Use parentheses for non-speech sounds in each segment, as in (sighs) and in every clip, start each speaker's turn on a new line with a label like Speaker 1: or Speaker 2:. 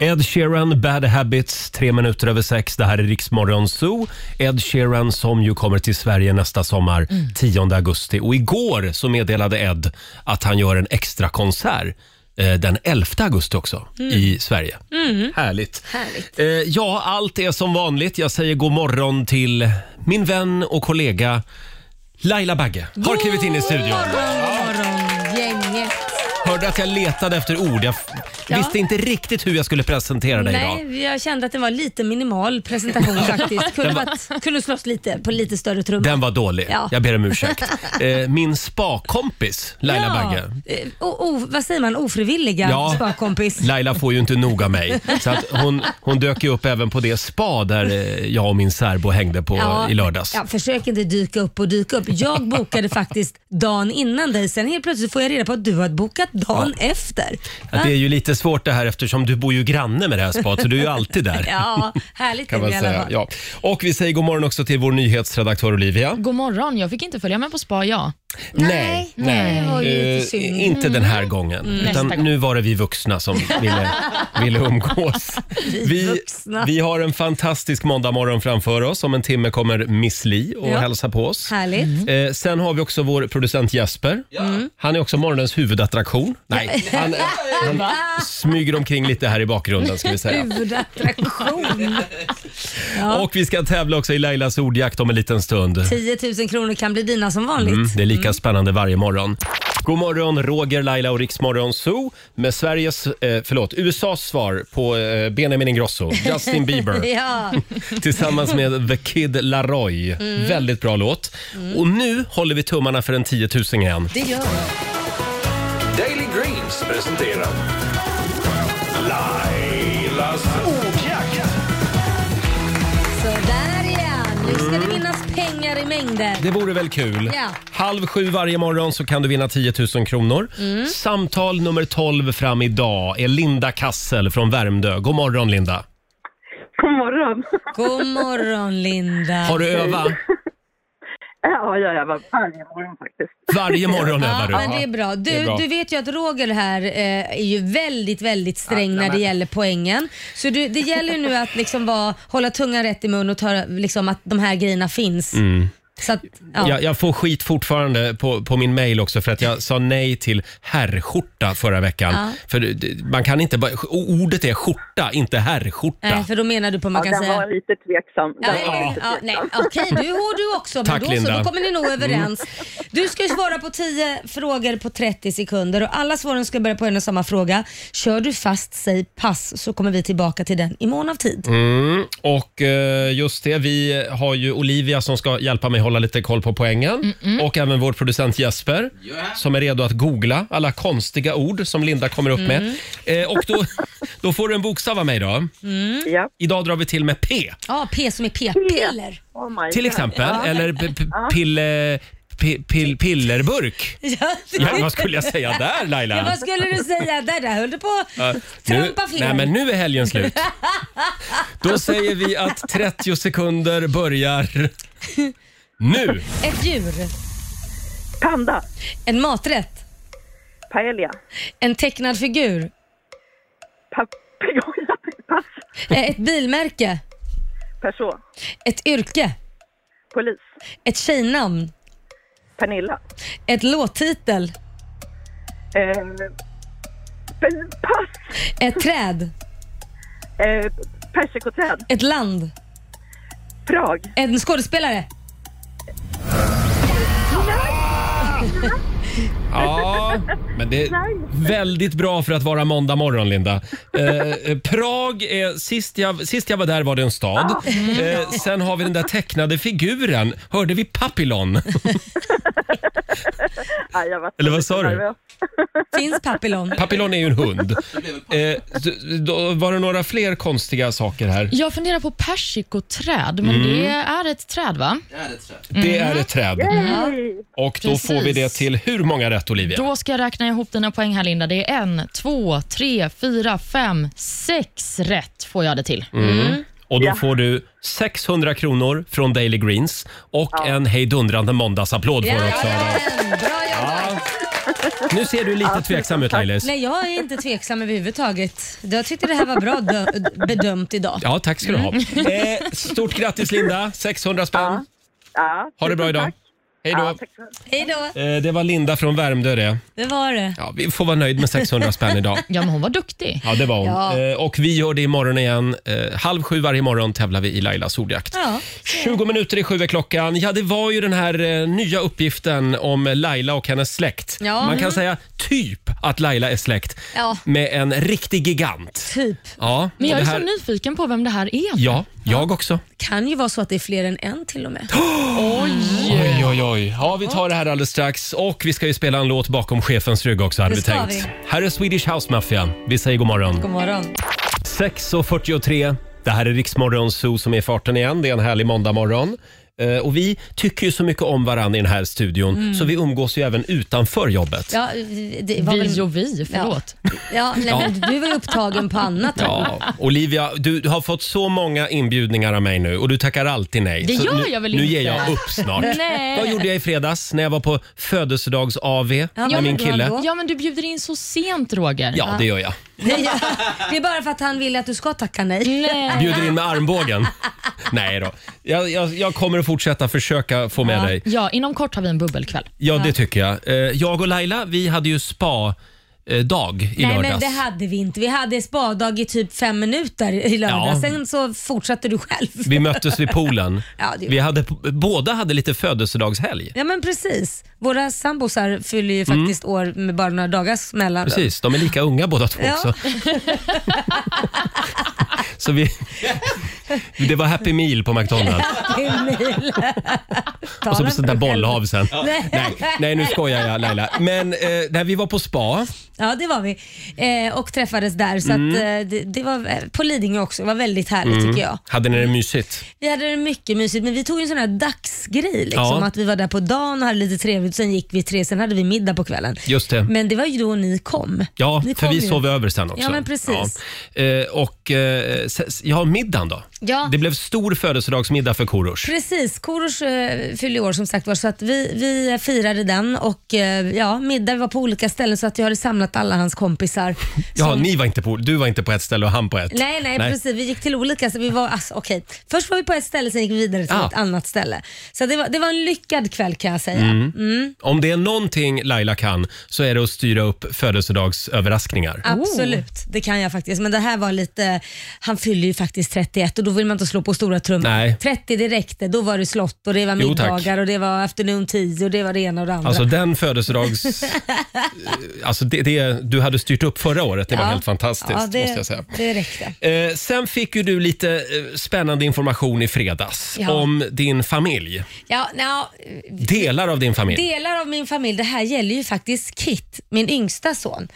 Speaker 1: Ed Sheeran, Bad Habits, tre minuter över sex. Det här är Riksmorgon Zoo. Ed Sheeran som ju kommer till Sverige nästa sommar,
Speaker 2: Mm.
Speaker 1: 10 augusti. Och igår så meddelade Ed att han gör en extra konsert eh, den 11 augusti också i Sverige. Härligt.
Speaker 2: Mm. Härligt.
Speaker 1: Eh, ja, allt är som vanligt. Jag säger god morgon till min vän och kollega Laila Bagge. Har klivit in i studion.
Speaker 2: morgon, gänget.
Speaker 1: Hörde att jag letade efter ord. Jag f-
Speaker 2: Ja.
Speaker 1: visste inte riktigt hur jag skulle presentera dig idag.
Speaker 2: Nej, jag kände att det var lite
Speaker 1: (laughs)
Speaker 2: minimal presentation faktiskt. Kunde, varit, kunde slåss lite på lite större trumma.
Speaker 1: Den var dålig.
Speaker 2: Ja.
Speaker 1: Jag ber om
Speaker 2: (laughs)
Speaker 1: ursäkt. Eh, min spakompis Laila
Speaker 2: ja.
Speaker 1: Bagge.
Speaker 2: Eh, O, o, vad säger man? Ofrivilliga
Speaker 1: Ja.
Speaker 2: sparkompis.
Speaker 1: Laila får ju inte nog av mig. Så att hon, hon dök ju upp även på det spa där eh, jag och min särbo hängde på eh, i lördags.
Speaker 2: Ja, försök inte dyka upp och dyka upp.
Speaker 1: (laughs)
Speaker 2: Jag bokade faktiskt dagen innan dig, sen helt plötsligt får jag reda på att du har bokat dagen
Speaker 1: (laughs)
Speaker 2: efter.
Speaker 1: Att det är ju lite svårt det här eftersom du bor ju granne med det här spat så du är ju alltid där.
Speaker 2: (laughs) Ja, härligt
Speaker 1: Kan
Speaker 2: är
Speaker 1: man
Speaker 2: det i alla
Speaker 1: säga.
Speaker 2: fall.
Speaker 1: Ja. Och vi säger god morgon också till vår nyhetsredaktör Olivia.
Speaker 3: God morgon, jag fick inte följa med på spa jag.
Speaker 1: Nej, nej.
Speaker 2: det var ju lite
Speaker 1: Eh,
Speaker 2: synd. Mm.
Speaker 1: inte den här gången. Utan
Speaker 3: Nästa gång.
Speaker 1: nu var det vi vuxna som ville, ville
Speaker 2: (laughs)
Speaker 1: umgås. Vi,
Speaker 2: vuxna.
Speaker 1: vi har en fantastisk måndagmorgon framför oss. Om en timme kommer Miss Li och
Speaker 2: Ja.
Speaker 1: hälsa på oss.
Speaker 2: Härligt.
Speaker 1: Eh, sen har vi också vår producent Jesper. Han är också morgonens huvudattraktion. Nej, han, han smyger omkring lite här i bakgrunden ska vi säga. (laughs)
Speaker 2: Huvudattraktion.
Speaker 1: Och vi ska tävla också i Lailas ordjakt om en liten stund.
Speaker 2: 10 000 kronor kan bli dina som vanligt.
Speaker 1: Mm, det är lika spännande varje morgon. God morgon, Roger, Laila och Riksmorgon Zoo med Sveriges, eh, förlåt, USAs svar på eh, Benjamin
Speaker 2: (laughs)
Speaker 1: Ingrosso, Justin Bieber
Speaker 2: Ja,
Speaker 1: tillsammans med The Kid Laroi.
Speaker 2: Mm.
Speaker 1: Väldigt bra låt. Och nu håller vi tummarna för en 10 000 igen.
Speaker 2: det gör jag.
Speaker 4: Daily Greens presenterar Lailas ordjakt.
Speaker 2: Sådär ja, nu ska
Speaker 1: Mm.
Speaker 2: det vinnas pengar i mängder.
Speaker 1: Det vore väl kul?
Speaker 2: Ja.
Speaker 1: Halv sju varje morgon så kan du vinna 10 000 kronor.
Speaker 2: Mm.
Speaker 1: Samtal nummer 12 fram idag är Linda Kassel från Värmdö. God morgon Linda!
Speaker 5: God morgon. (laughs)
Speaker 2: God morgon Linda.
Speaker 1: Har du
Speaker 2: (laughs)
Speaker 1: övat?
Speaker 5: Ja, jag övar varje morgon faktiskt.
Speaker 1: Varje morgon övar
Speaker 2: Ja,
Speaker 1: du.
Speaker 2: men det är bra. Du,
Speaker 1: Det är bra.
Speaker 2: du vet ju att Roger här eh, är ju väldigt, väldigt sträng när det gäller poängen. Så du, det gäller ju nu att liksom vara, hålla tungan rätt i mun och ta, liksom, att de här grejerna finns.
Speaker 1: Mm.
Speaker 2: Så att, ja.
Speaker 1: Jag, jag får skit fortfarande på, på min mail också för att jag sa nej till herrskjorta förra veckan. För det- det- man kan inte bara, ordet är skjorta, inte herrskjorta.
Speaker 2: Nej, Eh, för då menar du på vad man
Speaker 5: Ja,
Speaker 2: kan
Speaker 5: den
Speaker 2: säga.
Speaker 5: var lite tveksam. Den
Speaker 2: Ja,
Speaker 5: var
Speaker 2: ja,
Speaker 5: lite
Speaker 2: ja,
Speaker 5: tveksam.
Speaker 2: nej. Okej, du är hård du också. Men
Speaker 1: Tack,
Speaker 2: då, Så,
Speaker 1: Linda. Mm.
Speaker 2: då kommer ni nog överens. Du ska ju svara på 10 frågor på 30 sekunder och alla svaren ska börja på en och samma fråga. Kör du fast, säg pass, så kommer vi tillbaka till den i mån av tid.
Speaker 1: Mm, och eh, just det, vi har ju Olivia som ska hjälpa mig hålla lite koll på poängen. Och även vår producent Jesper som är redo att googla alla konstiga ord som Linda kommer upp
Speaker 2: Mm.
Speaker 1: med. Eh, och då, (laughs) då får du en bokstav av mig då.
Speaker 2: mm.
Speaker 5: Ja.
Speaker 1: Idag drar vi till med P.
Speaker 2: Ja, P som är p-piller.
Speaker 5: Oh my
Speaker 1: Till
Speaker 5: God.
Speaker 1: exempel. Eller p- p- pille, p- pill, pillerburk.
Speaker 2: Ja,
Speaker 1: Ja, vad skulle jag säga där
Speaker 2: (laughs) Ja,
Speaker 1: Laila?
Speaker 2: vad skulle du säga? Där, där höll du på
Speaker 1: Ja,
Speaker 2: att
Speaker 1: nu,
Speaker 2: trampa fel.
Speaker 1: nej, men nu är helgen slut. Då säger vi att 30 sekunder börjar nu.
Speaker 2: Ett djur,
Speaker 5: Panda.
Speaker 2: en maträtt,
Speaker 5: Paella.
Speaker 2: en tecknad figur,
Speaker 5: (laughs) Papegoja. Pass.
Speaker 2: eh, ett bilmärke,
Speaker 5: Person.
Speaker 2: ett yrke,
Speaker 5: Polis.
Speaker 2: ett tjejnamn,
Speaker 5: Pernilla.
Speaker 2: ett låttitel,
Speaker 5: Eh, pe- pass.
Speaker 2: ett träd,
Speaker 5: Eh, persikoträd.
Speaker 2: ett land,
Speaker 5: Prag.
Speaker 2: en skådespelare.
Speaker 1: Ja, men det är väldigt bra för att vara måndag morgon Linda. Eh, Eh, Prag, är, sist, jag, sist jag var där var det en stad. Eh, sen har vi den där tecknade figuren. Hörde vi Papillon?
Speaker 5: Ah, jag var
Speaker 1: Eller vad sa du?
Speaker 5: nervös.
Speaker 2: Finns Papillon?
Speaker 1: Papillon är ju en hund. Eh, d- då var det några fler konstiga saker här?
Speaker 3: Jag funderar på persikoträd, men det är ett träd va?
Speaker 1: Det är ett träd.
Speaker 5: Hej.
Speaker 1: Och då
Speaker 3: Precis.
Speaker 1: får vi det till hur många rätt Olivia?
Speaker 3: Då ska jag räkna ihop dina poäng här Linda. Det är en, två, tre, fyra, fem, sex rätt får jag det till.
Speaker 1: Och då får du 600 kronor från Daily Greens och en hejdundrande måndagsapplåd får du också.
Speaker 2: Jajamän, Bra jobbat!
Speaker 1: Nu ser du lite tveksam ut Lailis.
Speaker 2: Nej, jag är inte tveksam överhuvudtaget. Jag tyckte det här var bra dö- bedömt idag.
Speaker 1: Ja, tack ska du ha. Eh, stort grattis Linda, 600 spänn.
Speaker 5: Ja,
Speaker 1: Ha det bra
Speaker 5: tusen
Speaker 1: idag.
Speaker 5: tack.
Speaker 1: Hej
Speaker 5: Ja,
Speaker 1: då.
Speaker 5: tack så mycket.
Speaker 2: Hej då.
Speaker 1: Eh, det var Linda från Värmdö det.
Speaker 2: Det var det.
Speaker 1: Ja, vi får vara nöjd med 600 spänn idag.
Speaker 3: Ja, men hon var duktig.
Speaker 1: Ja, det var hon.
Speaker 2: Ja.
Speaker 1: Eh, och vi gör det imorgon igen. Eh, halv sju varje morgon tävlar vi i Lailas ordjakt.
Speaker 2: Ja.
Speaker 1: 20 minuter i sju är klockan. Ja, det var ju den här eh, nya uppgiften om Laila och hennes släkt.
Speaker 2: Ja.
Speaker 1: Man kan
Speaker 2: Mm.
Speaker 1: säga typ att Laila är släkt
Speaker 2: Ja.
Speaker 1: med en riktig gigant.
Speaker 2: Typ.
Speaker 1: Ja,
Speaker 3: Men
Speaker 1: och
Speaker 3: jag är
Speaker 1: det här-
Speaker 3: så nyfiken på vem det här är.
Speaker 1: Ja, jag också.
Speaker 2: Kan ju vara så att det är fler än en till och med.
Speaker 1: Oj, oj, oj. Ja, vi tar det här alldeles strax. Och vi ska ju spela en låt bakom chefens rygg också, hade
Speaker 2: Det
Speaker 1: vi
Speaker 2: ska
Speaker 1: tänkt. Här är Swedish House Mafia. Vi säger god morgon.
Speaker 2: God morgon.
Speaker 1: 6.43. Det här är Riksmorgon Zoo som är i farten igen. Det är en härlig måndagmorgon. Eh, Och vi tycker ju så mycket om varandra i den här studion
Speaker 3: Mm.
Speaker 1: så vi umgås ju även utanför jobbet.
Speaker 2: Ja, det var
Speaker 3: Vi
Speaker 2: väl...
Speaker 3: och vi, förlåt.
Speaker 2: Ja, nej, men du var ju upptagen på annat.
Speaker 1: Ja, Olivia, du, du har fått så många inbjudningar av mig nu och du tackar alltid nej.
Speaker 3: Det
Speaker 1: Så
Speaker 3: gör
Speaker 1: nu,
Speaker 3: jag väl
Speaker 1: Nu
Speaker 3: inte.
Speaker 1: ger jag upp snart.
Speaker 3: Nej.
Speaker 1: Vad gjorde jag i fredags när jag var på födelsedags-AV med
Speaker 2: vad
Speaker 1: min
Speaker 2: gjorde han
Speaker 1: kille?
Speaker 2: då?
Speaker 3: Ja, men du bjuder in så sent, Roger.
Speaker 1: Ja, det gör jag.
Speaker 2: Nej, (laughs) ja. Det är bara för att han vill att du ska tacka nej.
Speaker 3: Nej.
Speaker 1: Bjuder in med
Speaker 3: (laughs)
Speaker 1: armbågen. Nej då. Jag, jag, jag kommer att fortsätta försöka få med dig.
Speaker 3: Ja, inom kort har vi en bubbelkväll.
Speaker 1: Ja, det tycker jag. Eh, Jag och Laila, vi hade ju spa-dag i
Speaker 2: Nej men
Speaker 1: lördags.
Speaker 2: det hade vi inte. Vi hade spadag i typ fem minuter i lördag.
Speaker 1: Ja.
Speaker 2: Sen så fortsatte du själv.
Speaker 1: Vi möttes vid poolen.
Speaker 2: (laughs) Ja, det-
Speaker 1: vi hade, båda hade lite födelsedagshelg.
Speaker 2: Ja men precis. Våra sambosar fyller ju faktiskt år med bara några dagars mellanrum.
Speaker 1: Mm.
Speaker 2: (laughs)
Speaker 1: Precis, de är lika unga båda två
Speaker 2: Ja. (laughs)
Speaker 1: också. Så vi, det var happy meal på McDonalds
Speaker 2: Det
Speaker 1: (laughs)
Speaker 2: är mil.
Speaker 1: och så sånt
Speaker 2: Tala
Speaker 1: där
Speaker 2: för dig själv.
Speaker 1: bollhav sen.
Speaker 2: Nej.
Speaker 1: Nej, nej, nu skojar jag Laila. Men eh, när vi var på spa,
Speaker 2: (laughs) Ja det var vi. Eh, och träffades där. Så
Speaker 1: Mm.
Speaker 2: att, eh, det, det var eh, på Lidingö också. Det var väldigt härligt tycker jag.
Speaker 1: hade ni det mysigt?
Speaker 2: Vi hade det mycket mysigt men vi tog ju en sån här dagsgrej. Liksom,
Speaker 1: Ja.
Speaker 2: Att vi var där på dagen och hade lite trevligt. Sen gick vi tre, sen hade vi middag på kvällen.
Speaker 1: Just det.
Speaker 2: Men det var ju då ni kom.
Speaker 1: Ja,
Speaker 2: ni
Speaker 1: för vi
Speaker 2: ju.
Speaker 1: sov över sen också.
Speaker 2: Ja, men precis.
Speaker 1: Ja. Eh, och eh, se- se- ja, middagen då?
Speaker 2: Ja.
Speaker 1: Det blev stor födelsedagsmiddag för Korosh.
Speaker 2: Precis, Korosh eh, fyllde år som sagt var så att vi, vi firade den och eh, ja, middag vi var på olika ställen så att jag hade samlat alla
Speaker 1: (laughs)
Speaker 2: hans kompisar.
Speaker 1: Ja,
Speaker 2: som,
Speaker 1: ni var inte på, du var inte på ett ställe och han på ett.
Speaker 2: nej, nej, precis. Vi gick till olika, så vi var, alltså, okej. Först var vi på ett ställe, sen gick vi vidare till
Speaker 1: Ah.
Speaker 2: ett annat ställe. Så det var, det var en lyckad kväll kan jag säga.
Speaker 1: Mm. Om det är någonting Laila kan så är det att styra upp födelsedagsöverraskningar.
Speaker 2: Absolut, det kan jag faktiskt. Men det här var lite, han fyller ju faktiskt 31 och då vill man inte slå på stora trumman.
Speaker 1: Nej.
Speaker 2: 30 det räckte, då var det slott och det var
Speaker 1: Jo, tack.
Speaker 2: middagar och det var afternoon tea och det var det ena och det andra.
Speaker 1: Alltså den
Speaker 2: (laughs)
Speaker 1: födelsedags... alltså det, det du hade styrt upp förra året, det var
Speaker 2: Ja.
Speaker 1: helt fantastiskt
Speaker 2: Ja, det,
Speaker 1: måste jag säga.
Speaker 2: Det räckte.
Speaker 1: Eh, sen fick ju du lite eh, spännande information i fredags
Speaker 2: Ja.
Speaker 1: om din familj.
Speaker 2: Ja, nå,
Speaker 1: Delar av din familj.
Speaker 2: delar av min familj, det här gäller ju faktiskt Kit, min yngsta son.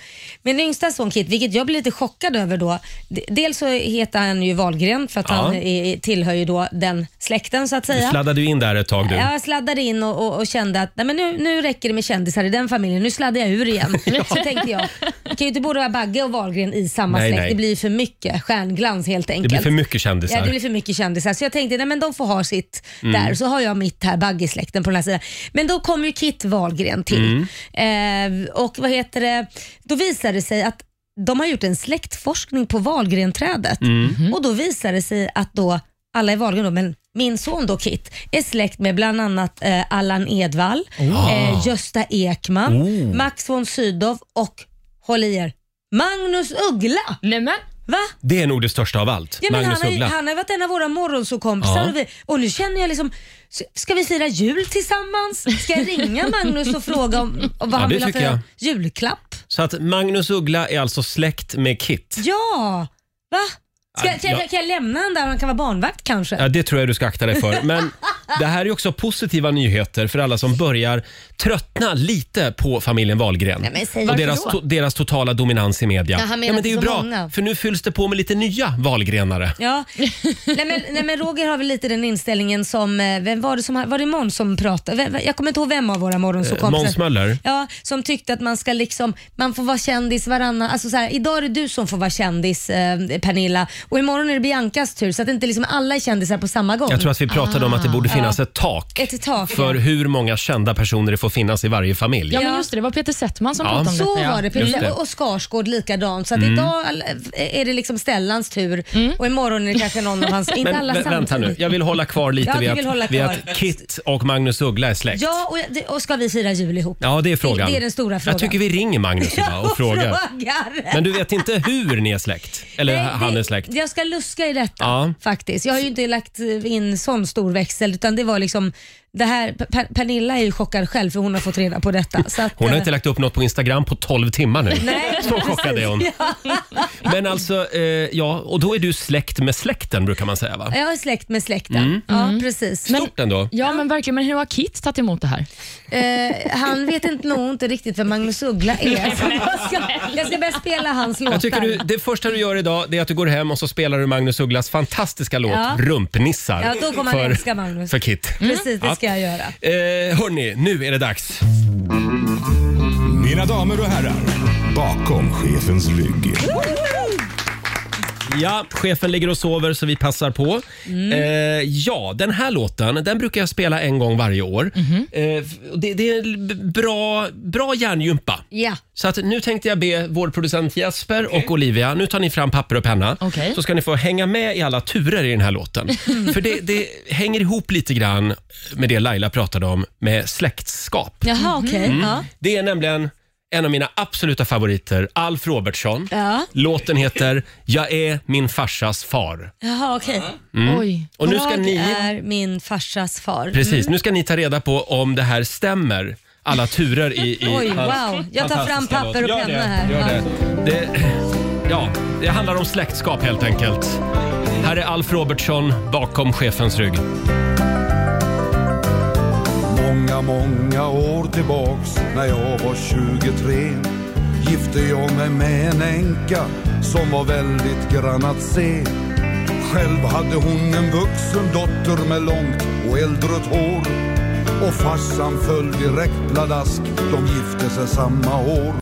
Speaker 2: Min yngsta son Kit, vilket jag blev lite chockad över då. D- Dels så heter han ju Wahlgren för att
Speaker 1: Ja.
Speaker 2: han är, tillhör ju då den släkten så att
Speaker 1: Du
Speaker 2: säga.
Speaker 1: sladdade ju in där ett tag du.
Speaker 2: Jag sladdade in och, och, och kände att nej, men nu, nu räcker det med kändisar i den familjen. Nu sladdar jag ur
Speaker 1: (laughs)
Speaker 2: igen. Så tänkte jag. Det kan ju inte både vara Bagge och Wahlgren i samma
Speaker 1: Nej,
Speaker 2: släkt.
Speaker 1: nej.
Speaker 2: Det blir för mycket stjärnglans helt
Speaker 1: Det
Speaker 2: enkelt.
Speaker 1: blir för mycket kändisar. Mm.
Speaker 2: Ja, det blir för mycket kändisar. Så jag tänkte, nej men de får ha sitt där, så har jag mitt här, Baggesläkten på den här sidan. Men då kom ju Kit Wahlgren till.
Speaker 1: Mm.
Speaker 2: Eh, och vad heter det, då visade det sig att de har gjort en släktforskning på Wahlgrenträdet
Speaker 1: Mm.
Speaker 2: och då visade det sig att då, alla är Wahlgren då, men min son då Kit är släkt med bland annat eh, Allan Edwall, eh, Gösta Ekman,
Speaker 1: Oh.
Speaker 2: Max von Sydow och, håll i er, Magnus Uggla.
Speaker 3: Nej, men.
Speaker 2: Va?
Speaker 1: Det är nog det största av allt.
Speaker 2: Ja, men
Speaker 1: Magnus
Speaker 2: han, har ju,
Speaker 1: Uggla.
Speaker 2: han har ju varit en av våra morgonsåkompisar
Speaker 1: Ja.
Speaker 2: och, vi- och nu känner jag liksom, s- ska vi fira jul tillsammans? Ska jag
Speaker 1: (laughs)
Speaker 2: ringa Magnus och fråga om, om vad han
Speaker 1: det
Speaker 2: vill ha
Speaker 1: tycker
Speaker 2: för
Speaker 1: jag.
Speaker 2: julklapp?
Speaker 1: Så att Magnus Uggla är alltså släkt med Kit.
Speaker 2: Ja, va? Ska,
Speaker 1: Ja,
Speaker 2: kan, jag,
Speaker 1: jag-
Speaker 2: kan jag lämna honom där han kan vara barnvakt kanske?
Speaker 1: Ja, det tror jag du ska akta dig för.
Speaker 2: (laughs)
Speaker 1: Men det här är ju också positiva nyheter för alla som börjar tröttna lite på familjen Wahlgren.
Speaker 2: Nej, men säg
Speaker 1: och
Speaker 2: varför
Speaker 1: deras,
Speaker 2: då?
Speaker 1: to- deras totala dominans i media.
Speaker 2: Ja, han menar
Speaker 1: men det är ju
Speaker 2: inte så
Speaker 1: bra,
Speaker 2: många.
Speaker 1: för nu fylls det på med lite nya valgrenare.
Speaker 2: Ja. nej, men, nej men Roger har väl lite den inställningen som, eh, vem var det som, var det Måns som pratade? Vem- Jag kommer inte ihåg vem av våra morgonsåkompisar.
Speaker 1: Eh, Måns Möller.
Speaker 2: Ja, som tyckte att man ska liksom, man får vara kändis varannan, alltså så här, idag är det du som får vara kändis eh, Pernilla och imorgon är det Biancas tur så att inte liksom alla är kändisar på samma gång. Ah.
Speaker 1: Jag tror att vi pratade om att det borde finnas ett tak
Speaker 2: Ett tak.
Speaker 1: för hur många kända personer det får finnas i varje familj.
Speaker 3: Ja,
Speaker 2: Ja.
Speaker 3: men just det, det var Peter Settman som
Speaker 1: Ja.
Speaker 3: pratade om
Speaker 2: Så
Speaker 3: detta. ja.
Speaker 2: var det,
Speaker 1: Just
Speaker 2: Pelle
Speaker 1: det. Mm.
Speaker 2: och- och Skarsgård likadant. Så att idag all- är det liksom Stellans tur och imorgon är det kanske någon av hans, inte
Speaker 1: Men
Speaker 2: alla
Speaker 1: vä- vänta nu,
Speaker 2: samtidigt.
Speaker 1: jag vill hålla kvar lite
Speaker 2: Ja, du
Speaker 1: vid,
Speaker 2: vill
Speaker 1: att,
Speaker 2: hålla
Speaker 1: vid
Speaker 2: kvar.
Speaker 1: att Kit och Magnus Uggla är släkt.
Speaker 2: Ja, och, det- och ska vi fira jul ihop?
Speaker 1: Ja, det är frågan.
Speaker 2: Det, det är den stora frågan.
Speaker 1: Jag tycker vi ringer Magnus idag
Speaker 2: (laughs)
Speaker 1: och frågar. Men du vet inte hur ni är släkt? Eller
Speaker 2: Nej,
Speaker 1: han
Speaker 2: det-
Speaker 1: är släkt?
Speaker 2: Jag ska luska i detta
Speaker 1: Ja.
Speaker 2: faktiskt. Jag har ju inte lagt in sån stor växel utan det var liksom det här, Per- Pernilla är ju chockad själv för hon har fått reda på detta. Så att,
Speaker 1: Hon har
Speaker 2: eh,
Speaker 1: inte lagt upp något på Instagram på 12 timmar nu.
Speaker 2: Nej.
Speaker 1: (laughs) Så chockad är hon. Men alltså, eh, ja, och då är du släkt med släkten brukar man säga va?
Speaker 2: Jag är släkt med släkten.
Speaker 1: Mm.
Speaker 2: Ja, precis.
Speaker 1: Stort ändå.
Speaker 3: Ja, men verkligen. Men hur har Kit tagit emot det här?
Speaker 2: Eh, han vet inte, nog inte riktigt vem Magnus Uggla är. Så jag, ska, jag ska börja spela hans låtar.
Speaker 1: Jag tycker du, det första du gör idag det är att du går hem och så spelar du Magnus Ugglas fantastiska låt
Speaker 2: Ja.
Speaker 1: Rumpnissar.
Speaker 2: Ja, då kommer han älska Magnus. Mm.
Speaker 1: För Kit.
Speaker 2: Precis,
Speaker 1: Mm.
Speaker 2: det ska jag göra.
Speaker 1: Eh, hörni, nu är det dags.
Speaker 6: Mina damer och herrar, bakom chefens rygg.
Speaker 1: Ja, chefen ligger och sover så vi passar på. Eh, ja, den här låten den brukar jag spela en gång varje år. Eh, f- det, det är en b- bra, bra hjärngympa.
Speaker 2: Ja.
Speaker 1: Så att nu tänkte jag be vår producent Jesper och Olivia, nu tar ni fram papper och penna.
Speaker 3: Okej.
Speaker 1: Så ska ni få hänga med i alla turer i den här låten. För det, det hänger ihop lite grann med det Laila pratade om med släktskap.
Speaker 2: Jaha, okej. Ja.
Speaker 1: Det är nämligen en av mina absoluta favoriter, Alf Robertsson.
Speaker 2: Ja.
Speaker 1: Låten heter “Jag är min farsas far”.
Speaker 2: Jaha, okej.
Speaker 3: Oj.
Speaker 1: Och nu ska
Speaker 2: jag
Speaker 1: ni,
Speaker 2: är min farsas far.
Speaker 1: precis, nu ska ni ta reda på om det här stämmer. Alla turer i, i
Speaker 2: (laughs) Oj,
Speaker 1: hans
Speaker 2: wow. Jag tar fram
Speaker 1: fantastiska
Speaker 2: papper och
Speaker 1: låt. Gör
Speaker 2: penna
Speaker 1: det,
Speaker 2: här.
Speaker 1: Gör
Speaker 2: Ja.
Speaker 1: det. Det, ja, det handlar om släktskap helt enkelt. Här är Alf Robertsson bakom chefens rygg.
Speaker 7: Många, många år tillbaks när jag var 23 gifte jag mig med en änka som var väldigt grann att se. Själv hade hon en vuxen dotter med långt och eldrött hår och farsan föll direkt pladask, de gifte sig samma år.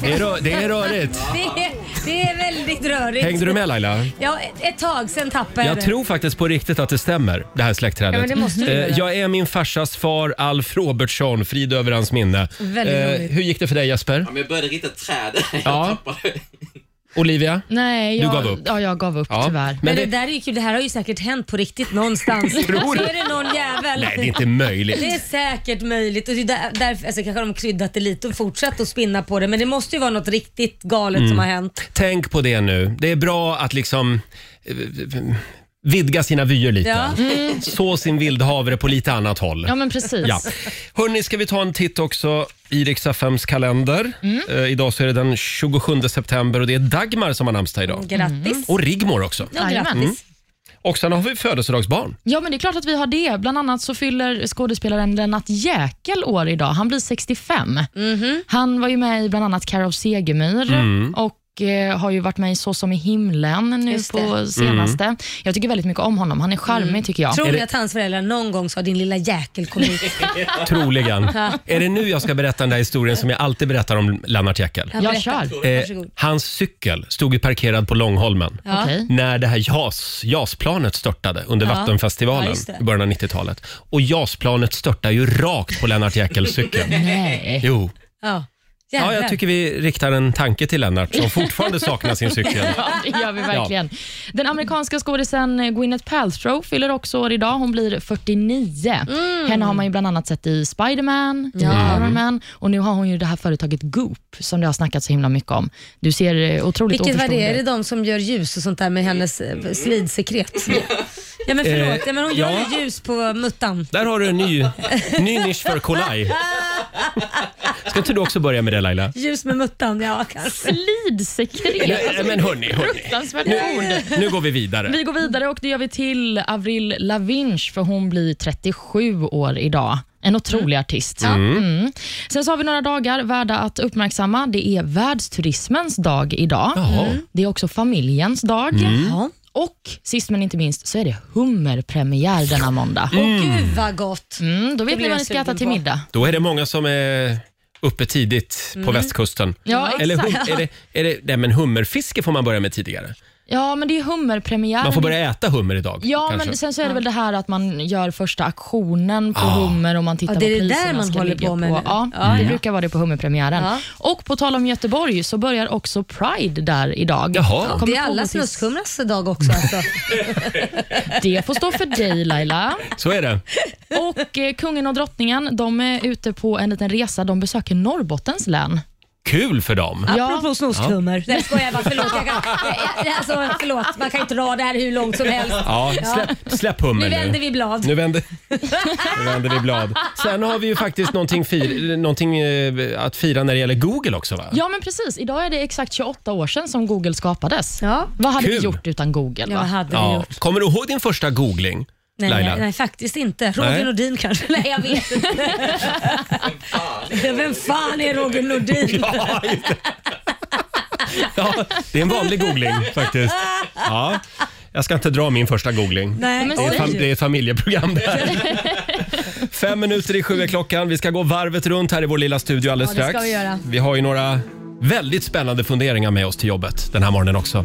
Speaker 1: Det är, rö- det är rörigt.
Speaker 2: (laughs) Det, är- det är väldigt rörigt.
Speaker 1: Hängde du med Laila?
Speaker 2: Ja, ett, ett tag sen tappade
Speaker 1: Jag
Speaker 2: det.
Speaker 1: tror faktiskt på riktigt att det stämmer, det här släktträdet.
Speaker 2: Ja, men det måste du
Speaker 1: Eh,
Speaker 2: göra.
Speaker 1: Jag är min farsas far Alf Robertsson, frid över hans minne.
Speaker 2: Väldigt
Speaker 1: Eh,
Speaker 2: roligt.
Speaker 1: hur gick det för dig Jesper?
Speaker 8: Ja, men jag började rita träd. Jag
Speaker 1: Ja.
Speaker 8: tappade.
Speaker 1: Olivia?
Speaker 3: Nej,
Speaker 1: Du
Speaker 3: jag,
Speaker 1: gav upp.
Speaker 3: Ja, jag gav upp
Speaker 1: Ja.
Speaker 3: tyvärr.
Speaker 2: Men
Speaker 1: Men
Speaker 2: det,
Speaker 1: det,
Speaker 2: där är ju kul. Det här har ju säkert hänt på riktigt
Speaker 1: (laughs)
Speaker 2: någonstans.
Speaker 1: Tror du?
Speaker 2: Så är det någon jävel.
Speaker 1: nej, det är inte möjligt.
Speaker 2: Det är säkert möjligt och det är där, därför alltså, kanske de kryddat det lite och fortsatt att spinna på det. Men det måste ju vara något riktigt galet
Speaker 1: Mm.
Speaker 2: som har hänt.
Speaker 1: Tänk på det nu. Det är bra att liksom eh, vidga sina vyer lite.
Speaker 2: Ja.
Speaker 1: Så sin vildhavre på lite annat håll.
Speaker 3: Ja, men precis.
Speaker 1: Ja. Hörni, ska vi ta en titt också i Rix FMs kalender.
Speaker 2: Mm.
Speaker 1: Eh, idag så är det den 27 september och det är Dagmar som har namnsdag idag.
Speaker 2: Mm. Grattis.
Speaker 1: Och Rigmor också.
Speaker 2: Ja, grattis.
Speaker 3: Jajamän.
Speaker 1: Och sen har vi födelsedagsbarn.
Speaker 3: Ja, men det är klart att vi har det. Bland annat så fyller skådespelaren Lennart Jäkel år idag. Han blir 65.
Speaker 2: Mhm.
Speaker 3: Han var ju med i bland annat Care of Segemyhr
Speaker 1: Mm.
Speaker 3: och eh, har ju varit med i Så som i himlen nu
Speaker 2: Just det. Mm.
Speaker 3: på senaste.
Speaker 1: Mm.
Speaker 3: Jag tycker väldigt mycket om honom. Han är charmig tycker jag.
Speaker 2: Tror ni att hans föräldrar någon gång sa din lilla jäkel
Speaker 1: (laughs)
Speaker 2: kom hit? (laughs)
Speaker 1: Troligen. Är det nu jag ska berätta den där historien som jag alltid berättar om Lennart Jäckel?
Speaker 2: Ja, berätta.
Speaker 3: Jag kör.
Speaker 1: Eh,
Speaker 2: Varsågod.
Speaker 1: hans cykel stod ju parkerad på Långholmen.
Speaker 2: Ja.
Speaker 3: Okej.
Speaker 1: när det här JAS, JAS-planet störtade under
Speaker 2: Ja. Ja,
Speaker 1: Vattenfestivalen
Speaker 2: just det.
Speaker 1: i början av 90-talet. Och JAS-planet störtade ju rakt på Lennart Jäckels cykel.
Speaker 2: (laughs)
Speaker 3: Nej.
Speaker 1: Jo.
Speaker 2: Ja.
Speaker 1: Ja,
Speaker 2: Jävlar.
Speaker 1: jag tycker vi riktar en tanke till Lennart som fortfarande saknar sin cykel.
Speaker 3: Ja, det gör vi verkligen. Den amerikanska skådisen Gwyneth Paltrow fyller också år idag. Hon blir 49.
Speaker 2: Mm.
Speaker 3: Henne har man ju bland annat sett i Spiderman, i Iron Man och nu har hon ju det här företaget Goop som det har snackats så himla mycket om. Du ser eh, otroligt
Speaker 2: Vilket var det?
Speaker 3: oförstående
Speaker 2: Är det
Speaker 3: ut.
Speaker 2: de som gör ljus och sånt där med hennes
Speaker 1: (laughs)
Speaker 2: eh, slidsekret? Ja men
Speaker 1: Mm. Eh,
Speaker 2: förlåt, ja, men hon gör
Speaker 1: ja.
Speaker 2: ju ljus på muttan.
Speaker 1: Där har du en ny, ny nisch för
Speaker 2: (laughs)
Speaker 1: kolaj. Ska inte du också börja med det Laila?
Speaker 2: Ljus med muttan, ja
Speaker 1: Mm.
Speaker 2: kanske.
Speaker 3: Slidsekret.
Speaker 1: Nej, men hörni, hörni.
Speaker 3: Fruktansvärt ord.
Speaker 1: Nu, nu går vi vidare.
Speaker 3: Vi går vidare och det gör vi till Avril Lavigne för hon blir 37 år idag. En otrolig artist. Mm. Sen så har vi några dagar värda att uppmärksamma. Det är världsturismens dag idag.
Speaker 1: Jaha. Mm.
Speaker 3: Det är också familjens dag.
Speaker 2: Ja.
Speaker 3: Och sist men inte minst så är det hummerpremiär denna måndag.
Speaker 2: Åh gud vad gott.
Speaker 3: Mm, då
Speaker 2: Mm. Det
Speaker 3: vet ni
Speaker 2: blir
Speaker 3: vad
Speaker 2: jag
Speaker 3: ni ska äta
Speaker 2: sugen
Speaker 3: till
Speaker 2: på.
Speaker 3: middag.
Speaker 1: Då är det många som är uppe tidigt på västkusten.
Speaker 3: Ja,
Speaker 1: Eller hum,
Speaker 3: exakt.
Speaker 1: är det, är det, nej, men hummerfiske får man börja med tidigare.
Speaker 3: Ja, men det är hummerpremiär.
Speaker 1: Man får börja äta hummer idag.
Speaker 3: Ja,
Speaker 1: kanske. Ah.
Speaker 3: men sen så är det väl det här att man gör första auktionen på hummer och man tittar
Speaker 2: Ja, det är
Speaker 3: vad
Speaker 2: det där
Speaker 3: priserna
Speaker 2: man
Speaker 3: ska
Speaker 2: håller
Speaker 3: ligga
Speaker 2: på med nu.
Speaker 3: Ja,
Speaker 2: Ja,
Speaker 3: det
Speaker 2: ja.
Speaker 3: brukar vara det på hummerpremiären.
Speaker 2: Ja.
Speaker 3: Och på tal om Göteborg så börjar också Pride där idag.
Speaker 1: Jaha.
Speaker 3: Kommer
Speaker 2: Det är alla
Speaker 3: pågå tills-
Speaker 2: snuskhumras dag också alltså.
Speaker 3: Det får stå för dig Laila.
Speaker 1: Så är det.
Speaker 3: Och eh, kungen och drottningen de är ute på en liten resa. De besöker Norrbottens län.
Speaker 1: Kul för dem.
Speaker 3: Ja.
Speaker 2: Apropå snuskhummer. Nej jag skojar bara, förlåt. Jag (laughs) kan, jag- jag- alltså, förlåt, man kan ju dra det här hur långt som helst.
Speaker 1: Ja, släpp, släpp hummer
Speaker 2: Nu
Speaker 1: nu.
Speaker 2: vänder vi blad.
Speaker 1: Nu vänder, nu vänder vi blad. Sen har vi ju faktiskt någonting, fir, någonting eh, att fira när det gäller Google också va?
Speaker 3: Ja, men precis. Idag är det exakt 28 år sedan som Google skapades.
Speaker 2: Ja.
Speaker 3: Vad hade
Speaker 1: Kul.
Speaker 3: vi gjort utan Google?
Speaker 2: Ja,
Speaker 3: Va?
Speaker 2: vad hade vi
Speaker 1: Ja.
Speaker 2: gjort?
Speaker 1: Kommer du ihåg din första googling?
Speaker 2: Nej,
Speaker 1: Laila?
Speaker 2: nej, nej, faktiskt inte.
Speaker 1: Nej.
Speaker 2: Roger Nordin kanske? Nej, jag vet inte. (laughs) Vem fan är Roger Nordin?
Speaker 1: Ja, just det. ja, det är en vanlig googling faktiskt. Ja. Jag ska inte dra min första googling.
Speaker 2: Nej,
Speaker 3: men
Speaker 1: Det är, ett
Speaker 3: säg.
Speaker 1: fam- det är ett familjeprogram det
Speaker 2: (laughs)
Speaker 1: här. Fem minuter i sju är klockan. Vi ska gå varvet runt här i vår lilla studio alldeles
Speaker 2: Ja, det ska
Speaker 1: strax.
Speaker 2: vi göra.
Speaker 1: vi har ju några väldigt spännande funderingar med oss till jobbet den här morgonen också.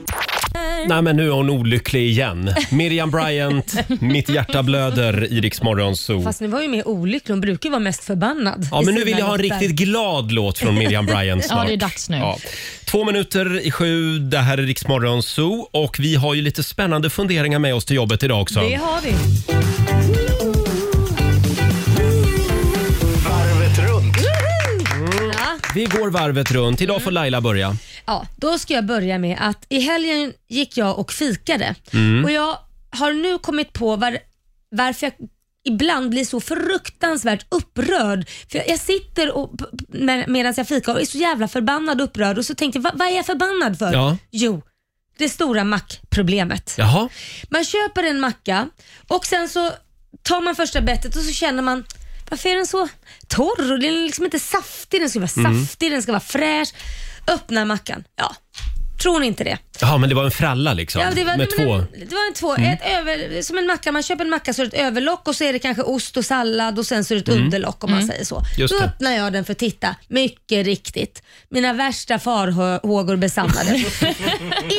Speaker 1: Nej men nu är hon olycklig igen. Miriam Bryant, Mitt hjärta blöder, i Rix Morgon Zoo.
Speaker 2: Fast nu var ju mer olycklig. Hon brukar ju vara mest förbannad.
Speaker 1: Ja,
Speaker 2: i
Speaker 1: men nu
Speaker 2: sina
Speaker 1: vill jag ha en
Speaker 2: låtar.
Speaker 1: riktigt glad låt från Miriam
Speaker 2: (laughs)
Speaker 1: Bryant snart.
Speaker 3: Ja, det är dags nu.
Speaker 1: Ja. Två minuter i sju, det här är Riksmorgon Zoo och vi har ju lite spännande funderingar med oss till jobbet idag också.
Speaker 2: Det har vi.
Speaker 1: Vi går varvet runt. Idag får Laila börja.
Speaker 2: Ja, då ska jag börja med att i helgen gick jag och fikade
Speaker 1: Mm.
Speaker 2: och jag har nu kommit på var, varför jag ibland blir så fruktansvärt upprörd. För jag, jag sitter och, p- p- med, medan jag fikar och är så jävla förbannad och upprörd och så tänkte jag, "Va- vad är jag förbannad för?
Speaker 1: Ja.
Speaker 2: Jo, det stora mackproblemet.
Speaker 1: Jaha,
Speaker 2: Man köper en macka och sen så tar man första bettet och så känner man varför är den så torr och den är liksom inte saftig. Den ska vara saftig, den ska vara fräsch. Öppnar mackan. Ja, tror ni inte det?
Speaker 1: Jaha men det var en fralla liksom.
Speaker 2: Ja, det var,
Speaker 1: med
Speaker 2: men
Speaker 1: två. Mm.
Speaker 2: En, det var en två. Ett över, som en macka, man köper en macka så är det ett överlock och så är det kanske ost och sallad och sen så är det ett underlock om man säger så.
Speaker 1: Mm. Just
Speaker 2: Då
Speaker 1: det.
Speaker 2: öppnar jag den för att titta. Mycket riktigt. Mina värsta
Speaker 1: (laughs)
Speaker 2: farhågor besannade.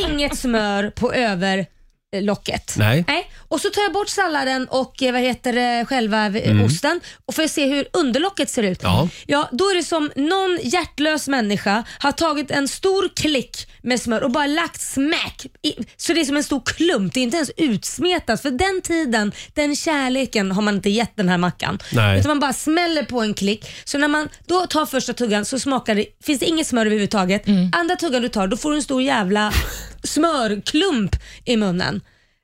Speaker 2: Inget smör på överlocket.
Speaker 1: Nej.
Speaker 2: Och så tar jag bort salladen och eh, vad heter det, själva eh, osten och får se hur underlocket ser ut.
Speaker 1: Mm. Ja.
Speaker 2: Ja, då är det som någon hjärtlös människa har tagit en stor klick med smör och bara lagt smack. I, så det är som en stor klump. Det är inte ens utsmetat. För den tiden, den kärleken har man inte gett den här mackan.
Speaker 1: Nej.
Speaker 2: Utan man bara smäller på en klick. Så när man då tar första tuggan så smakar det, finns det inget smör överhuvudtaget. Andra tuggan du tar, då får du en stor jävla smörklump i munnen.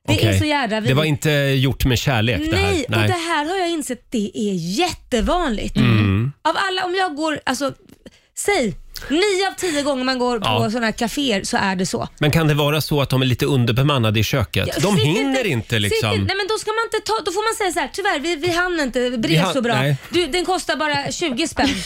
Speaker 2: Det är
Speaker 1: Okej.
Speaker 2: så jävla
Speaker 1: Det var inte gjort med kärlek det här.
Speaker 2: Nej, och det här har jag insett, det är jättevanligt.
Speaker 1: Mm.
Speaker 2: Av alla, om jag går, alltså, säg, nio av tio gånger man går på
Speaker 1: Ja.
Speaker 2: sådana här kaféer så är det så.
Speaker 1: Men kan det vara så att de är lite underbemannade i köket? de
Speaker 2: Sitt
Speaker 1: hinner inte liksom.
Speaker 2: sitt inte- nej men då ska man inte ta, då får man säga så här, tyvärr vi, vi hann inte
Speaker 1: Vi
Speaker 2: bereda
Speaker 1: hann-
Speaker 2: så bra.
Speaker 1: nej.
Speaker 2: Du, den kostar bara
Speaker 1: (laughs)
Speaker 2: 20 spänn.
Speaker 1: (laughs)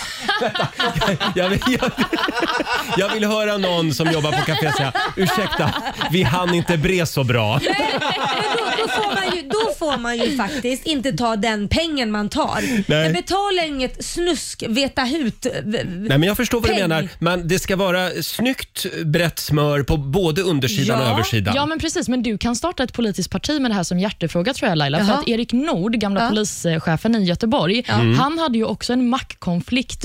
Speaker 1: Jag vill, jag, vill, jag vill höra någon som jobbar på café säga ursäkta, vi hann inte bre så bra.
Speaker 2: Men då, då, får man ju, då får man ju faktiskt inte ta den pengen man tar. Jag betalar inget snusk, veta hut.
Speaker 1: Nej men jag förstår vad du
Speaker 2: Peng.
Speaker 1: menar. Men det ska vara snyggt brett smör på både undersidan
Speaker 2: Ja.
Speaker 1: och översidan.
Speaker 3: Ja, men precis. Men du kan starta ett politiskt parti med det här som hjärtefråga tror jag Laila. För
Speaker 2: Jaha.
Speaker 3: att Erik Nord, gamla
Speaker 2: Ja.
Speaker 3: polischefen i Göteborg, han hade ju också en mackkonflikt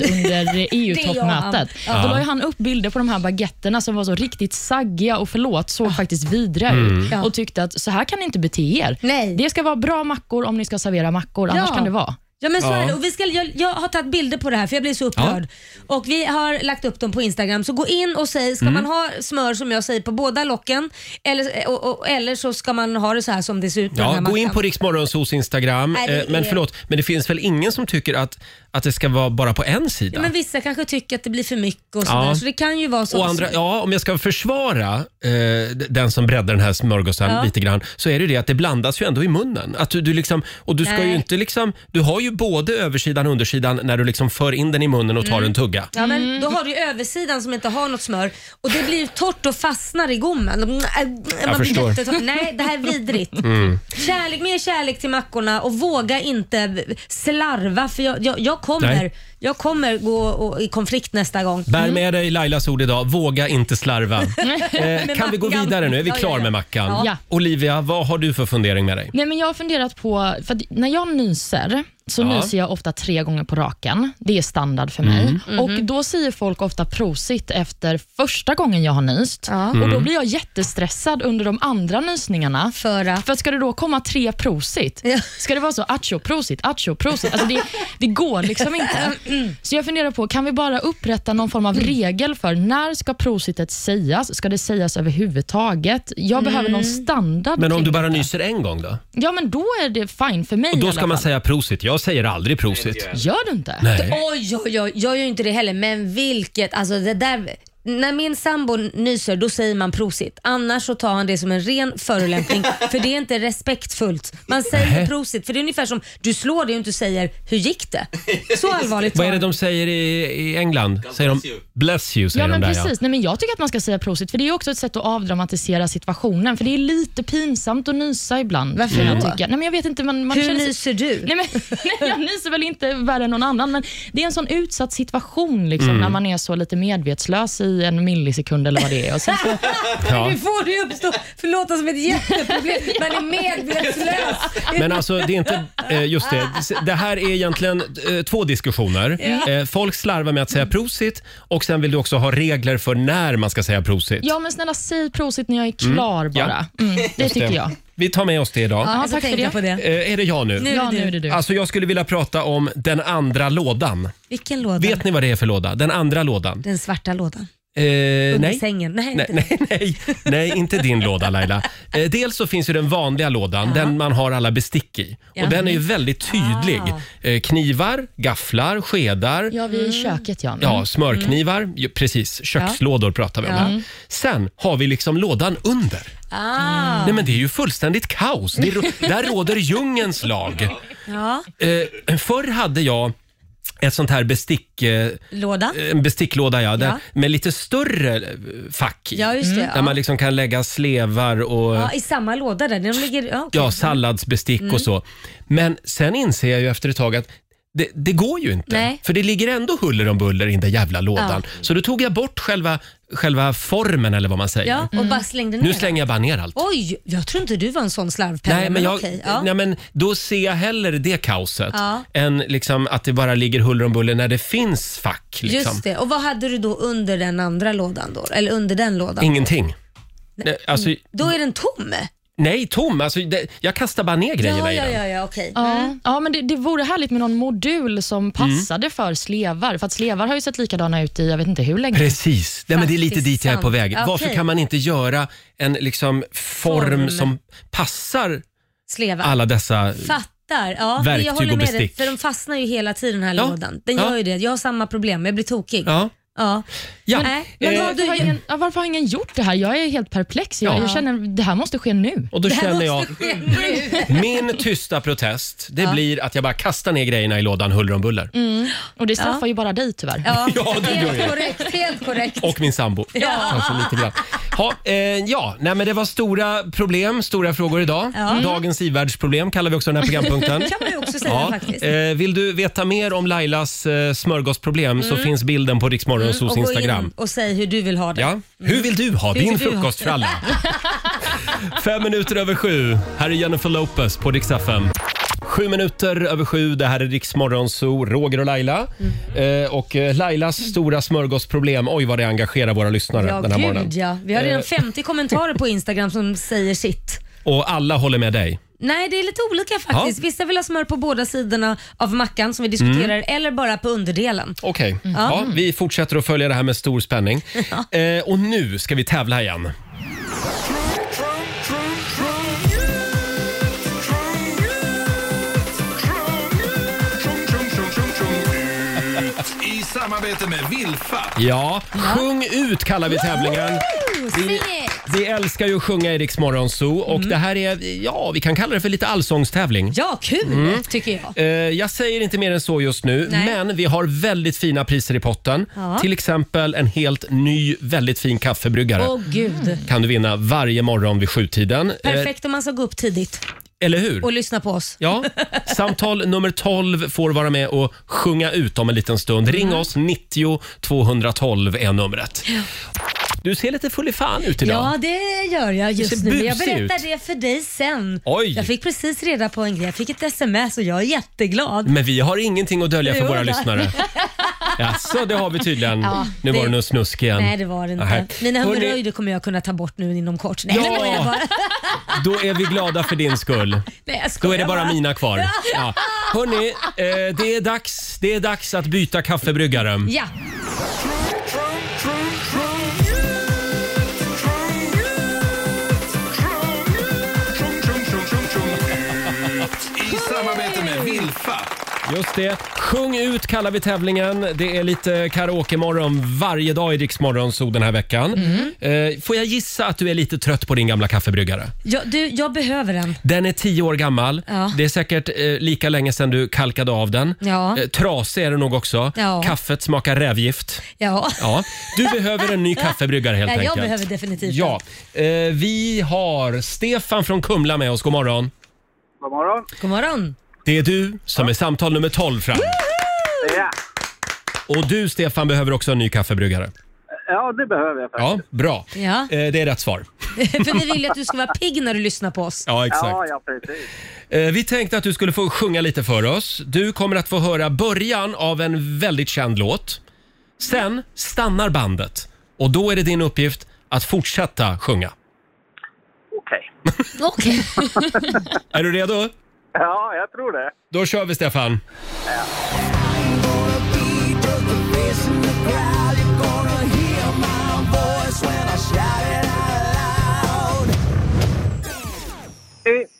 Speaker 2: (laughs)
Speaker 3: under EU-toppmötet.
Speaker 2: Det
Speaker 3: Då la ju han upp bilder på de här baguetterna som var så riktigt saggiga och förlåt, såg faktiskt vidriga ut
Speaker 2: Ah. Ja.
Speaker 3: och tyckte att så här kan ni inte bete er.
Speaker 2: Nej.
Speaker 3: Det ska vara bra mackor om ni ska servera mackor, annars
Speaker 2: Ja.
Speaker 3: kan det vara.
Speaker 2: Ja men så
Speaker 1: Ja.
Speaker 2: är det. Och vi ska, jag, jag har tagit bilder på det här för jag blir så upprörd. Och vi har lagt upp dem på Instagram. Så gå in och säg, ska
Speaker 1: Mm.
Speaker 2: man ha smör som jag säger på båda locken eller, eh, och, och, eller så ska man ha det så här som det ser ut på den
Speaker 1: Ja,
Speaker 2: här
Speaker 1: gå in
Speaker 2: mackan.
Speaker 1: på Riksmorgonsos Instagram.
Speaker 2: Nej, det
Speaker 1: Eh, Men
Speaker 2: är-
Speaker 1: förlåt, men det finns väl ingen som tycker att, att det ska vara bara på en
Speaker 2: Ja,
Speaker 1: sida?
Speaker 2: men vissa kanske tycker att det blir för mycket och
Speaker 1: Ja.
Speaker 2: sådär. Så det kan ju vara så.
Speaker 1: Och andra, ja, om jag ska försvara eh, d- den som breddar den här smörgåsen
Speaker 2: Ja.
Speaker 1: lite grann så är det ju det att det blandas ju ändå i munnen. Att du, du liksom, och du ska
Speaker 2: Nej.
Speaker 1: ju inte liksom, du har ju både översidan och undersidan när du liksom för in den i munnen
Speaker 2: Mm.
Speaker 1: och tar en tugga.
Speaker 2: Ja, men då har du ju översidan som inte har något smör och det blir ju torrt och fastnar i gommen. Mm, äh, man blir
Speaker 1: förstår. Mm.
Speaker 2: jättetorr. Nej, det här är
Speaker 1: (laughs)
Speaker 2: vidrigt. Kärlek, mer kärlek till mackorna och våga inte slarva för jag, jag, jag kommer.
Speaker 1: Nej.
Speaker 2: jag kommer gå och, i konflikt nästa gång.
Speaker 3: Mm.
Speaker 1: Bär med dig Lailas ord idag. Våga inte
Speaker 3: (laughs)
Speaker 1: slarva. Eh,
Speaker 2: Med
Speaker 1: kan vi gå
Speaker 2: mackan.
Speaker 1: vidare nu? Är vi
Speaker 2: Ja, ja,
Speaker 1: klar
Speaker 2: ja.
Speaker 1: med Mackan?
Speaker 3: Ja.
Speaker 1: Olivia, vad har du för fundering med dig?
Speaker 3: Nej, men jag har funderat på, för att när jag nyser så
Speaker 1: Ja.
Speaker 3: nyser jag ofta tre gånger på raken. Det är standard för mig.
Speaker 1: Mm.
Speaker 3: Och
Speaker 2: Mhm.
Speaker 3: Då säger folk ofta prosit efter första gången jag har nyst. Och
Speaker 1: Mm.
Speaker 3: Då blir jag jättestressad under de andra nysningarna.
Speaker 2: För att...
Speaker 3: För ska det då komma tre prosit?
Speaker 2: Ja.
Speaker 3: Ska det vara så acho prosit, acho prosit? Alltså det, det går liksom inte. Så jag funderar på, kan vi bara upprätta någon form av regel för när ska prositet sägas? Ska det sägas överhuvudtaget? Jag behöver någon
Speaker 2: Mm.
Speaker 3: standard.
Speaker 1: Men om
Speaker 3: kring
Speaker 1: du bara
Speaker 3: detta.
Speaker 1: nyser en gång då?
Speaker 3: Ja, men då är det fine för mig
Speaker 1: Och
Speaker 3: i
Speaker 1: då
Speaker 3: alla
Speaker 1: ska man
Speaker 3: fall.
Speaker 1: säga prosit. Jag säger aldrig prosit.
Speaker 3: Gör du inte?
Speaker 1: Nej.
Speaker 2: Oj, oj, oj, jag gör ju inte det heller, men vilket, alltså det där... När min sambo nyser då säger man prosit. Annars så tar han det som en ren förolämpning för det är inte respektfullt. Man säger
Speaker 1: Nej.
Speaker 2: prosit för det är ungefär som du slår dig och inte säger hur gick det? Så allvarligt
Speaker 1: Vad
Speaker 2: var
Speaker 1: är det de säger i, i England? Säger de
Speaker 8: bless you.
Speaker 1: bless you? Säger
Speaker 3: Ja, men
Speaker 1: de där,
Speaker 3: precis. Nej, men jag tycker att man ska säga prosit, för det är också ett sätt att avdramatisera situationen. För det är lite pinsamt att nysa ibland.
Speaker 2: Varför
Speaker 3: kan jag
Speaker 2: då?
Speaker 3: tycka. Nej, men jag vet inte. Man, man
Speaker 2: Hur
Speaker 3: känner sig-
Speaker 2: nyser du?
Speaker 3: Nej, men, (laughs) nej, jag nyser väl inte värre än någon annan, men det är en sån utsatt situation liksom,
Speaker 1: Mm.
Speaker 3: när man är så lite medvetslös i en millisekund eller vad det är. Och
Speaker 2: (laughs)
Speaker 3: sen så,
Speaker 1: Ja.
Speaker 2: Nu får det uppstå, förlåta som ett (laughs) jätteproblem. Man är medvetslös.
Speaker 1: Men alltså, det är inte... eh, Just det. Det här är egentligen eh, två diskussioner. Eh, Folk slarvar med att säga prosit och sen vill du också ha regler för när man ska säga prosit.
Speaker 3: ja, men snälla säg prosit när jag är klar bara. Mm, det tycker jag.
Speaker 1: Vi tar med oss det idag.
Speaker 2: Ja,
Speaker 3: Ja,
Speaker 2: jag ska
Speaker 3: tack för
Speaker 2: tänka
Speaker 3: det.
Speaker 2: på det.
Speaker 1: Eh, Är det jag nu?
Speaker 2: Nu är
Speaker 3: Ja, nu
Speaker 2: det
Speaker 3: är
Speaker 2: du.
Speaker 3: det du.
Speaker 1: Alltså jag skulle vilja prata om den andra lådan.
Speaker 2: Vilken låda?
Speaker 1: Vet ni vad det är för låda? Den andra lådan?
Speaker 2: Den svarta lådan.
Speaker 1: Eh,
Speaker 2: Under
Speaker 1: nej.
Speaker 2: sängen. Nej,
Speaker 1: Nej,
Speaker 2: inte det.
Speaker 1: nej, nej, nej, inte din låda Laila. Eh, dels så finns ju den vanliga lådan, den man har alla bestick i.
Speaker 2: Ja.
Speaker 1: Och den är ju väldigt tydlig. Eh, knivar, gafflar, skedar,
Speaker 3: Ja, vi är i köket ja. Mm.
Speaker 1: ja, smörknivar. Ju, precis, kökslådor pratar vi om här. Sen har vi liksom lådan under.
Speaker 2: Ah,
Speaker 1: Nej men det är ju fullständigt kaos. Det, rå- där råder djungelns lag.
Speaker 2: ja.
Speaker 1: Eh, förr hade jag ett sånt här bestick... Eh,
Speaker 2: Låda.
Speaker 1: en besticklåda ja, där,
Speaker 2: Ja.
Speaker 1: med lite större eh, fack i.
Speaker 2: Ja, just det.
Speaker 1: Där
Speaker 2: Ja.
Speaker 1: man liksom kan lägga slevar och
Speaker 2: Ja, Mm. I samma låda där. De ligger, ja, okej.
Speaker 1: ja, salladsbestick och så. Men sen inser jag ju efter ett tag att det, det går ju inte.
Speaker 2: Nej.
Speaker 1: För det ligger ändå huller om buller i den där jävla lådan.
Speaker 2: Ja.
Speaker 1: Så då tog jag bort själva, själva formen eller vad man säger.
Speaker 2: ja, och bara slängde ner
Speaker 1: Mm. Nu
Speaker 2: den.
Speaker 1: slänger jag bara ner allt.
Speaker 2: Oj, jag tror inte du var en sån slarvpelle.
Speaker 1: Nej men, jag,
Speaker 2: okej, ja.
Speaker 1: nej men då ser jag hellre det kaoset
Speaker 2: Ja.
Speaker 1: än liksom att det bara ligger huller om buller när det finns fack. Liksom.
Speaker 2: Just det. Och vad hade du då under den andra lådan? då? Eller under den lådan?
Speaker 1: Ingenting. Nej, Alltså,
Speaker 2: Då är den tom.
Speaker 1: nej, tom. Alltså, det, jag kastar bara ner grejerna
Speaker 2: Ja,
Speaker 1: i
Speaker 2: ja,
Speaker 1: den.
Speaker 2: ja, ja okej. Mm.
Speaker 1: Mm.
Speaker 3: Ja, ja men det, det vore härligt med någon modul som passade för slevar. För att slevar har ju sett likadana ut i jag vet inte hur länge.
Speaker 1: Precis, Nej, men det är lite
Speaker 2: Faktiskt
Speaker 1: dit jag är på
Speaker 2: sant.
Speaker 1: väg.
Speaker 2: Okej.
Speaker 1: Varför kan man inte göra en liksom form,
Speaker 2: Form.
Speaker 1: som passar
Speaker 2: Sleva.
Speaker 1: alla dessa...
Speaker 2: Fattar. Ja, men
Speaker 1: Verktyg
Speaker 2: jag håller
Speaker 1: och
Speaker 2: med dig.
Speaker 1: bestick.
Speaker 2: För de fastnar ju hela tiden den här
Speaker 1: Ja,
Speaker 2: lådan. Den
Speaker 1: ja.
Speaker 2: gör ju det. Jag har samma problem. Jag blir tokig. Ja.
Speaker 1: Ja. Ja.
Speaker 2: Nej, men
Speaker 3: Men
Speaker 1: Eh,
Speaker 2: vad-
Speaker 3: varför, har ingen, ja, varför har ingen gjort det här? Jag är helt perplex. Jag,
Speaker 1: Ja.
Speaker 3: jag känner det här måste ske nu.
Speaker 1: och då
Speaker 2: Det här
Speaker 1: känner jag,
Speaker 2: måste ske
Speaker 1: (laughs)
Speaker 2: nu.
Speaker 1: min tysta protest,
Speaker 2: (laughs)
Speaker 1: det blir att jag bara kastar ner grejerna i lådan huller om buller.
Speaker 3: Och det straffar ju bara dig tyvärr.
Speaker 2: Ja,
Speaker 1: Ja, det gör
Speaker 2: helt
Speaker 1: jag.
Speaker 2: korrekt. Helt korrekt.
Speaker 1: Och min sambo. Ja. Alltså lite grann. Ha, eh, ja, nej men det var stora problem, stora frågor idag. Mm. Dagens i-världsproblem kallar vi också den här
Speaker 2: (laughs)
Speaker 1: programpunkten.
Speaker 2: kan man ju också säga
Speaker 1: Ja.
Speaker 2: faktiskt.
Speaker 1: Eh, vill du veta mer om Lailas eh, smörgåsproblem så finns bilden på Riksmorgonsos
Speaker 2: Mm. och gå in
Speaker 1: Instagram.
Speaker 2: och säg hur du vill ha det.
Speaker 1: Ja. Hur vill du ha
Speaker 2: Hur
Speaker 1: din
Speaker 2: vill du ha? (laughs)
Speaker 1: frukostfralla? Fem minuter över sju. Här är Jennifer Lopez på Dix FM. Sju minuter över sju. Det här är Riksmorgonso, Roger och Laila.
Speaker 2: Mm.
Speaker 1: Eh, och eh, Lailas stora smörgåsproblem. Oj, vad det engagerar våra lyssnare
Speaker 2: Ja,
Speaker 1: den här
Speaker 2: gud
Speaker 1: morgonen. Eh.
Speaker 2: ja. Vi har redan 50 kommentarer på Instagram som säger sitt.
Speaker 1: Och alla håller med dig.
Speaker 2: Nej, det är lite olika faktiskt.
Speaker 1: Ja.
Speaker 2: Vissa vill ha smör på båda sidorna av mackan som vi diskuterar,
Speaker 1: Mm.
Speaker 2: eller bara på underdelen.
Speaker 1: Okej,
Speaker 2: Mm.
Speaker 1: ja, vi fortsätter att följa det här med stor
Speaker 2: (laughs)
Speaker 1: spänning. Eh, och nu ska vi tävla igen.
Speaker 4: I samarbete med Vilfa.
Speaker 1: Ja, sjung ut kallar vi tävlingen. Vi, vi älskar ju att sjunga i Rix Morgon Zoo och
Speaker 2: Mm.
Speaker 1: det här är, ja, vi kan kalla det för lite allsångstävling.
Speaker 2: Ja, kul tycker jag.
Speaker 1: Eh, Jag säger inte mer än så just nu,
Speaker 2: Nej.
Speaker 1: men vi har väldigt fina priser i potten.
Speaker 2: Ja.
Speaker 1: Till exempel en helt ny, väldigt fin kaffebryggare
Speaker 2: Åh gud.
Speaker 1: kan du vinna varje morgon vid sjutiden. Eh,
Speaker 2: Perfekt om man ska gå upp tidigt.
Speaker 1: Eller hur?
Speaker 2: och lyssna på oss.
Speaker 1: Ja, (laughs) samtal nummer 12 får vara med och sjunga ut om en liten stund. Ring
Speaker 2: Mm.
Speaker 1: oss, 90 212 är numret. Du ser lite full i fan ut idag.
Speaker 2: Ja, det gör jag
Speaker 1: Du
Speaker 2: just
Speaker 1: ser
Speaker 2: nu. Jag
Speaker 1: busig
Speaker 2: berättar
Speaker 1: ut.
Speaker 2: det för dig sen.
Speaker 1: Oj.
Speaker 2: Jag fick precis reda på en grej. Jag fick ett sms och jag är jätteglad.
Speaker 1: Men vi har ingenting att dölja för
Speaker 2: Jo,
Speaker 1: våra
Speaker 2: då. (laughs)
Speaker 1: lyssnare. Jaså, det har vi tydligen. nu var
Speaker 2: det-
Speaker 1: det nog snusk igen.
Speaker 2: Nej, det var det inte.
Speaker 1: Nej.
Speaker 2: Mina
Speaker 1: Hörrni,
Speaker 2: hemorrojder kommer jag kunna ta bort nu inom kort. Nej,
Speaker 1: Ja.
Speaker 2: jag skojar bara.
Speaker 1: Då är vi glada för din
Speaker 2: (laughs)
Speaker 1: skull.
Speaker 2: Nej, jag skojar
Speaker 1: Då är det bara mina
Speaker 2: (laughs)
Speaker 1: kvar. Ja. Hörni, eh, det, är dags, det är dags att byta kaffebryggare.
Speaker 2: Ja,
Speaker 4: I samarbete med Vilfa.
Speaker 1: Just det. Sjung ut kallar vi tävlingen. Det är lite karaoke-morgon varje dag i Rix Morgon Zoo den här veckan.
Speaker 2: Mm.
Speaker 1: Eh, Får jag gissa att du är lite trött på din gamla kaffebryggare?
Speaker 2: jag, du, jag behöver den.
Speaker 1: Den är tio år gammal.
Speaker 2: Ja.
Speaker 1: Det är säkert eh, lika länge sedan du kalkade av den.
Speaker 2: Ja.
Speaker 1: Eh, trasig är den nog också.
Speaker 2: Ja.
Speaker 1: Kaffet smakar rävgift.
Speaker 2: Ja,
Speaker 1: Ja.
Speaker 2: (laughs)
Speaker 1: Du behöver en ny kaffebryggare helt
Speaker 2: Nej,
Speaker 1: enkelt.
Speaker 2: jag behöver definitivt
Speaker 1: Ja. Eh, vi har Stefan från Kumla med oss. God morgon.
Speaker 5: God morgon.
Speaker 2: den. God morgon.
Speaker 1: Det är du som är samtal nummer 12 fram.
Speaker 5: Ja.
Speaker 1: Och du Stefan behöver också en ny kaffebryggare.
Speaker 5: ja, det behöver jag faktiskt.
Speaker 1: Ja, bra.
Speaker 2: Ja.
Speaker 1: Eh, det är rätt svar.
Speaker 2: (laughs) För vi vill ju att du ska vara pigg när du lyssnar på oss.
Speaker 1: Ja, exakt.
Speaker 5: Ja, ja precis.
Speaker 1: Eh, vi tänkte att du skulle få sjunga lite för oss. Du kommer att få höra början av en väldigt känd låt. Sen stannar bandet och då är det din uppgift att fortsätta sjunga.
Speaker 5: Okej.
Speaker 2: Okej.
Speaker 1: Är du redo?
Speaker 5: Ja, jag tror det.
Speaker 1: Då kör vi Stefan.
Speaker 5: It,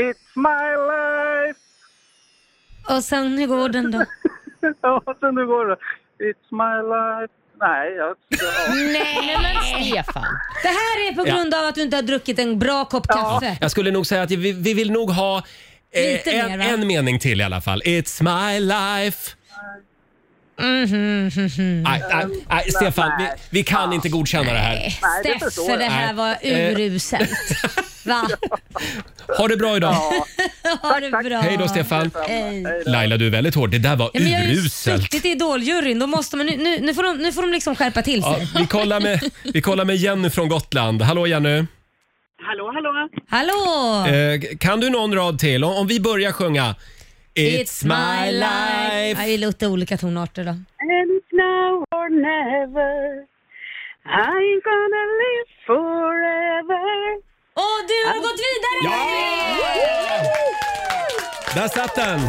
Speaker 5: it's my life.
Speaker 2: (laughs) Och sen, hur går den då?
Speaker 5: (laughs) Ja, sen nu går det. It's my life. Nej, jag... Ja.
Speaker 3: Nej, men Stefan.
Speaker 2: Det här är på
Speaker 1: Ja.
Speaker 2: grund av att du inte har druckit en bra kopp kaffe.
Speaker 1: Jag skulle nog säga att vi, vi vill nog ha eh,
Speaker 2: Lite mer,
Speaker 1: en,
Speaker 2: va?
Speaker 1: en mening till i alla fall. It's my life. Nej, nej, nej, Stefan, vi, vi kan inte godkänna det här.
Speaker 5: Nej, det
Speaker 2: Steff,
Speaker 5: förstår
Speaker 2: för det
Speaker 5: jag.
Speaker 2: här var
Speaker 1: Eh. (laughs)
Speaker 2: uruselt. Va?
Speaker 1: Ha det bra idag.
Speaker 2: Ha det bra.
Speaker 1: Hej då Stefan.
Speaker 2: Hej.
Speaker 1: Laila, du är väldigt hård. Det där var
Speaker 2: Ja, men jag har ju
Speaker 1: uruselt.
Speaker 2: suttit i idoljuryn. Då måste man, nu, nu, nu, får de, nu får de liksom skärpa till sig.
Speaker 1: Ja, vi, kollar med, vi kollar med Jenny från Gotland. Hallå Jenny!
Speaker 5: Hallå, hallå.
Speaker 2: Hallå!
Speaker 1: Eh, kan du någon rad till? Om, om vi börjar sjunga It's, my
Speaker 2: Ja,
Speaker 1: life
Speaker 2: det är lite olika tonarter då.
Speaker 5: And it's now or never. I ain't gonna live forever.
Speaker 2: Åh, du har gått vidare!
Speaker 1: Ja! Där satt den!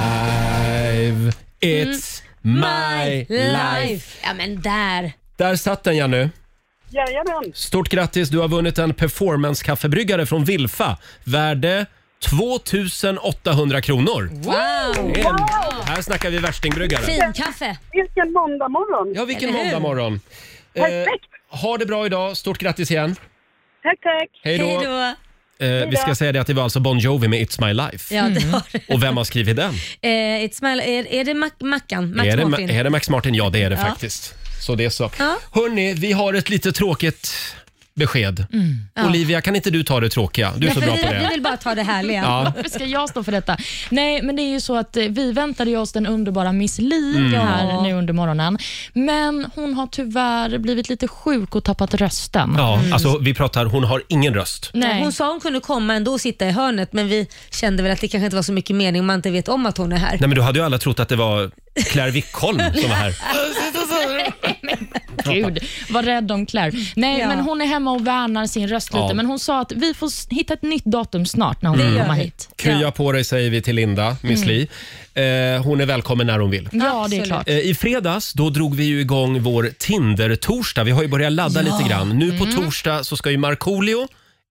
Speaker 1: Alive. It's Mm. my life.
Speaker 2: Ja, men där.
Speaker 1: Där satt den Jenny.
Speaker 5: Jajamän.
Speaker 1: Stort grattis, du har vunnit en performance-kaffebryggare från Vilfa. Värde 2800 kronor.
Speaker 2: Wow!
Speaker 1: En, här snackar vi värstingbryggare.
Speaker 2: Fin kaffe.
Speaker 5: Vilken måndag morgon.
Speaker 1: Ja, vilken
Speaker 2: Eller hur?
Speaker 1: måndag morgon. Eh,
Speaker 5: Perfekt.
Speaker 1: ha det bra idag. Stort grattis igen.
Speaker 5: Tack, tack.
Speaker 1: Hej
Speaker 2: Hej
Speaker 1: då.
Speaker 2: då.
Speaker 1: Eh, vi ska säga det att det var alltså Bon Jovi med It's My Life.
Speaker 2: Ja, det var det.
Speaker 1: Och vem har skrivit
Speaker 2: (laughs)
Speaker 1: den?
Speaker 2: Eh, it's my, är, är det Mac, Mackan? Mac
Speaker 1: är, det, Ma-
Speaker 2: Martin?
Speaker 1: är det Max Martin? Ja, det är det faktiskt. Så det är så.
Speaker 2: Ja.
Speaker 1: Hörni, vi har ett lite tråkigt besked.
Speaker 2: Mm.
Speaker 1: Olivia, kan inte du ta det tråkiga? Du är
Speaker 2: Ja,
Speaker 1: så
Speaker 2: för
Speaker 1: bra
Speaker 2: vi,
Speaker 1: på
Speaker 2: vi
Speaker 1: det.
Speaker 2: vill bara ta det härliga.
Speaker 1: Ja.
Speaker 3: Varför ska jag stå för detta? Nej, men det är ju så att eh, vi väntade ju oss den underbara Miss Li
Speaker 1: Mm.
Speaker 3: här nu under morgonen. Men hon har tyvärr blivit lite sjuk och tappat rösten.
Speaker 1: Ja,
Speaker 2: Mm.
Speaker 1: alltså vi pratar, hon har ingen röst.
Speaker 3: Nej.
Speaker 2: Hon sa hon kunde komma ändå och sitta i hörnet men vi kände väl att det kanske inte var så mycket mening om man inte vet om att hon är här.
Speaker 1: Nej men du hade ju alla trott att det var Claire Wickholm som var
Speaker 2: (laughs)
Speaker 1: här.
Speaker 3: Gud, var rädd om Claire. Nej,
Speaker 2: Ja.
Speaker 3: men hon är hemma och värnar sin röst lite.
Speaker 1: Ja. Mm.
Speaker 3: Men hon sa att vi får s- hitta ett nytt datum snart när hon
Speaker 2: gör
Speaker 3: får komma
Speaker 2: vi.
Speaker 3: hit.
Speaker 1: Krya
Speaker 2: Ja.
Speaker 1: på dig säger vi till Linda,
Speaker 2: Mm.
Speaker 1: Miss Li. Eh, hon är välkommen när hon vill.
Speaker 3: Ja, det är
Speaker 2: Absolut.
Speaker 3: klart.
Speaker 1: Eh, I fredags då drog vi ju igång vår Tinder-torsdag. Vi har ju börjat
Speaker 2: Mm.
Speaker 1: ladda lite grann. Nu på torsdag så ska ju Markoolio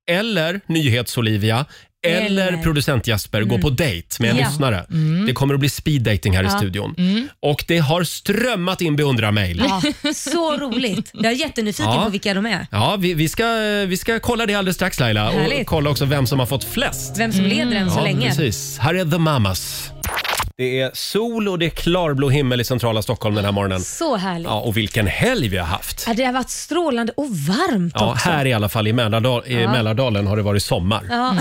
Speaker 1: eller NyhetsOlivia eller,
Speaker 2: Eller. Mm.
Speaker 1: producent Jasper gå på dejt med en
Speaker 2: Ja. Mm.
Speaker 1: lyssnare. Det kommer att bli speed dating här i studion. Och det har strömmat in beundrarmejl.
Speaker 2: Ja, så roligt. Jag är jättenyfiken
Speaker 1: Ja.
Speaker 2: på vilka de är.
Speaker 1: Ja, vi, vi, ska, vi ska kolla det alldeles strax Laila och
Speaker 2: Härligt.
Speaker 1: kolla också vem som har fått flest.
Speaker 2: Vem som leder än så
Speaker 1: Mm. ja,
Speaker 2: länge.
Speaker 1: precis. Här är The Mamas. Det är sol och det är klarblå himmel i centrala Stockholm den här morgonen.
Speaker 2: Så härligt.
Speaker 1: Ja, och vilken helg vi har haft.
Speaker 2: Ja, Det har varit strålande och varmt
Speaker 1: Ja,
Speaker 2: också.
Speaker 1: här i alla fall i, Mälardal, i Mälardalen har det varit sommar.
Speaker 2: Ja.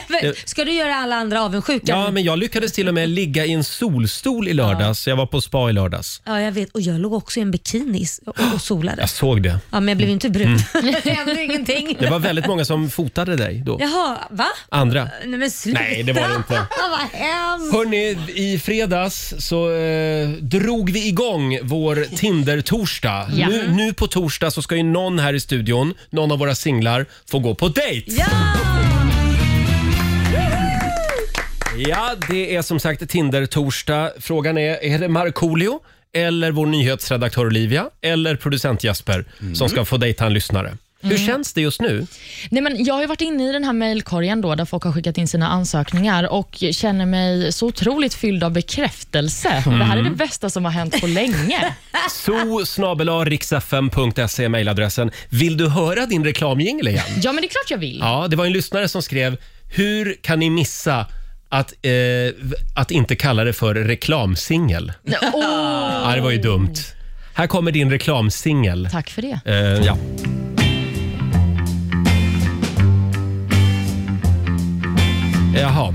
Speaker 2: (laughs) Ska du göra alla andra avundsjuka?
Speaker 1: Mm. Ja,
Speaker 2: Ja,
Speaker 1: men jag lyckades till och med ligga i en solstol i lördags. Jag var på spa i lördags.
Speaker 2: ja, jag vet. Och jag låg också i en bikini s- och, och solade.
Speaker 1: Jag såg det.
Speaker 2: Ja, men jag blev ju inte brun.
Speaker 1: Mm.
Speaker 2: (laughs) det hände ingenting.
Speaker 1: Det var väldigt många som fotade dig då.
Speaker 2: Jaha, va?
Speaker 1: Andra.
Speaker 2: Nej men sluta.
Speaker 1: Nej, det var det inte.
Speaker 2: (laughs) Ja, Vad hemskt.
Speaker 1: Hörni, i fredags så eh, drog vi igång vår Tinder-torsdag.
Speaker 3: Ja.
Speaker 1: Nu, nu på torsdag så ska ju någon här i studion, någon av våra singlar, få gå på dejt.
Speaker 2: Ja!
Speaker 1: Ja, det är som sagt Tinder-torsdag. Frågan är, är det Markoolio eller vår nyhetsredaktör Olivia eller producent Jasper som ska få dejta en lyssnare? Hur känns det just nu?
Speaker 3: Nej, men jag har ju varit inne i den här mejlkorgen då, där folk har skickat in sina ansökningar och känner mig så otroligt fylld av bekräftelse.
Speaker 1: Mm.
Speaker 3: Det här är det bästa som har hänt på länge.
Speaker 1: so riksfm.se är mejladressen. Vill du höra din reklamjingel igen?
Speaker 3: Ja, men det är klart jag vill.
Speaker 1: Ja, det var en lyssnare som skrev “Hur kan ni missa att, eh, att inte kalla det för reklamsingel?”
Speaker 3: Åh,
Speaker 1: Ja, det var ju dumt. Här kommer din reklamsingel.
Speaker 3: tack för det.
Speaker 1: Eh, ja. Jaha.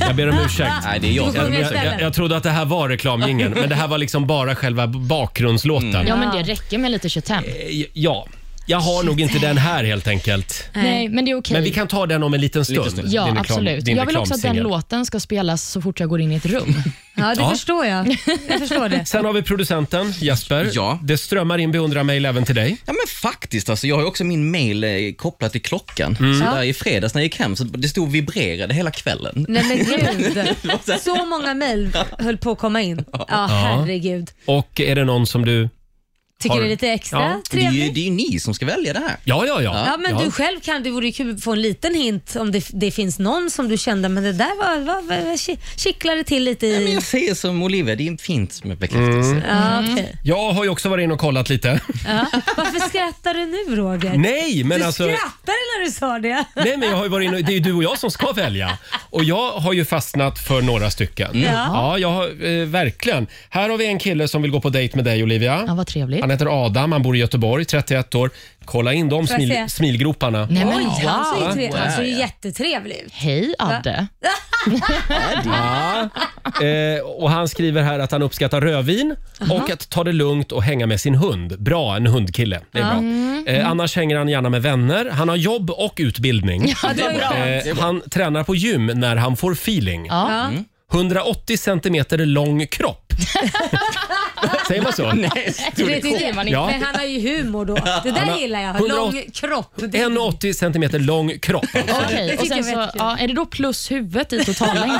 Speaker 1: Jag ber om ursäkt.
Speaker 8: (laughs) Nej, det är jag som
Speaker 2: får
Speaker 8: är
Speaker 2: sjunga
Speaker 1: Jag,
Speaker 8: besökare.
Speaker 2: istället.
Speaker 1: jag, jag trodde att det här var reklamjingeln, men det här var liksom bara själva bakgrundslåten.
Speaker 8: Mm.
Speaker 3: Ja, men det räcker med lite 25.
Speaker 1: Eh, Ja, jag har nog inte den här helt enkelt.
Speaker 3: Nej, men det är okej.
Speaker 1: Men vi kan ta den om en liten stund.
Speaker 8: Lite stund.
Speaker 3: Ja,
Speaker 1: Din reklam-
Speaker 3: absolut.
Speaker 1: din
Speaker 3: Jag vill också att den
Speaker 1: reklamsingel.
Speaker 3: låten ska spelas så fort jag går in i ett rum.
Speaker 2: Ja, det
Speaker 1: Ja.
Speaker 2: förstår jag. Jag
Speaker 1: (laughs)
Speaker 2: förstår det.
Speaker 1: Sen har vi producenten Jesper.
Speaker 8: Ja.
Speaker 1: Det strömmar in beundrarmejl även till dig.
Speaker 8: Ja men faktiskt alltså, jag har ju också min mail eh, kopplad till klockan. Så där i fredags när jag gick hem så det stod och vibrerade hela kvällen.
Speaker 2: Nej
Speaker 1: (laughs)
Speaker 2: men gud. Så många mejl höll på att komma in. Ja, herregud.
Speaker 1: Och är det någon som du...
Speaker 2: Tycker
Speaker 1: Har-
Speaker 2: det är lite extra
Speaker 1: Ja.
Speaker 8: Det är, ju,
Speaker 2: trevligt?
Speaker 8: det är ju ni som ska välja det här.
Speaker 1: Ja, ja, ja.
Speaker 2: Ja, men du själv kan, det vore ju kul att få en liten hint om det, det finns någon som du kände, men det där var, var, var ki- kittlade till lite
Speaker 8: Nej, men
Speaker 2: i...
Speaker 8: jag säger som Olivia, det är fint med bekräftelse.
Speaker 2: Ja, okej.
Speaker 1: Jag har ju också varit inne och kollat lite.
Speaker 2: ja. Varför skrattar du nu Roger?
Speaker 1: Nej, men
Speaker 2: du
Speaker 1: alltså...
Speaker 2: skrattade när du sa det.
Speaker 1: Nej, men jag har ju varit inne, det är ju du och jag som ska välja. Och jag har ju fastnat för några stycken.
Speaker 3: Mm.
Speaker 1: Ja, jag har, eh, verkligen. Här har vi en kille som vill gå på dejt med dig Olivia.
Speaker 3: Ja, vad trevligt.
Speaker 1: Han heter Adam, han bor i Göteborg, 31 år. Kolla in de
Speaker 2: Får jag
Speaker 1: smil,
Speaker 2: se?
Speaker 1: smilgroparna.
Speaker 3: Nej, men
Speaker 2: Oj, han såg ju,
Speaker 3: wow.
Speaker 2: tre, han såg ju jättetrevlig ut.
Speaker 3: Hej, Adde.
Speaker 1: Ja. Eh, och han skriver här att han uppskattar rödvin och att ta det lugnt och hänga med sin hund. Bra, en hundkille. Det är bra.
Speaker 2: Mm.
Speaker 1: Eh, annars hänger han gärna med vänner. Han har jobb och utbildning.
Speaker 2: Ja, det var ju bra.
Speaker 1: Eh, han tränar på gym när han får feeling.
Speaker 2: Ja.
Speaker 1: 180 centimeter lång kropp. Säger man så?
Speaker 2: Det vet inte, man inte.
Speaker 1: Ja.
Speaker 2: Men han har ju humor då. Det där
Speaker 1: har-
Speaker 2: gillar jag.
Speaker 1: 180
Speaker 2: Lång kropp. Det-
Speaker 1: 180 centimeter lång kropp. Alltså.
Speaker 3: Okej,
Speaker 2: det
Speaker 3: och
Speaker 2: tycker jag
Speaker 3: sen
Speaker 2: var
Speaker 3: så,
Speaker 2: jättekul.
Speaker 3: ja, är det då plus huvudet
Speaker 2: (laughs)
Speaker 3: i totallängden?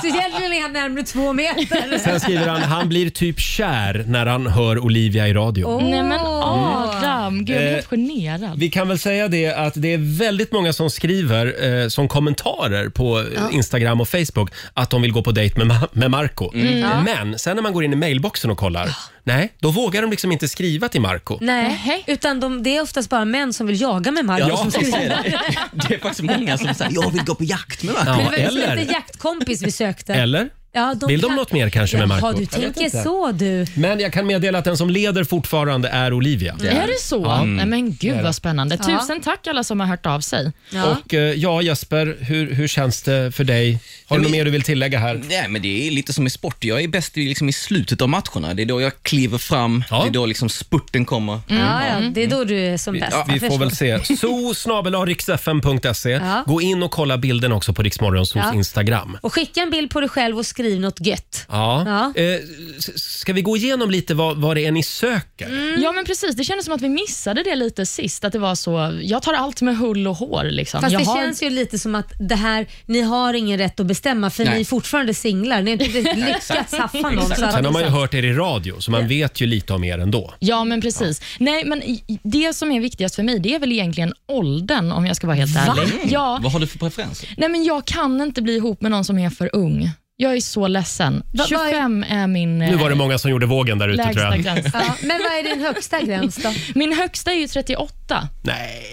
Speaker 2: Så egentligen är han närmare två meter.
Speaker 1: Sen skriver han han blir typ kär när han hör Olivia i radio.
Speaker 3: Nej men
Speaker 2: Åh.
Speaker 3: Adam, gud jag blir helt
Speaker 1: Eh,
Speaker 3: generad.
Speaker 1: Vi kan väl säga det att det är väldigt många som skriver eh, som kommentarer på eh, Instagram och Facebook att de vill gå på dejt med, Ma- med Marco. Men sen när man går in i mailboxen och kollar, nej, då vågar de liksom inte skriva till Marco.
Speaker 2: Nej,
Speaker 3: Nej.
Speaker 2: utan de, det är oftast bara män som vill jaga med Marco.
Speaker 8: Ja,
Speaker 2: som
Speaker 8: så
Speaker 2: skriver.
Speaker 8: är det. det är faktiskt många som säger jag vill gå på jakt med Marco.
Speaker 2: Men
Speaker 1: Ja,
Speaker 2: det var
Speaker 1: eller-
Speaker 2: eller, lite jaktkompis vi sökte.
Speaker 1: Eller?
Speaker 2: Ja,
Speaker 1: Vill de något mer kanske med
Speaker 2: Jaha,
Speaker 1: Marco?
Speaker 2: du tänker så du.
Speaker 1: Men jag kan meddela att den som leder fortfarande är Olivia.
Speaker 3: Är det så?
Speaker 1: Mm.
Speaker 3: Nej men gud vad spännande. Tusen tack alla som har hört av sig.
Speaker 2: Ja.
Speaker 1: Och eh, ja, Jesper, hur, hur känns det för dig? Har du något mer du vill tillägga här?
Speaker 8: Nej, men det är lite som i sport. Jag är bäst i, liksom, i slutet av matcherna. Det är då jag kliver fram.
Speaker 1: Ja.
Speaker 8: Det är då liksom spurten kommer.
Speaker 2: Ja, ja,
Speaker 3: Mm.
Speaker 2: det är då du är som bäst.
Speaker 1: Vi
Speaker 2: Jag
Speaker 1: får
Speaker 2: förstår.
Speaker 1: väl se. so riksfm.se.
Speaker 2: Ja.
Speaker 1: Gå in och kolla bilden också på Riksmorgons
Speaker 2: Ja.
Speaker 1: Instagram.
Speaker 2: Och skicka en bild på dig själv och skriv något gött.
Speaker 1: Ja.
Speaker 2: Ja.
Speaker 1: Eh, s- ska vi gå igenom lite vad, vad det är ni söker?
Speaker 3: Ja, men precis. Det kändes som att vi missade det lite sist. Att det var så, jag tar allt med hull och hår. Liksom.
Speaker 2: Fast
Speaker 3: jag
Speaker 2: det
Speaker 3: har-
Speaker 2: känns ju lite som att det här, ni har ingen rätt att bestämma för
Speaker 8: Nej.
Speaker 2: ni är fortfarande singlar. Ni har inte
Speaker 3: (laughs)
Speaker 2: riktigt lyckats haffa någon. så att-
Speaker 1: Sen har man ju hört er i radio, så man vet ju lite om er ändå.
Speaker 3: Ja, men precis. Nej, men i- i- det som är viktigast för mig, det är väl egentligen åldern om jag ska vara helt ärlig. Ja,
Speaker 8: Vad har du för preferenser?
Speaker 3: nej, men jag kan inte bli ihop med någon som är för ung. Jag är så ledsen. 25 är min eh,
Speaker 1: Nu var det många som gjorde vågen där ute tror
Speaker 3: lägsta
Speaker 1: jag.
Speaker 3: gräns.
Speaker 2: Ja, men vad är din högsta gräns
Speaker 3: (laughs)
Speaker 2: då?
Speaker 3: Min högsta är ju 38.
Speaker 1: Nej.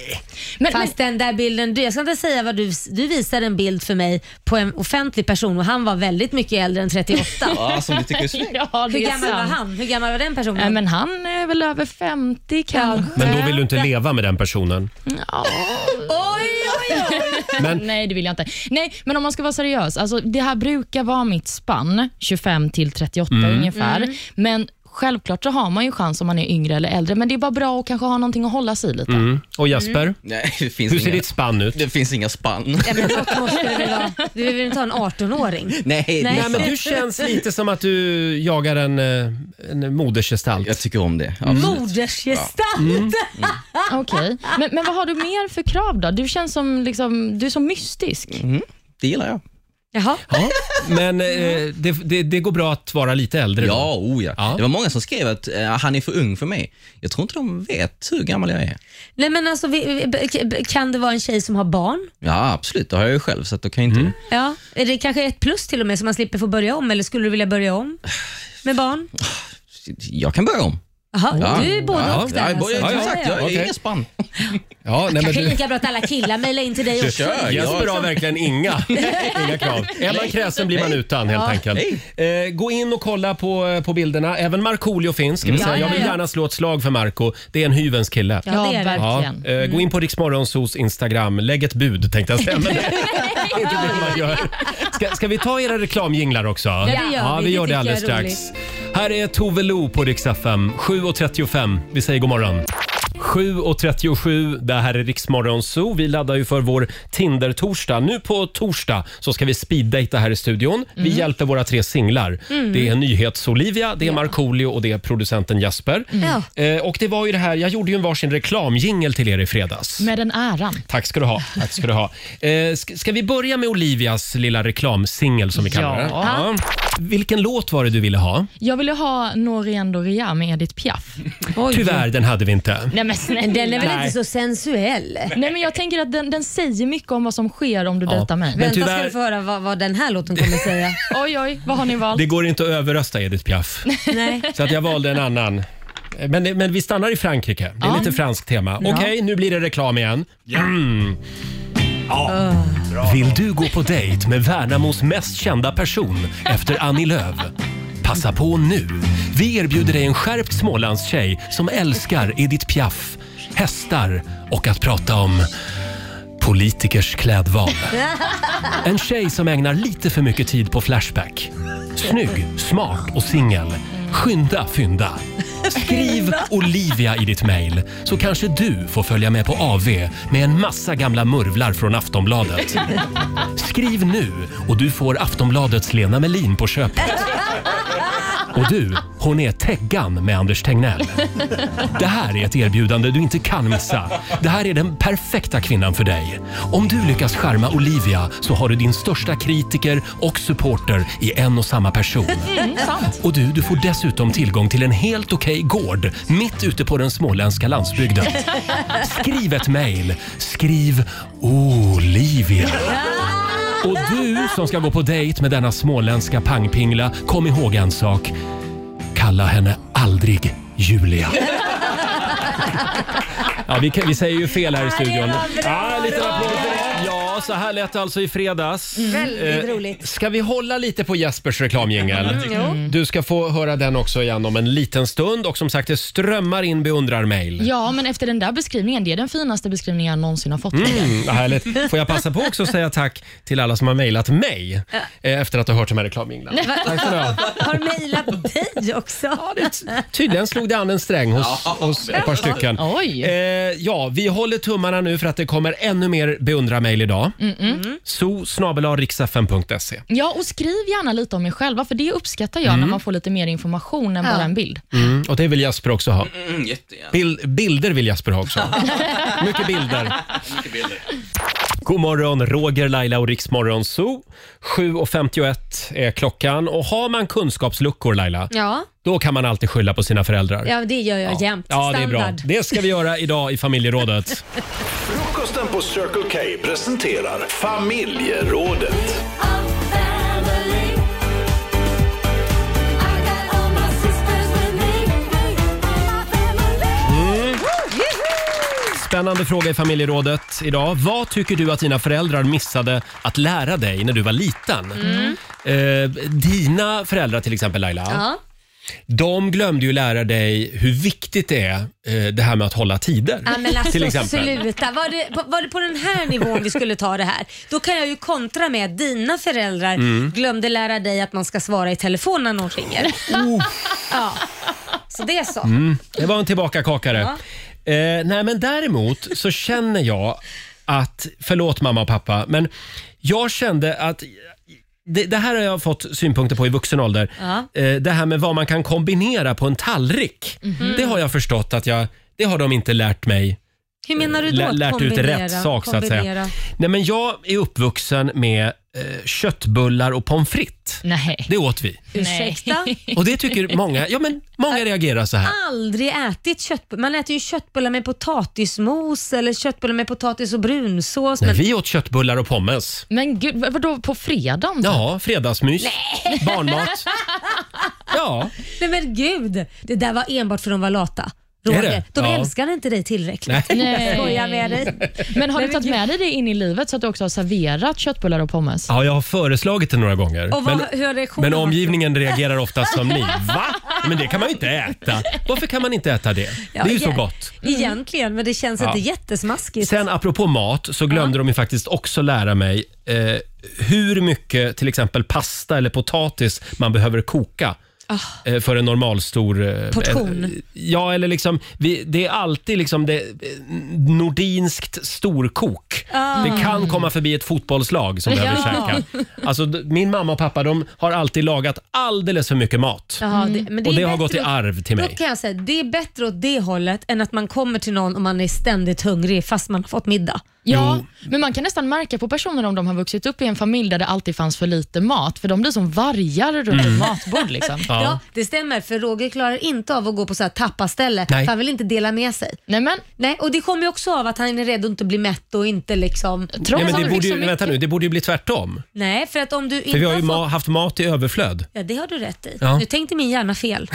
Speaker 3: Men, men,
Speaker 2: Fast den där bilden, du, jag ska inte säga vad du, du visade en bild för mig på en offentlig person och han var väldigt mycket äldre än
Speaker 3: (laughs)
Speaker 2: 38.
Speaker 8: Ja, som du tycker är (laughs) snyggt.
Speaker 3: ja, det
Speaker 2: Hur
Speaker 3: är
Speaker 2: gammal var
Speaker 3: sant.
Speaker 2: han? Hur gammal var den personen?
Speaker 3: Nej, men han är väl över 50 kanske.
Speaker 1: Men då vill du inte leva med den personen.
Speaker 3: Ja.
Speaker 2: Oj, oj, oj!
Speaker 1: Men-
Speaker 3: (laughs) Nej, det vill jag inte. Nej, men om man ska vara seriös. Alltså, det här brukar vara mitt spann, 25 till 38 ungefär.
Speaker 2: Mm.
Speaker 3: Men självklart så har man ju chans om man är yngre eller äldre, men det är bara bra att kanske ha någonting att hålla sig i lite.
Speaker 1: Mm. Och Jasper,
Speaker 8: Nej, det finns,
Speaker 1: hur ser
Speaker 8: inga,
Speaker 1: ditt spann ut?
Speaker 8: det finns inga spann.
Speaker 2: (laughs) Ja, men något måste det väl vara. Du vill väl inte ha en 18-åring?
Speaker 8: Nej, det
Speaker 2: Nej,
Speaker 8: är
Speaker 1: Nej, men
Speaker 8: sant.
Speaker 1: du känns lite som att du jagar en, eh, en modersgestalt.
Speaker 8: Jag tycker om det. absolut.
Speaker 2: Modersgestalt!
Speaker 3: (laughs) Okej. Men, men vad har du mer för krav då? Du känns som liksom, du är så mystisk.
Speaker 8: Det gillar jag.
Speaker 2: Jaha.
Speaker 1: Ja. Men eh, det, det, det går bra att vara lite äldre. då.
Speaker 8: Ja, oh ja.
Speaker 1: Ja.
Speaker 8: Det var många som skrev att eh, han är för ung för mig. Jag tror inte de vet hur gammal jag är.
Speaker 2: Nej men alltså, vi- vi- b- k- kan det vara en tjej som har barn?
Speaker 8: Ja, absolut. Det har jag ju själv, så att då kan jag inte...
Speaker 2: Ja. Är det kanske ett plus till och med så man slipper få börja om eller skulle du vilja börja om med barn?
Speaker 8: Jag kan börja om.
Speaker 2: Jaha,
Speaker 8: Ja.
Speaker 2: du är både
Speaker 1: Ja.
Speaker 2: och där
Speaker 8: Ja, jag,
Speaker 2: alltså.
Speaker 8: ja,
Speaker 1: ja,
Speaker 8: exakt. Jag,
Speaker 1: okej.
Speaker 8: Inga spann.
Speaker 1: Ja, nej, men
Speaker 2: Kanske
Speaker 1: du,
Speaker 2: lika bra att alla killar mejlar in till dig också.
Speaker 8: Kör,
Speaker 1: Jesper
Speaker 8: jag,
Speaker 1: har verkligen
Speaker 2: (laughs)
Speaker 1: inga, inga krav. Är man kräsen blir man utan helt enkelt. Eh, gå in och kolla på, på bilderna. Även Markoolio finns. Ska vi säga.
Speaker 2: Ja,
Speaker 1: Jag
Speaker 2: Mm. ja,
Speaker 1: vill
Speaker 2: ja.
Speaker 1: gärna slå ett slag för Marco Det är en hyvens kille.
Speaker 2: Ja, det är det.
Speaker 1: Ja,
Speaker 3: verkligen.
Speaker 1: eh, Gå in på Riksmorgonsos Instagram. Lägg ett bud tänkte jag säga. Men det är inte det man gör. Ska, ska vi ta era reklamjinglar också? Ja,
Speaker 2: det gör vi.
Speaker 1: vi
Speaker 2: Det
Speaker 1: gör det
Speaker 2: tycker jag är
Speaker 1: alldeles strax. Här är Tove Lo på Rix FM. 7.35. Vi säger god morgon. 7.37, det här är Riksmorgon Zoo. Vi laddar ju för vår Tinder-torsdag. Nu på torsdag så ska vi speeddejta här i studion. Vi
Speaker 2: Mm.
Speaker 1: hjälper våra tre singlar. Det är Nyhets-Olivia, det är Markoolio och det är producenten Jasper.
Speaker 2: (laughs) Ja.
Speaker 1: Eh, och det var ju det här, jag gjorde ju en varsin reklamjingel till er i fredags.
Speaker 3: Med den äran.
Speaker 1: Tack ska du ha. Tack ska, du ha. Eh, ska, ska vi börja med Olivias lilla reklamsingel som vi kallar det?
Speaker 3: Ja.
Speaker 1: Vilken låt var det du ville ha?
Speaker 3: Jag ville ha Norien Doria med Edith Piaf.
Speaker 1: Tyvärr, den hade vi inte.
Speaker 3: Nej, men snälla. (laughs)
Speaker 2: Den är väl
Speaker 1: Nej.
Speaker 2: inte så sensuell?
Speaker 3: Nej, men jag tänker att den, den säger mycket om vad som sker om du dejtar mig.
Speaker 1: Men
Speaker 2: Vänta
Speaker 1: tyvärr-
Speaker 2: ska du få höra vad, vad den här låten kommer säga.
Speaker 3: Oj, oj, vad har ni valt?
Speaker 1: Det går inte att överrösta Edith Piaf.
Speaker 2: Nej.
Speaker 1: Så att jag valde en annan. Men, men vi stannar i Frankrike. Det är lite franskt tema. Okej, nu blir det reklam igen. (clears throat) Mm. Ja. Vill du gå på dejt med Värnamos mest kända person efter Annie Lööf? Passa på nu. Vi erbjuder dig en skärpt Smålandstjej som älskar Edith Piaf, hästar och att prata om politikers klädval. En tjej som ägnar lite för mycket tid på Flashback. Snygg, smart och singel. Skynda fynda. Skriv Olivia i ditt mejl så kanske du får följa med på AV med en massa gamla murvlar från Aftonbladet. Skriv nu och du får Aftonbladets Lena Melin på köpet. Och du, hon är Teggan med Anders Tegnell. Det här är ett erbjudande du inte kan missa. Det här är den perfekta kvinnan för dig. Om du lyckas charma Olivia så har du din största kritiker och supporter i en och samma person. Och du, du får dessutom tillgång till en helt okej gård mitt ute på den småländska landsbygden. Skriv ett mejl. Skriv Olivia. Och du som ska gå på dejt med denna småländska pangpingla, kom ihåg en sak. Kalla henne aldrig Julia. Ja, vi, kan, vi säger ju fel här i studion. Ja, lite applåd för det. Ja, så här lät det alltså i fredags.
Speaker 2: Väldigt roligt.
Speaker 1: Eh, Ska vi hålla lite på Jespers reklamjingel? Du ska få höra den också igen om en liten stund. Och som sagt, det strömmar in beundrarmail.
Speaker 3: Ja, men efter den där beskrivningen, det är den finaste beskrivningen jag någonsin har fått.
Speaker 1: Mm, vad härligt. Får jag passa på också att säga tack till alla som har mejlat mig eh, efter att ha hört de här reklamjinglarna. Tack ska ni ha.
Speaker 2: Har mejlat dig också?
Speaker 1: Tydligen slog det an en sträng hos, hos ett par stycken.
Speaker 3: Oj.
Speaker 1: Eh, ja, vi håller tummarna nu för att det kommer ännu mer beundrarmail idag. idag. So snabel-a-riksfm.se.
Speaker 3: Ja, och skriv gärna lite om er själva, för det uppskattar jag när man får lite mer information än bara en bild.
Speaker 1: Mm. Och det vill Jasper också ha.
Speaker 8: Mm, jättegärna.
Speaker 1: Bil- bilder vill Jasper ha
Speaker 8: (laughs)
Speaker 1: också. Mycket bilder.
Speaker 8: Mycket bilder.
Speaker 1: God morgon, Roger, Laila och Riksmorgon Zoo. 7.51 är klockan och har man kunskapsluckor Laila,
Speaker 2: Ja,
Speaker 1: då kan man alltid skylla på sina föräldrar.
Speaker 2: ja det gör jag jämt.
Speaker 1: Ja, det är bra.
Speaker 2: Standard.
Speaker 1: Det ska vi göra idag i familjerådet.
Speaker 4: Frukosten på Circle K presenterar familjerådet.
Speaker 1: Spännande fråga i familjerådet idag. Vad tycker du att dina föräldrar missade att lära dig när du var liten? Eh, dina föräldrar till exempel Laila,
Speaker 2: Mm. Ja.
Speaker 1: de glömde ju lära dig hur viktigt det är eh, det här med att hålla tider.
Speaker 2: Ja, men alltså,
Speaker 1: till exempel.
Speaker 2: Sluta. Var det, på- var det på den här nivån vi skulle ta det här? Då kan jag ju kontra med att dina föräldrar
Speaker 1: Mm.
Speaker 2: glömde lära dig att man ska svara i telefon när någon ringer. Ja. Så det är så.
Speaker 1: Det var en tillbakakakare. Eh, nej, men däremot så känner jag att, förlåt mamma och pappa, men jag kände att det, det här har jag fått synpunkter på i vuxen ålder.
Speaker 2: Ja.
Speaker 1: Eh, Det här med vad man kan kombinera på en tallrik. Det har jag förstått att jag, det har de inte lärt mig
Speaker 2: Hur menar du då?
Speaker 1: lä-
Speaker 2: att
Speaker 1: lärt ut
Speaker 2: kombinera?
Speaker 1: rätt sak så att säga.
Speaker 2: Kombinera.
Speaker 1: Nej, men jag är uppvuxen med eh, köttbullar och pommes frites. (laughs)
Speaker 3: Nej.
Speaker 1: Det åt vi.
Speaker 2: Ursäkta?
Speaker 1: (laughs) Och det tycker många, ja men många reagerar
Speaker 2: Ah,
Speaker 1: så här.
Speaker 2: Aldrig ätit köttbullar. Man äter ju köttbullar med potatismos eller köttbullar med potatis och brunsås.
Speaker 1: Nej,
Speaker 2: men
Speaker 1: vi åt köttbullar och pommes.
Speaker 3: Men gud, vad- vadå på fredagen?
Speaker 1: Ja, fredagsmys. (laughs) Barnmat. Ja,
Speaker 2: Nej men gud, det där var enbart för de var lata.
Speaker 1: det?
Speaker 2: Roger, de
Speaker 1: Ja.
Speaker 2: älskade inte dig tillräckligt.
Speaker 1: Nej.
Speaker 3: Nej.
Speaker 2: Jag skojar med dig.
Speaker 3: Men har
Speaker 2: Nej,
Speaker 3: du
Speaker 2: men
Speaker 3: tagit med dig det in i livet så att du också har serverat köttbullar och pommes?
Speaker 1: ja jag har föreslagit det några gånger.
Speaker 2: Och vad, hur har reaktionen
Speaker 1: men
Speaker 2: varit?
Speaker 1: omgivningen reagerar ofta som ni. Va? Men det kan man ju inte äta. Varför kan man inte äta det? Det är ju så
Speaker 2: igen-
Speaker 1: gott.
Speaker 2: Egentligen, men det känns
Speaker 1: Ja.
Speaker 2: inte jättesmaskigt.
Speaker 1: Sen apropå mat så glömde de ju faktiskt också lära mig eh, hur mycket till exempel pasta eller potatis man behöver koka. eh, För en normalstor... eh,
Speaker 2: Ah. Portion.
Speaker 1: eh, ja, eller liksom, vi, det är alltid liksom det, eh, nordinskt storkok. Det kan komma förbi ett fotbollslag som behöver
Speaker 2: Ah. Ja.
Speaker 1: käka. Alltså, d- min mamma och pappa de har alltid lagat alldeles för mycket mat.
Speaker 2: Jaha, det, men det
Speaker 1: Mm. Och
Speaker 2: är
Speaker 1: det har
Speaker 2: bättre
Speaker 1: gått i
Speaker 2: åt-
Speaker 1: arv till
Speaker 2: Då
Speaker 1: mig.
Speaker 2: kan jag säga, det är bättre åt det hållet än att man kommer till någon och man är ständigt hungrig fast man har fått middag.
Speaker 3: Ja, men man kan nästan märka på personer om de har vuxit upp i en familj där det alltid fanns för lite mat, för de blir som vargar runt
Speaker 1: Mm.
Speaker 3: ett matbord.
Speaker 1: (laughs)
Speaker 3: Liksom.
Speaker 2: Ja. det stämmer för Roger klarar inte av att gå på så här tappaställe för
Speaker 1: Nej.
Speaker 2: han vill inte dela med sig.
Speaker 3: Nej, men,
Speaker 2: Nej, och det kommer ju också av att han är rädd att inte bli mätt och inte liksom...
Speaker 3: trots
Speaker 1: Nej, men
Speaker 3: att
Speaker 1: det,
Speaker 3: de fick
Speaker 1: borde
Speaker 3: så
Speaker 1: ju,
Speaker 3: mycket-
Speaker 1: vänta nu, det borde ju bli tvärtom.
Speaker 2: Nej, för att om du inte
Speaker 1: För vi har ju
Speaker 2: fått-
Speaker 1: ma- haft mat i överflöd.
Speaker 2: Ja, det har du rätt i.
Speaker 1: Ja.
Speaker 2: Nu tänkte min
Speaker 1: (laughs)
Speaker 2: hjärna fel.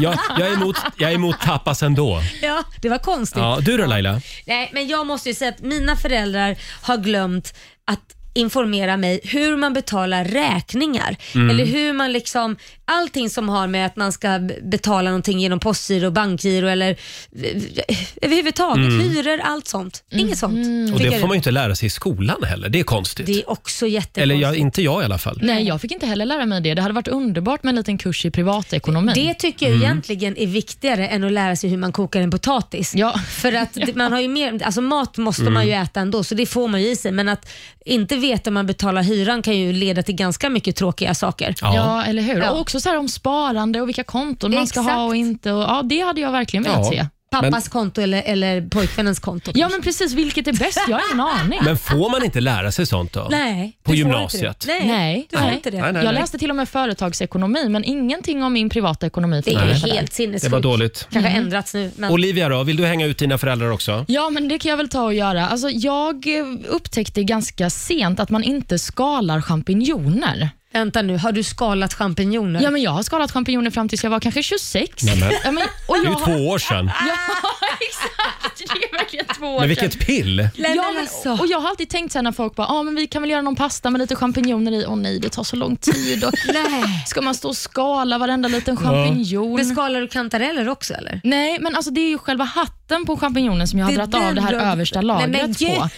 Speaker 1: Jag, jag, är emot, jag är emot tapas ändå.
Speaker 2: ja, det var konstigt.
Speaker 1: Ja, du då Laila?
Speaker 2: Nej, men jag måste ju säga att mina föräldrar har glömt att informera mig hur man betalar räkningar.
Speaker 1: Mm.
Speaker 2: Eller hur man liksom, allting som har med att man ska b- betala någonting genom postgiro, bankgiro eller v- v- överhuvudtaget hyror, allt sånt. Inget sånt.
Speaker 1: Mm. Och
Speaker 2: fick
Speaker 1: det
Speaker 2: jag
Speaker 1: får man ju inte lära sig i skolan heller. Det är konstigt.
Speaker 2: Det är också
Speaker 1: Eller
Speaker 2: jättekonstigt.
Speaker 1: jag, inte jag i alla fall.
Speaker 3: Nej, jag fick inte heller lära mig det. Det hade varit underbart med en liten kurs i privatekonomi.
Speaker 2: Det tycker jag egentligen är viktigare än att lära sig hur man kokar en potatis.
Speaker 3: Ja.
Speaker 2: (laughs) För att det- man har ju mer, alltså mat måste man ju äta ändå, så det får man ju i sig. Men att inte veta om man betalar hyran kan ju leda till ganska mycket tråkiga saker.
Speaker 1: Ja.
Speaker 3: Ja, eller hur?
Speaker 2: Ja.
Speaker 3: Och också så här om sparande och vilka konton man ska
Speaker 2: Exakt.
Speaker 3: ha och inte. Och, ja, det hade jag verkligen velat
Speaker 1: Ja.
Speaker 3: se.
Speaker 2: Pappas konto eller, eller pojkvännens konto.
Speaker 3: Ja, men precis. Vilket är bäst? Jag
Speaker 1: (laughs)
Speaker 3: har ingen aning.
Speaker 1: Men får man inte lära sig sånt då?
Speaker 2: Nej,
Speaker 1: På
Speaker 2: du får
Speaker 1: gymnasiet?
Speaker 2: inte det. Nej,
Speaker 3: Nej.
Speaker 2: du får
Speaker 3: Nej.
Speaker 2: inte det.
Speaker 1: Nej, nej,
Speaker 3: Jag
Speaker 1: nej.
Speaker 3: läste till och med företagsekonomi, men ingenting om min privatekonomi.
Speaker 2: Det är
Speaker 3: fick jag
Speaker 2: ju
Speaker 3: veta där.
Speaker 2: helt sinnessjukt.
Speaker 1: Det var dåligt.
Speaker 2: kanske ändrats nu. Men...
Speaker 1: Olivia då, vill du hänga ut dina föräldrar också?
Speaker 3: Ja, men det kan jag väl ta och göra. Alltså, jag eh, upptäckte ganska sent att man inte skalar champinjoner.
Speaker 2: Vänta nu, har du skalat champinjoner?
Speaker 3: Ja, men jag har skalat champinjoner fram tills jag var kanske 26.
Speaker 1: Nej, men.
Speaker 3: Ja, men, och
Speaker 1: Det är
Speaker 3: jag
Speaker 1: ju
Speaker 3: har-
Speaker 1: två år sedan.
Speaker 3: Ja, exakt. (laughs) Det är verkligen två år
Speaker 1: Men
Speaker 3: sedan.
Speaker 1: vilket pill!
Speaker 2: Nej,
Speaker 3: Ja,
Speaker 2: men
Speaker 3: men,
Speaker 2: alltså.
Speaker 3: och jag har alltid tänkt sen när folk bara, ah, men vi kan väl göra någon pasta med lite champinjoner i. Åh nej, det tar så lång
Speaker 1: (laughs)
Speaker 3: tid. Och
Speaker 2: Nej.
Speaker 3: ska man stå och skala varenda liten champinjon?
Speaker 2: Men skalar du kantareller också eller?
Speaker 3: Nej, men alltså det är ju själva hatten på champinjonen som jag har
Speaker 2: Det är
Speaker 3: dragit av det här
Speaker 2: den du har-
Speaker 3: översta
Speaker 2: Nej, men
Speaker 3: lagret
Speaker 2: gud.
Speaker 3: på.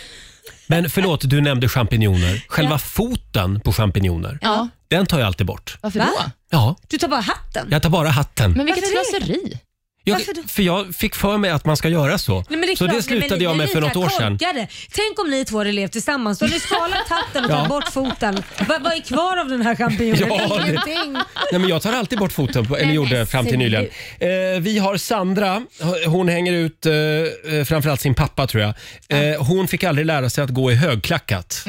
Speaker 1: Men förlåt, du nämnde champinjoner. Själva foten på champinjoner,
Speaker 3: Ja,
Speaker 1: den tar jag alltid bort.
Speaker 3: varför
Speaker 2: Va?
Speaker 3: då?
Speaker 1: Ja,
Speaker 2: Du tar bara hatten?
Speaker 1: jag tar bara hatten.
Speaker 3: Men vilket
Speaker 2: Varför det?
Speaker 3: slöseri.
Speaker 1: Jag,
Speaker 2: Varför då?
Speaker 1: för jag fick för mig att man ska göra så.
Speaker 2: Nej, men det är
Speaker 1: så
Speaker 2: klart,
Speaker 1: det slutade
Speaker 2: nej, men
Speaker 1: jag
Speaker 2: ni
Speaker 1: med
Speaker 2: är
Speaker 1: för
Speaker 2: lika
Speaker 1: något år sedan.
Speaker 2: korkade. Tänk om ni två hade levt tillsammans. Då hade
Speaker 1: (laughs)
Speaker 2: ni skalat hatten och
Speaker 1: Ja.
Speaker 2: tagit bort foten. Vad, vad är kvar av den här champinjonen?
Speaker 1: Ja, det-
Speaker 2: Ingenting.
Speaker 1: Nej, men jag tar alltid bort foten, på, eller
Speaker 2: Nej,
Speaker 1: gjorde
Speaker 2: men
Speaker 1: fram till nyligen. Eh, vi har Sandra, hon hänger ut eh, eh, framförallt sin pappa tror jag. Eh, hon fick aldrig lära sig att gå i högklackat.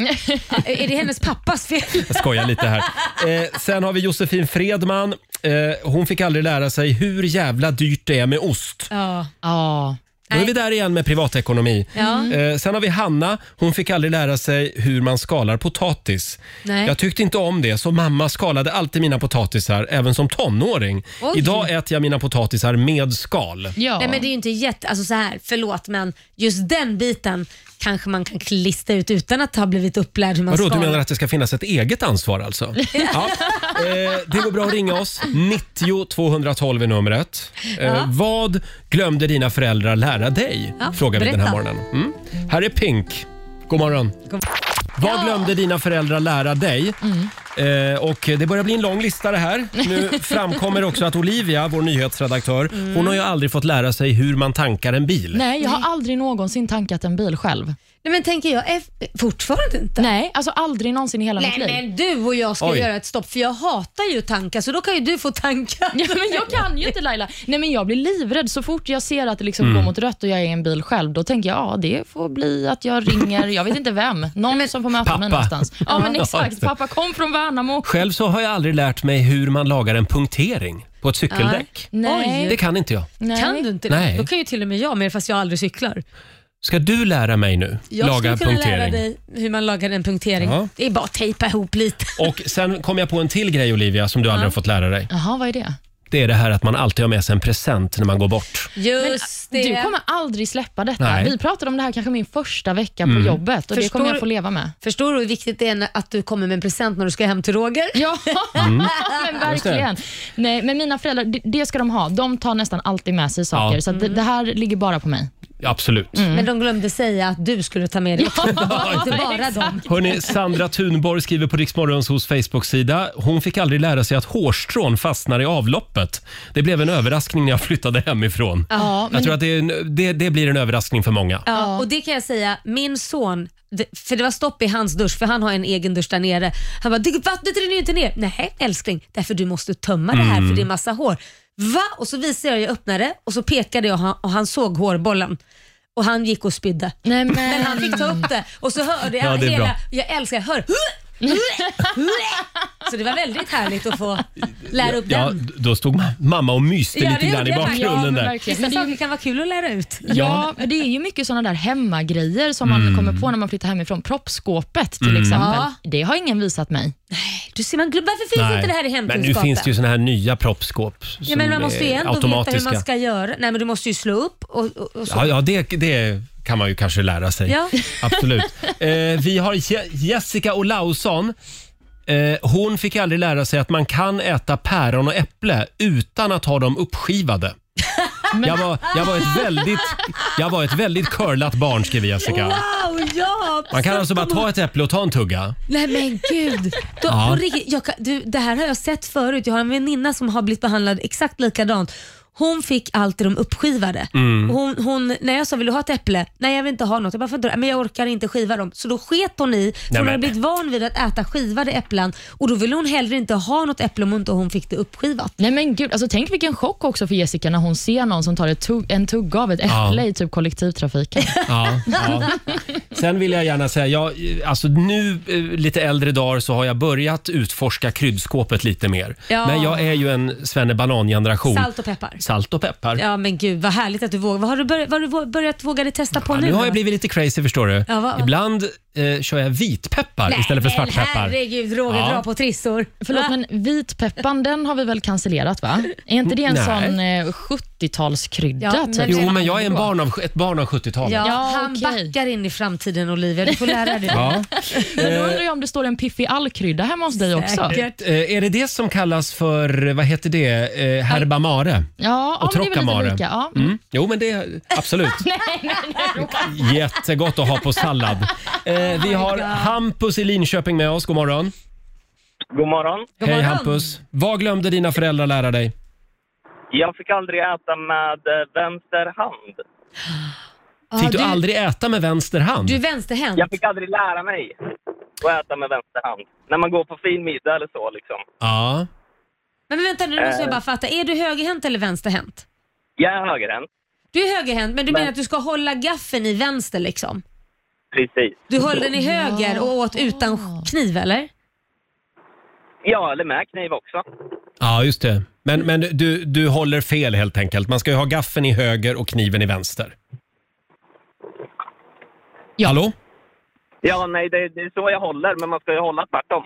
Speaker 2: Är det hennes pappas fel?
Speaker 1: Jag skojar lite
Speaker 2: (laughs)
Speaker 1: här. Eh, sen har vi Josefin Fredman. Eh, hon fick aldrig lära sig hur jävla dyrt det är med ost.
Speaker 2: Ja.
Speaker 3: Ja.
Speaker 1: Då är vi där igen med privatekonomi.
Speaker 2: Ja.
Speaker 1: Eh, sen har vi Hanna. Hon fick aldrig lära sig hur man skalar potatis.
Speaker 2: Nej.
Speaker 1: Jag tyckte inte om det, så mamma skalade alltid mina potatisar, även som tonåring.
Speaker 2: Oj.
Speaker 1: Idag äter jag mina potatisar med skal.
Speaker 3: ja.
Speaker 2: Nej men det är ju inte jätte, alltså så här, förlåt men just den biten kanske man kan lista ut utan att ha blivit upplärd hur man
Speaker 1: Vadå,
Speaker 2: ska.
Speaker 1: du menar att det ska finnas ett eget ansvar alltså? Ja. Eh, det går bra att ringa oss. 90 212 är numret. Eh, Vad glömde dina föräldrar lära dig?
Speaker 2: Ja,
Speaker 1: Frågar vi den här
Speaker 2: berätta.
Speaker 1: morgonen. Mm. Här är Pink. God morgon. Vad glömde dina föräldrar lära dig? Eh, och det börjar bli en lång lista det här. Nu framkommer också att Olivia, vår nyhetsredaktör, hon har ju aldrig fått lära sig hur man tankar en bil.
Speaker 3: Nej, jag har aldrig någonsin tankat en bil själv.
Speaker 2: Nej men tänker jag, är fortfarande inte.
Speaker 3: Nej, alltså aldrig någonsin i hela
Speaker 2: Nej
Speaker 3: mitt liv.
Speaker 2: men du och jag ska
Speaker 1: Oj.
Speaker 2: göra ett stopp för jag hatar ju tankar så då kan ju du få tanka.
Speaker 3: (laughs) Ja, men jag kan ju inte Laila. Nej, men jag blir livrädd så fort jag ser att det
Speaker 1: Mm.
Speaker 3: liksom går mot rött och jag är i en bil själv. Då tänker jag ja, det får bli att jag ringer, jag vet inte vem, någon som får möta
Speaker 1: Pappa.
Speaker 3: mig någonstans. Ja, men exakt.
Speaker 1: just det.
Speaker 3: Pappa kom från Värnamo.
Speaker 1: Själv så har jag aldrig lärt mig hur man lagar en punktering på ett cykeldäck.
Speaker 3: Nej.
Speaker 2: Mm.
Speaker 1: Det kan inte jag.
Speaker 3: Nej.
Speaker 2: Kan du inte
Speaker 1: Nej.
Speaker 2: det? Då kan ju till och med jag med fast jag aldrig cyklar.
Speaker 1: Ska du lära mig nu?
Speaker 2: Jag
Speaker 1: laga
Speaker 2: skulle kunna
Speaker 1: punktering.
Speaker 2: lära dig hur man lagar en punktering.
Speaker 1: Ja.
Speaker 2: Det är bara att tejpa ihop lite.
Speaker 1: Och sen kom jag på en till grej Olivia som du aldrig har fått lära dig.
Speaker 3: Jaha, vad är det?
Speaker 1: Det är det här att man alltid har med sig en present när man går bort.
Speaker 2: Just det.
Speaker 3: Du kommer aldrig släppa detta.
Speaker 1: Nej. Mm.
Speaker 3: Vi pratade om det här kanske min första vecka på jobbet och det
Speaker 2: Förstår
Speaker 3: kommer
Speaker 2: du-
Speaker 3: jag få leva med.
Speaker 2: Förstår du hur viktigt det är när- att du kommer med en present när du ska hem till Roger?
Speaker 3: (laughs) Ja, Mm. men
Speaker 1: Just det.
Speaker 3: verkligen. Nej, men mina föräldrar, det, det ska de ha. De tar nästan alltid med sig saker,
Speaker 1: Ja.
Speaker 3: så att det, det här ligger bara på mig.
Speaker 1: Absolut. (laughs)
Speaker 2: Men de glömde säga att du skulle ta med dig. inte bara dem.
Speaker 1: Hörrni, Sandra Thunborg skriver på Riksmorgons hos Facebook-sida. Hon fick aldrig lära sig att hårstrån fastnar i avloppet. Det blev en överraskning när jag flyttade hemifrån.
Speaker 3: Ja,
Speaker 1: Jag
Speaker 3: men
Speaker 1: tror att det, är en, det, det blir en överraskning för många.
Speaker 2: Ja, och det kan jag säga, min son, det- för det var stopp i hans dusch, för han har en egen dusch där nere. Han bara, "Det- vattnet rinner ju inte ner. Nej älskling, därför du måste tömma det
Speaker 1: Mm.
Speaker 2: här för det är massa hår. Va? Och så visade jag, jag öppnade och så pekade jag och han, och han såg hårbollen. Och han gick och spydde.
Speaker 3: Nej, men- (laughs)
Speaker 2: Men han fick ta upp det och så hörde jag
Speaker 1: Ja, det är
Speaker 2: hela,
Speaker 1: bra.
Speaker 2: jag älskar, jag hör Så det var väldigt härligt att få lära upp
Speaker 1: Ja,
Speaker 2: den.
Speaker 1: d- då stod ma- mamma och myste
Speaker 2: Ja,
Speaker 1: lite
Speaker 2: det
Speaker 1: grann i
Speaker 2: gjorde jag. Ja,
Speaker 1: bakgrunden
Speaker 3: men
Speaker 1: där.
Speaker 3: verkligen.
Speaker 2: Vissa
Speaker 3: Men det är ju-
Speaker 2: saker kan vara kul att lära ut.
Speaker 3: Ja, Mm. men det är ju mycket sådana där hemmagrejer som man kommer på när man flyttar hemifrån. Proppskåpet till exempel.
Speaker 2: Ja.
Speaker 3: Det har ingen visat mig.
Speaker 2: Du ser, man, glöm- varför finns inte det här i
Speaker 1: men
Speaker 2: hemkunskapen?
Speaker 1: nu finns det ju såna här nya proppskåp.
Speaker 2: Ja, men
Speaker 1: som eh,
Speaker 2: man måste ju
Speaker 1: är
Speaker 2: ändå veta hur man ska göra. Nej, men du måste ju slå upp och, och, och så.
Speaker 1: Ja, ja det, det kan man ju kanske lära sig.
Speaker 2: Ja.
Speaker 1: Absolut. Eh, vi har Je- Jessica Olausson. Eh, hon fick aldrig lära sig att man kan äta päron och äpple utan att ha dem
Speaker 2: (laughs)
Speaker 1: uppskivade. Jag, var, jag, var ett väldigt, jag var ett väldigt curlat barn, skriver Jessica.
Speaker 2: Wow, ja!
Speaker 1: Man kan alltså bara ta ett äpple och ta en tugga.
Speaker 2: Nej men gud. Då,
Speaker 1: Ja.
Speaker 2: på riktigt, jag, kan- du, det här har jag sett förut. Jag har en väninna som har blivit behandlad exakt likadant. Hon fick alltid de uppskivade.
Speaker 1: Mm.
Speaker 2: Hon, hon, när jag sa vill du ha ett äpple? Nej jag vill inte ha något. Jag bara, "Varför inte då?" men jag orkar inte skiva dem. Så då sket hon i, för hon
Speaker 1: men.
Speaker 2: hade blivit van vid att äta skivade äpplen och då ville hon hellre inte ha något äpple om inte hon fick det uppskivat.
Speaker 3: Nej men gud, alltså, tänk vilken chock också för Jessica när hon ser någon som tar ett tugg, en tugga av ett äpple i typ (laughs) kollektivtrafiken.
Speaker 1: Ja, ja. Sen vill jag gärna säga, jag, alltså nu eh, lite äldre dagar så har jag börjat utforska kryddskåpet lite mer.
Speaker 2: Ja.
Speaker 1: Men jag är ju en svennebanan-generation.
Speaker 2: Salt och peppar.
Speaker 1: Salt och peppar.
Speaker 2: Ja men gud vad härligt att du vågar. Vad har du börjat, vad har du vå- börjat våga dig testa på
Speaker 1: Ja,
Speaker 2: nu?
Speaker 1: nu har
Speaker 2: då?
Speaker 1: jag blivit lite crazy förstår du.
Speaker 2: Ja, va-
Speaker 1: Ibland eh, kör jag vitpeppar istället för
Speaker 2: men
Speaker 1: svartpeppar.
Speaker 2: Herregud Roger,
Speaker 1: Ja.
Speaker 2: dra på trissor.
Speaker 3: Förlåt
Speaker 2: Va?
Speaker 3: men vitpeppan den har vi väl cancellerat va? Är inte det en
Speaker 1: Nej.
Speaker 3: sån eh, 70-talskrydda?
Speaker 2: Ja, men-
Speaker 3: typ?
Speaker 1: Jo, men jag är en barn av, ett barn av 70-talet.
Speaker 2: Ja,
Speaker 3: Ja,
Speaker 2: han
Speaker 3: okej.
Speaker 2: backar in i framtiden Olivia, du får lära dig.
Speaker 1: (laughs) Ja.
Speaker 3: Men då undrar jag om det står en Piffi All-krydda hemma hos dig också?
Speaker 2: Eh, Säkert.
Speaker 1: Eh, är det det som kallas för, vad heter det, eh, herba mare?
Speaker 3: Ja,
Speaker 1: Och
Speaker 3: ja men det är väl
Speaker 1: Trocamare.
Speaker 3: lite lika. Ja.
Speaker 1: Mm. Jo, men det
Speaker 2: (laughs)
Speaker 1: absolut. Jättegott att ha på
Speaker 2: (laughs)
Speaker 1: sallad. Eh,
Speaker 2: Oh
Speaker 1: vi har Hampus i Linköping med oss. God morgon.
Speaker 9: God morgon.
Speaker 2: God
Speaker 1: Hej
Speaker 2: morgon.
Speaker 1: Hampus. Vad glömde dina föräldrar lära dig?
Speaker 9: Jag fick aldrig äta med eh, vänster hand.
Speaker 2: Ja,
Speaker 1: Fick du, aldrig äta med vänster hand?
Speaker 2: Du är vänsterhänt.
Speaker 9: Jag fick aldrig lära mig att äta med vänster hand. När man går på fin middag eller så liksom.
Speaker 1: Ja.
Speaker 2: Men vänta nu, nu måste jag
Speaker 9: Eh.
Speaker 2: bara fatta. Är du högerhänt eller vänsterhänt?
Speaker 9: Jag är högerhänt,
Speaker 2: Du är högerhänt, men du menar att du ska hålla gaffeln i vänster liksom?
Speaker 9: precis.
Speaker 2: Du höll den i höger och åt utan kniv eller?
Speaker 9: Ja, eller med kniv också.
Speaker 1: Ja, just det. Men, men du, du håller fel helt enkelt. Man ska ju ha gaffeln i höger och kniven i vänster.
Speaker 3: Ja.
Speaker 1: Hallå?
Speaker 9: Ja, nej, det, det är så jag håller, men man ska ju hålla tvärtom.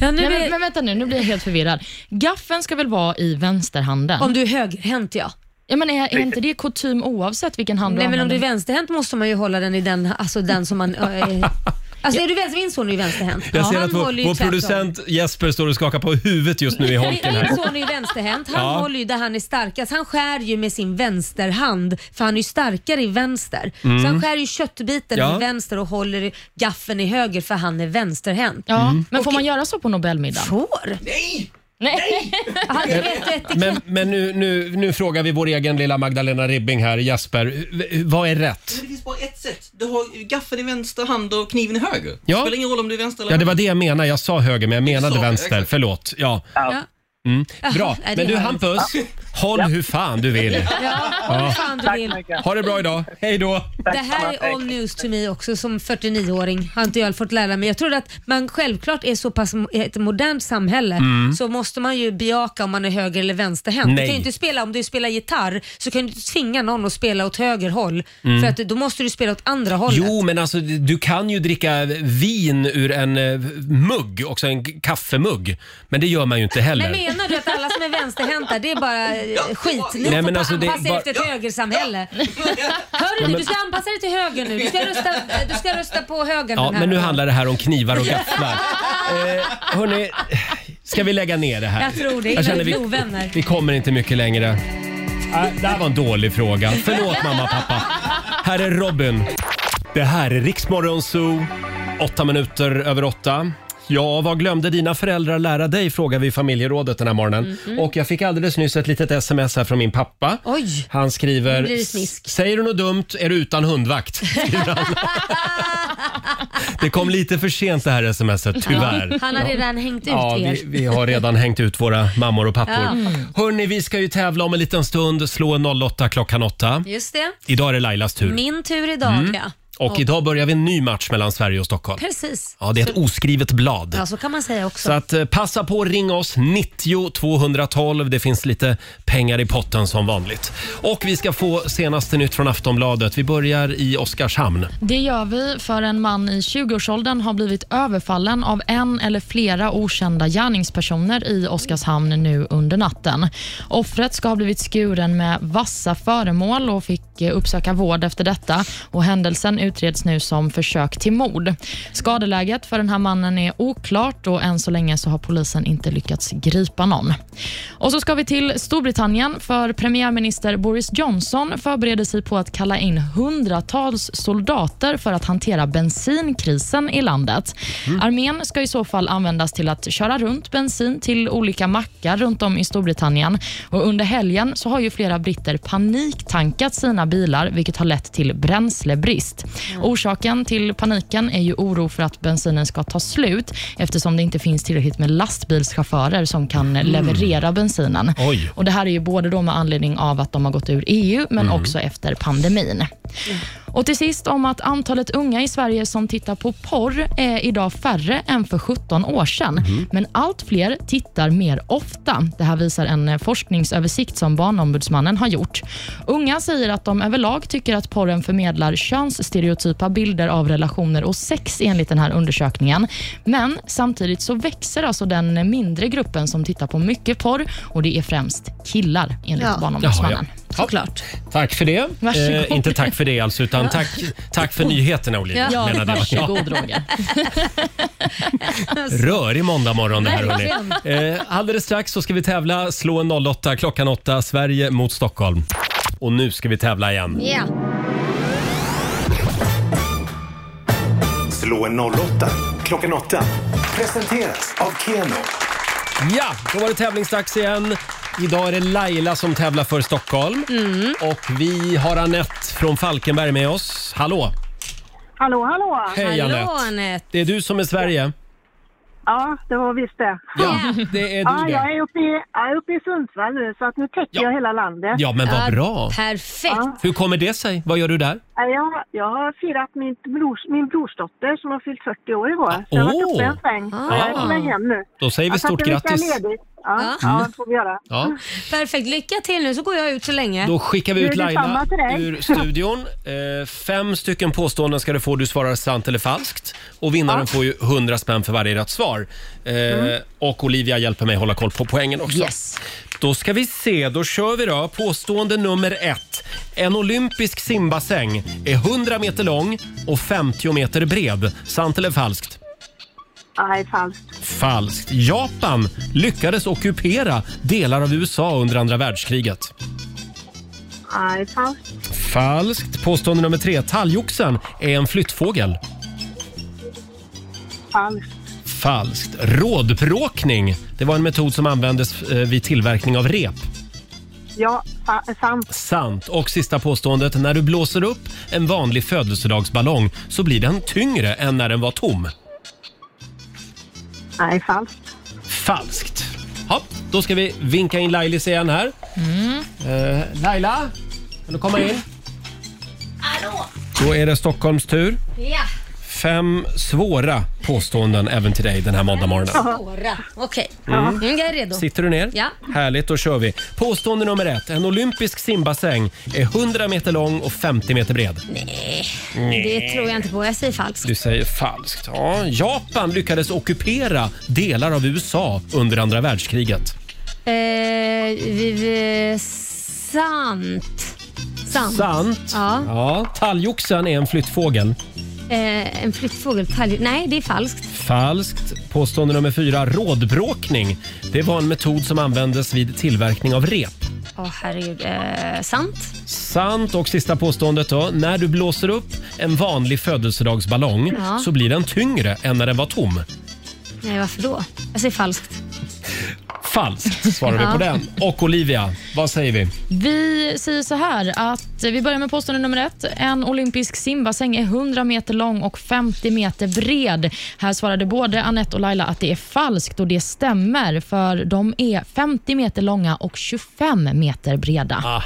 Speaker 2: Ja, nu
Speaker 3: Nej,
Speaker 2: är-
Speaker 3: men, men vänta nu, nu blir jag helt förvirrad. Gaffeln ska väl vara i vänsterhanden?
Speaker 2: Om du är högerhänt ja.
Speaker 3: ja, men är, är inte det kutym oavsett vilken hand
Speaker 2: Nej
Speaker 3: du
Speaker 2: men om du
Speaker 3: använder?
Speaker 2: är vänsterhänt måste man ju hålla den i den, alltså den som man... ö, är- Alltså är du vänster, min son är ju vänsterhänt.
Speaker 1: Jag ser
Speaker 2: han
Speaker 1: att vår,
Speaker 2: håller ju
Speaker 1: vår
Speaker 2: tvärtom.
Speaker 1: producent Jesper står och skakar på huvudet just nu
Speaker 2: (laughs)
Speaker 1: i holken här.
Speaker 2: Min son är ju vänsterhänt. Han
Speaker 1: Ja.
Speaker 2: håller ju där han är starkast. Han skär ju med sin vänsterhand för han är ju starkare i vänster. Så han skär ju köttbiten
Speaker 1: Ja.
Speaker 2: i vänster och håller i gaffeln i höger för han är vänsterhänt.
Speaker 3: Ja,
Speaker 1: Mm.
Speaker 3: men får man göra så på Nobelmiddagen?
Speaker 2: Får?
Speaker 3: Nej.
Speaker 2: Han är rätt etikett.
Speaker 1: Men, men nu, nu, nu frågar vi vår egen lilla Magdalena Ribbing här, Jesper. V- Vad är rätt?
Speaker 8: Det finns bara ett sätt. Du har gaffeln i vänster hand och kniven i höger. Det
Speaker 1: Ja.
Speaker 8: spelar ingen roll om du är vänster eller
Speaker 1: Ja, det var det jag menade. Jag sa höger, men jag menade
Speaker 8: sa-
Speaker 1: vänster.
Speaker 8: exakt.
Speaker 1: Förlåt. Ja.
Speaker 2: Ja.
Speaker 1: Mm. Bra.
Speaker 2: nej, det
Speaker 1: Men du
Speaker 2: hör
Speaker 1: Hampus, håll hur fan du vill.
Speaker 2: Ja, vad fan du vill.
Speaker 1: Ha det bra idag. Hej då.
Speaker 2: Det här är all news to me också som 49-åring. Har inte jag fått lära mig. Jag tror att man självklart är så pass i ett modernt samhälle så måste man ju bejaka om man är höger eller vänsterhänt. Du
Speaker 1: Mm. Nej.
Speaker 2: kan ju inte spela, om du spelar gitarr så kan du inte tvinga någon att spela åt höger håll för att då måste du spela åt andra hållet.
Speaker 1: Mm. Jo, men alltså du kan ju dricka vin ur en eh, mugg, också en k- kaffemugg. Men det gör man ju inte
Speaker 2: Men
Speaker 1: heller.
Speaker 2: menar du att alla som är vänsterhänta det är bara eh, skit? Ni
Speaker 1: Nej,
Speaker 2: får
Speaker 1: men
Speaker 2: bara
Speaker 1: alltså, det är
Speaker 2: anpassa er
Speaker 1: bara-
Speaker 2: efter ett högersamhälle. Hör du, du ska anpassa dig till höger nu. Du ska rösta, eh, du ska rösta på högern
Speaker 1: Ja,
Speaker 2: den här
Speaker 1: men nu
Speaker 2: gången.
Speaker 1: handlar det här om knivar och
Speaker 2: (laughs)
Speaker 1: gafflar. Eh, hörni, ska vi lägga ner det här?
Speaker 2: Jag tror det.
Speaker 1: känner
Speaker 2: Vi är ovänner.
Speaker 1: Vi kommer inte mycket längre. Äh, det här var en dålig fråga. Förlåt mamma och pappa. Här är Robin. Det här är Riksmorgon Zoo. Åtta minuter över åtta. Ja, vad glömde dina föräldrar lära dig? Frågar vi i familjerådet den här morgonen.
Speaker 2: Mhm.
Speaker 1: Och jag fick alldeles nyss ett litet sms här från min pappa.
Speaker 2: Oj.
Speaker 1: Han skriver...
Speaker 2: Nu blir det smisk.
Speaker 1: Säger du något dumt är du utan
Speaker 2: (laughs)
Speaker 1: hundvakt. skriver han. det kom lite för sent det här smset, tyvärr.
Speaker 2: Han har redan hängt ut
Speaker 1: Ja,
Speaker 2: er.
Speaker 1: vi, vi har redan hängt ut våra mammor och pappor.
Speaker 2: Ja.
Speaker 1: Hörni, vi ska ju tävla om en liten stund. Slå en 08 klockan 8.
Speaker 2: Just det.
Speaker 1: Idag är det Lailas tur.
Speaker 2: Min tur
Speaker 1: Mm.
Speaker 2: idag ja.
Speaker 1: Och idag börjar vi en ny match mellan Sverige och Stockholm.
Speaker 2: Precis.
Speaker 1: Ja, det är ett oskrivet blad.
Speaker 2: Ja, så kan man säga också.
Speaker 1: Så att eh, passa på att ringa oss 90 212. Det finns lite pengar i potten som vanligt. Och vi ska få senaste nytt från Aftonbladet. Vi börjar i Oskarshamn.
Speaker 3: Det gör vi för en man i 20-årsåldern har blivit överfallen av en eller flera okända gärningspersoner i Oskarshamn nu under natten. Offret ska ha blivit skuren med vassa föremål och fick eh, uppsöka vård efter detta och händelsen utreds nu som försök till mord. Skadeläget för den här mannen är oklart och än så länge så har polisen inte lyckats gripa någon. Och så ska vi till Storbritannien för premiärminister Boris Johnson förbereder sig på att kalla in hundratals soldater för att hantera bensinkrisen i landet. Armén ska i så fall användas till att köra runt bensin till olika mackar runt om i Storbritannien och under helgen så har ju flera britter paniktankat sina bilar vilket har lett till bränslebrist. Orsaken till paniken är ju oro för att bensinen ska ta slut eftersom det inte finns tillräckligt med lastbilschaufförer som kan leverera bensinen.
Speaker 1: Oj.
Speaker 3: Och Det här är ju både då med anledning av att de har gått ur EU, men också efter pandemin. Och Till sist om att antalet unga i Sverige som tittar på porr är idag färre än för 17 år sedan. Men allt fler tittar mer ofta. Det här visar en eh, forskningsöversikt som Barnombudsmannen har gjort. Unga säger att de överlag tycker att porren förmedlar könsstereotypa bilder av relationer och sex enligt den här undersökningen. Men samtidigt så växer alltså den mindre gruppen som tittar på mycket porr och det är främst killar enligt
Speaker 2: Ja.
Speaker 3: Barnombudsmannen.
Speaker 1: Såklart. Tack för det. Eh,
Speaker 3: Varsågod.
Speaker 1: inte tack för det alltså, utan tack, tack för nyheterna Olivia.
Speaker 2: Ja,
Speaker 1: menade jag.
Speaker 3: Varsågod Roger.
Speaker 1: Rörig måndag morgon det här
Speaker 2: Verkligen.
Speaker 1: hörni. Eh, alldeles strax så ska vi tävla. Slå en 08 klockan 8. Sverige mot Stockholm. Och nu ska vi tävla igen.
Speaker 2: Ja.
Speaker 4: Slå en 08 klockan 8. Presenteras av Keno.
Speaker 1: Ja, då var det tävlingsdags igen. Idag är det Laila som tävlar för Stockholm. Och vi har Anette från Falkenberg med oss. Hallå!
Speaker 5: Hallå, hallå!
Speaker 1: Hej
Speaker 2: Hallå
Speaker 1: Anette!
Speaker 2: Anette.
Speaker 1: Det är du som är Sverige.
Speaker 5: Ja, det var visst det.
Speaker 1: Ja, det är
Speaker 5: Ja,
Speaker 1: du
Speaker 5: Ah, jag
Speaker 1: det.
Speaker 5: är uppe i, jag är uppe i Sundsvall nu, så att nu täcker
Speaker 1: Ja.
Speaker 5: jag hela landet.
Speaker 1: Ja, men vad bra.
Speaker 2: Perfekt.
Speaker 1: Hur kommer det sig? Vad gör du där?
Speaker 5: Ja, Ah, Jag, jag har firat min, brors, min brorsdotter som har fyllt 40 år igår. Så jag har varit
Speaker 1: åh.
Speaker 5: uppe en sväng. och Jag är på väg hem nu.
Speaker 1: Då säger vi
Speaker 5: Jag
Speaker 1: stort
Speaker 5: satte mig
Speaker 1: grattis.
Speaker 5: ledigt. Ah. Ja,
Speaker 2: Ja.
Speaker 5: ja. det får vi göra.
Speaker 1: Ja,
Speaker 2: Perfekt. Lycka till nu så går jag ut så länge.
Speaker 1: då skickar vi
Speaker 5: Nu är
Speaker 1: ut
Speaker 5: det
Speaker 1: Laila
Speaker 5: samma till dig.
Speaker 1: ur studion. Eh, fem stycken påståenden ska du få. Du svarar sant eller falskt. Och vinnaren får ju 100 spänn för varje rätt svar. Eh,
Speaker 5: Mm.
Speaker 1: Och Olivia hjälper mig hålla koll på poängen också.
Speaker 3: Yes.
Speaker 1: Då ska vi se, då kör vi då. Påstående nummer ett. En olympisk simbassäng är 100 meter lång och 50 meter bred. Sant eller falskt?
Speaker 5: Nej, falskt.
Speaker 1: Falskt. Japan lyckades ockupera delar av USA under andra världskriget.
Speaker 5: Nej, falskt.
Speaker 1: Falskt. Påstående nummer tre. Talgoxen är en flyttfågel.
Speaker 5: Falskt.
Speaker 1: Falskt. Rådpråkning. Det var en metod som användes eh, vid tillverkning av rep.
Speaker 5: Ja, fa- sant.
Speaker 1: Sant. Och sista påståendet. När du blåser upp en vanlig födelsedagsballong så blir den tyngre än när den var tom.
Speaker 5: Nej, falskt.
Speaker 1: Falskt. Ja, då ska vi vinka in Lailis igen här. Eh, Laila, kan du komma in? Hallå! Då är det Stockholms tur.
Speaker 2: Ja.
Speaker 1: Fem svåra påståenden även till dig den här måndagmorgonen.
Speaker 2: Några. Okej. Mm. Jag är redo.
Speaker 1: Sitter du ner?
Speaker 2: Ja.
Speaker 1: Härligt, då kör vi. Påstående nummer ett. En olympisk simbassäng är 100 meter lång och 50 meter bred.
Speaker 2: Det tror jag inte på. Jag säger falskt.
Speaker 1: Du säger falskt. Ja, Japan lyckades ockupera delar av USA under andra världskriget.
Speaker 2: Eh, vi, vi, sant. Sant.
Speaker 1: Sant.
Speaker 2: Ja.
Speaker 1: Talgoxen är en flyttfågel.
Speaker 2: Eh, en flyttfågel. talg- Nej, det är falskt.
Speaker 1: Falskt. Påstående nummer fyra. Rådbråkning. Det var en metod som användes vid tillverkning av rep.
Speaker 2: Åh herregud. Eh, sant.
Speaker 1: Sant. Och sista påståendet då. När du blåser upp en vanlig födelsedagsballong
Speaker 2: Ja.
Speaker 1: så blir den tyngre än när den var tom.
Speaker 2: Nej, varför då? Jag säger falskt.
Speaker 1: Falskt svarar vi på den. Och Olivia, vad säger vi?
Speaker 3: Vi säger så här att vi börjar med påstående nummer ett. En olympisk simbassäng är 100 meter lång och 50 meter bred. Här svarade både Anette och Laila att det är falskt och det stämmer för de är 50 meter långa och 25 meter breda.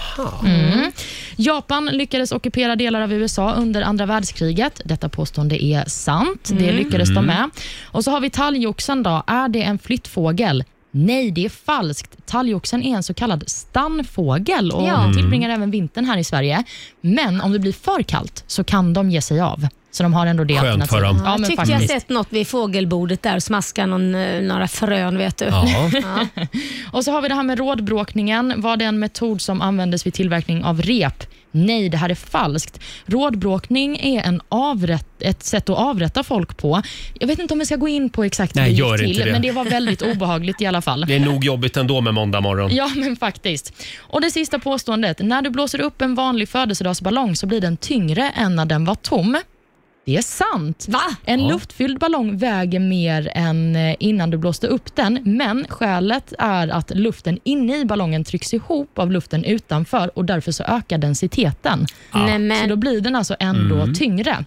Speaker 3: Japan lyckades ockupera delar av USA under andra världskriget. Detta påstående är sant.
Speaker 1: Mm.
Speaker 3: Det lyckades de med. Och så har vi talgoxen då. Är det en flyttfågel? Nej, det är falskt. Talgoxen är en så kallad stannfågel och
Speaker 2: Ja.
Speaker 3: tillbringar
Speaker 1: Mm.
Speaker 3: även vintern här i Sverige. Men om det blir för kallt så kan de ge sig av. Så de har ändå det
Speaker 1: Skönt
Speaker 3: alternativet.
Speaker 1: för dem.
Speaker 3: Ja,
Speaker 2: jag
Speaker 3: men
Speaker 2: tyckte jag
Speaker 3: faktiskt.
Speaker 2: sett något vid fågelbordet där och smaskade någon, eh, några frön vet du.
Speaker 1: Ja.
Speaker 3: Och så har vi det här med rådbråkningen. Var det en metod som användes vid tillverkning av rep? Nej, det här är falskt. Rådbråkning är en avrätt, ett sätt att avrätta folk på. Jag vet inte om jag ska gå in på exakt
Speaker 1: Nej,
Speaker 3: hur
Speaker 1: gör
Speaker 3: det gick
Speaker 1: inte
Speaker 3: till,
Speaker 1: det.
Speaker 3: men det var väldigt
Speaker 1: (laughs)
Speaker 3: obehagligt i alla fall.
Speaker 1: Det är nog jobbigt ändå med måndag morgon.
Speaker 3: Ja, men faktiskt. Och Det sista påståendet. När du blåser upp en vanlig födelsedagsballong så blir den tyngre än när den var tom. Det är sant.
Speaker 2: Va?
Speaker 3: En luftfylld ballong väger mer än eh, innan du blåste upp den, men skälet är att luften inne i ballongen trycks ihop av luften utanför och därför så ökar densiteten.
Speaker 2: Nej,
Speaker 3: Så då
Speaker 2: men, Hmm.
Speaker 3: blir den alltså ändå tyngre.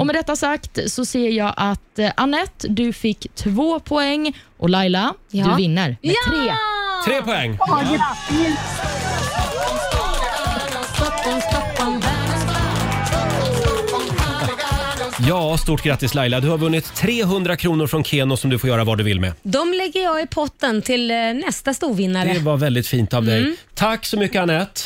Speaker 3: Och Med detta sagt så ser jag att eh, Anette, du fick två poäng och Laila,
Speaker 2: Ja.
Speaker 3: du vinner med tre.
Speaker 1: Tre poäng.
Speaker 5: Åh, grattis!
Speaker 1: Ja, stort grattis Laila. Du har vunnit 300 kronor från Keno som du får göra vad du vill med.
Speaker 2: de lägger jag i potten till eh, nästa storvinnare.
Speaker 1: Det var väldigt fint av dig. Tack så mycket Anette.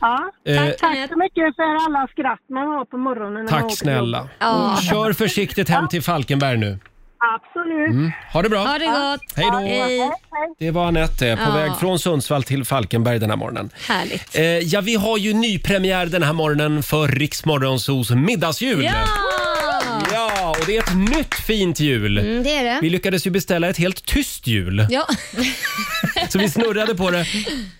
Speaker 5: Ja,
Speaker 1: Eh,
Speaker 5: tack, tack så mycket för alla skratt man har på morgonen. När man åker
Speaker 1: Tack
Speaker 5: till jobbet.
Speaker 1: snälla.
Speaker 2: Ja.
Speaker 1: Kör försiktigt hem till Falkenberg nu.
Speaker 5: Absolut.
Speaker 1: Ha det bra.
Speaker 2: Ha det gott.
Speaker 1: Hej då.
Speaker 2: Hej.
Speaker 1: Det var Anette det, på
Speaker 2: Ja.
Speaker 1: väg från Sundsvall till Falkenberg den här morgonen.
Speaker 2: Härligt.
Speaker 1: Eh, ja, vi har ju nypremiär den här morgonen för Riksmorgonsos middagsjul.
Speaker 2: Ja!
Speaker 1: Ja, och det är ett nytt fint hjul.
Speaker 2: Mm, det är
Speaker 1: Vi
Speaker 2: det.
Speaker 1: lyckades ju beställa ett helt tyst
Speaker 2: (laughs)
Speaker 1: hjul.
Speaker 2: Ja.
Speaker 1: Så vi snurrade på det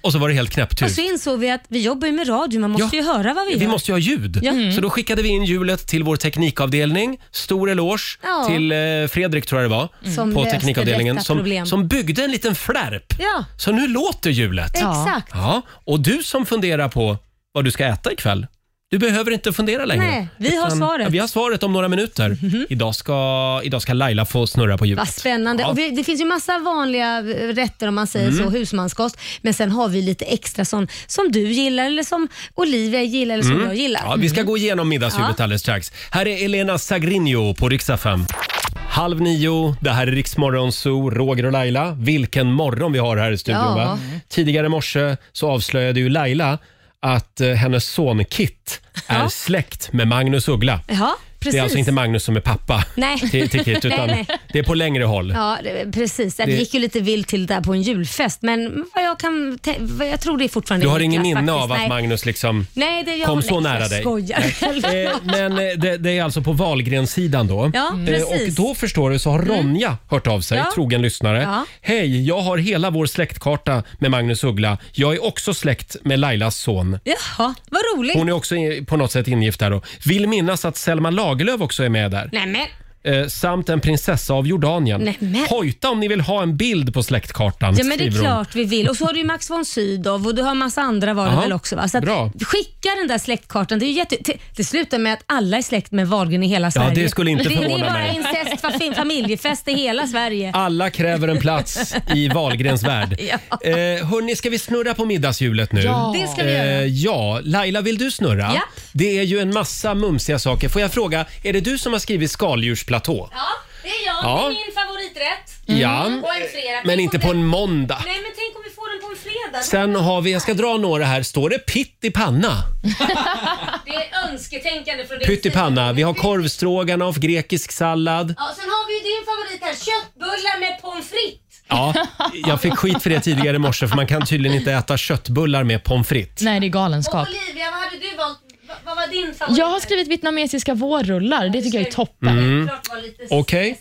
Speaker 1: och så var det helt
Speaker 2: Och så
Speaker 1: knäpptyst.
Speaker 2: insåg vi att vi jobbar ju med radio, man måste
Speaker 1: Ja.
Speaker 2: ju höra vad vi
Speaker 1: Vi
Speaker 2: gör.
Speaker 1: måste ju ha ljud.
Speaker 2: Ja. Mm.
Speaker 1: Så då skickade vi in hjulet till vår teknikavdelning. Stor eloge
Speaker 2: Ja.
Speaker 1: till eh, Fredrik tror jag det var.
Speaker 2: Som
Speaker 1: På
Speaker 2: löste
Speaker 1: teknikavdelningen.
Speaker 2: detta
Speaker 1: Som,
Speaker 2: problem.
Speaker 1: som byggde en liten flärp.
Speaker 2: Ja,
Speaker 1: Så nu låter hjulet.
Speaker 2: exakt.
Speaker 1: Ja, och du som funderar på vad du ska äta ikväll. Du behöver inte fundera längre.
Speaker 2: Nej, vi har
Speaker 1: Utan-
Speaker 2: svaret. Mhm.
Speaker 1: Ja, vi har svaret om några minuter. Idag, ska, idag ska Laila få snurra på
Speaker 2: Vad
Speaker 1: hjulet.
Speaker 2: spännande.
Speaker 1: Ja. Mm.
Speaker 2: Och vi, det finns ju massa vanliga eh, rätter om man säger så, husmanskost. Men sen har vi lite extra sån som du gillar eller som Olivia gillar eller som jag gillar.
Speaker 1: Mm. Ja, vi ska gå igenom middagshjulet alldeles strax. Här är Elena Sagrinho på riksdag 5. Halv nio, det här är Riksmorgon Zoo, Roger och Laila. Vilken morgon vi har här i studion.
Speaker 2: Ja.
Speaker 1: Va? Tidigare i morse så avslöjade ju Laila att eh, hennes son Kit är
Speaker 2: Ja.
Speaker 1: släkt med Magnus Uggla.
Speaker 2: Ja, precis.
Speaker 1: Det är alltså inte Magnus som är pappa
Speaker 2: Nej.
Speaker 1: till, till Kit, utan
Speaker 2: Nej, nej.
Speaker 1: det är på längre håll.
Speaker 2: Ja, det, precis. Det,
Speaker 1: Det-
Speaker 2: gick ju lite vilt till där på en julfest, men vad jag, kan te- vad jag tror det är fortfarande
Speaker 1: Du har ingen
Speaker 2: Niklas
Speaker 1: minne
Speaker 2: faktiskt.
Speaker 1: av att
Speaker 2: Nej.
Speaker 1: Magnus liksom...
Speaker 2: Nej, det jag
Speaker 1: kom så
Speaker 2: nej,
Speaker 1: nära
Speaker 2: jag
Speaker 1: dig.
Speaker 2: Skojar.
Speaker 1: Eh, men eh, det, det är alltså på Wahlgrensidan då.
Speaker 2: Ja,
Speaker 1: Eh,
Speaker 2: precis. Mm.
Speaker 1: Och då förstår du så har Ronja hört av sig,
Speaker 2: Ja.
Speaker 1: trogen lyssnare.
Speaker 2: Ja.
Speaker 1: Hej, jag har hela vår släktkarta med Magnus Uggla. Jag är också släkt med Lailas son.
Speaker 2: (laughs) Jaha, vad roligt.
Speaker 1: Hon är också i- på något sätt ingift där då. Vill minnas att Selma Lagerlöf också är med där.
Speaker 2: Nej, men.
Speaker 1: Eh, samt en prinsessa av Jordanien.
Speaker 2: Nej, men-
Speaker 1: Hojta om ni vill ha en bild på släktkartan,
Speaker 2: Ja men det är
Speaker 1: skriver hon.
Speaker 2: klart vi vill. Och så har du ju Max von Sydow och du har massa andra var det
Speaker 1: Jaha,
Speaker 2: väl också va? Så att
Speaker 1: bra.
Speaker 2: skicka den där släktkartan. Det, är ju jätte... te- det slutar med att alla är släkt med Wahlgren i hela Sverige.
Speaker 1: det skulle inte
Speaker 2: det, det är
Speaker 1: förvåna
Speaker 2: bara
Speaker 1: mig.
Speaker 2: incest, fa- familjefest i hela Sverige.
Speaker 1: Alla kräver en
Speaker 2: (laughs)
Speaker 1: plats i Wahlgrens värld.
Speaker 2: Ja.
Speaker 1: Eh, hörni, ska vi snurra på middagshjulet nu?
Speaker 3: Ja.
Speaker 2: Det ska vi
Speaker 1: Eh,
Speaker 2: göra.
Speaker 1: ja, Laila vill du snurra?
Speaker 2: Japp.
Speaker 1: Det är ju en massa mumsiga saker. Får jag fråga, är det du som har skrivit skaldjursplatå?
Speaker 2: Ja, det är jag.
Speaker 1: Ja.
Speaker 2: favoriträtt.
Speaker 1: Ja.
Speaker 2: en fredag.
Speaker 1: Men inte på en måndag.
Speaker 2: Nej men tänk om vi får den på en fredag.
Speaker 1: Sen har vi, jag ska dra några här, står det pitt i panna?
Speaker 2: Det är önsketänkande från
Speaker 1: Pytt i panna. Vi har korvstroganoff, grekisk sallad.
Speaker 2: Ja, sen har vi ju din favorit här, köttbullar med pommes frites.
Speaker 1: Ja, jag fick skit för det tidigare i morse för man kan tydligen inte äta köttbullar med pommes frites.
Speaker 3: Nej, det är galenskap.
Speaker 2: Olivia, vad hade du valt? Vad var din favorit?
Speaker 3: Jag har skrivit vietnamesiska vårrullar. Det tycker jag är toppen.
Speaker 2: Mm,
Speaker 1: Mm. Okej.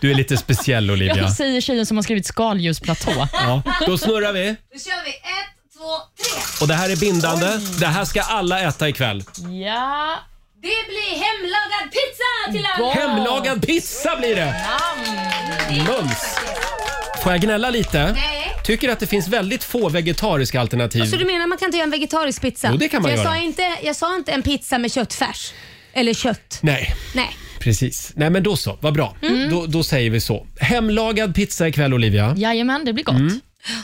Speaker 1: Du är lite speciell Olivia.
Speaker 3: Jag säger tjejen som har
Speaker 2: (laughs)
Speaker 3: skrivit skaldjursplatå.
Speaker 1: Ja, då snurrar vi.
Speaker 2: Nu kör vi. Ett, två, tre.
Speaker 1: Och det här är bindande. Det här ska alla äta ikväll.
Speaker 3: Ja.
Speaker 2: Det blir hemlagad pizza till alla.
Speaker 1: Hemlagad pizza blir det! Mums! Får jag gnälla lite?
Speaker 2: Nej.
Speaker 1: Tycker att det finns väldigt få vegetariska
Speaker 2: Så
Speaker 1: alternativ.
Speaker 2: Alltså, du menar man kan inte göra en vegetarisk pizza?
Speaker 1: Jo, det kan man
Speaker 2: För jag
Speaker 1: göra.
Speaker 2: Sa inte, jag sa inte en pizza med köttfärs. Eller kött.
Speaker 1: Nej,
Speaker 2: Nej.
Speaker 1: precis. Nej men då så, vad bra. Då, då säger vi så. Hemlagad pizza ikväll Olivia.
Speaker 3: Jajamän, det blir gott.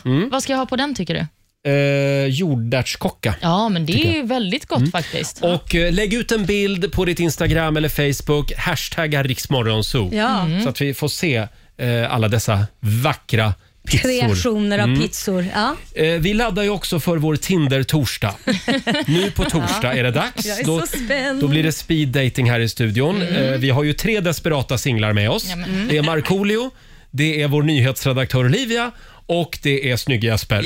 Speaker 1: Mm.
Speaker 3: Vad ska jag ha på den tycker du?
Speaker 1: Eh, jordärtskocka.
Speaker 3: Ja, men det är ju väldigt gott faktiskt.
Speaker 1: Mm. Och eh, lägg ut en bild på ditt Instagram eller Facebook. Hashtagga riksmorgonzoo.
Speaker 2: Ja. Mm.
Speaker 1: Så att vi får se eh, alla dessa vackra pizzor. Mm.
Speaker 2: Kreationer av pizzor. Ja.
Speaker 1: Eh, vi laddar ju också för vår
Speaker 2: (laughs)
Speaker 1: Tinder-torsdag. nu på torsdag är det dags.
Speaker 2: Jag är
Speaker 1: då,
Speaker 2: så spänd. Mm.
Speaker 1: då blir det speed dating här i studion. Eh, vi har ju tre desperata singlar med oss. Det är Markoolio, det är vår nyhetsredaktör Olivia och det är snygga Jesper.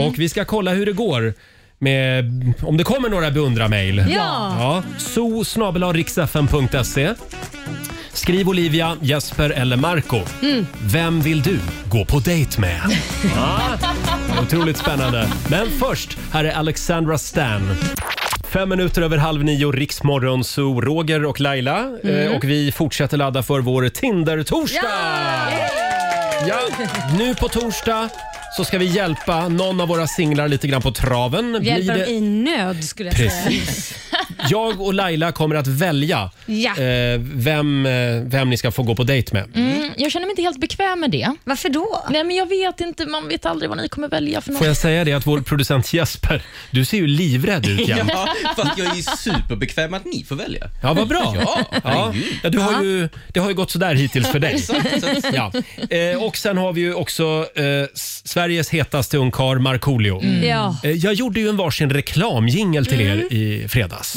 Speaker 1: Och vi ska kolla hur det går. Med, om det kommer några beundra-mejl.
Speaker 2: Ja.
Speaker 1: Ja, so Skriv Olivia, Jesper eller Marco.
Speaker 2: Mm.
Speaker 1: Vem vill du gå på dejt
Speaker 2: (laughs)
Speaker 1: med? ja, otroligt spännande. Men först, här är Alexandra Stan. Fem minuter över halv nio, Riksmorgon, Zoo, Roger och Laila.
Speaker 2: Mm.
Speaker 1: Eh, och vi fortsätter ladda för vår Tinder-torsdag! Ja, nu på torsdag så ska vi hjälpa någon av våra singlar lite grann på traven.
Speaker 2: Vi
Speaker 1: Blir
Speaker 2: hjälper
Speaker 1: det-
Speaker 2: dem i nöd skulle jag säga.
Speaker 1: Precis. Jag och Laila kommer att välja
Speaker 2: Ja.
Speaker 1: eh, vem, eh, vem ni ska få gå på dejt med.
Speaker 3: Mm, jag känner mig inte helt bekväm med det.
Speaker 2: Varför då?
Speaker 3: Nej, men jag vet inte. Man vet aldrig vad ni kommer välja för något.
Speaker 1: Får jag säga det att vår producent Jesper, du ser ju livrädd ut jämt.
Speaker 8: Ja, fast jag är ju superbekväm med att ni får välja.
Speaker 1: Ja, vad bra.
Speaker 8: Ja,
Speaker 1: ja.
Speaker 8: herregud.
Speaker 1: Ja, du har ju, det har ju gått sådär hittills för dig.
Speaker 8: Exakt, (laughs) så att-
Speaker 1: Ja. Eh, och sen har vi ju också eh, S- Sveriges hetaste ungkarl Markoolio.
Speaker 2: Mm. Ja.
Speaker 1: Eh, jag gjorde ju en varsin reklamjingel till er i fredags.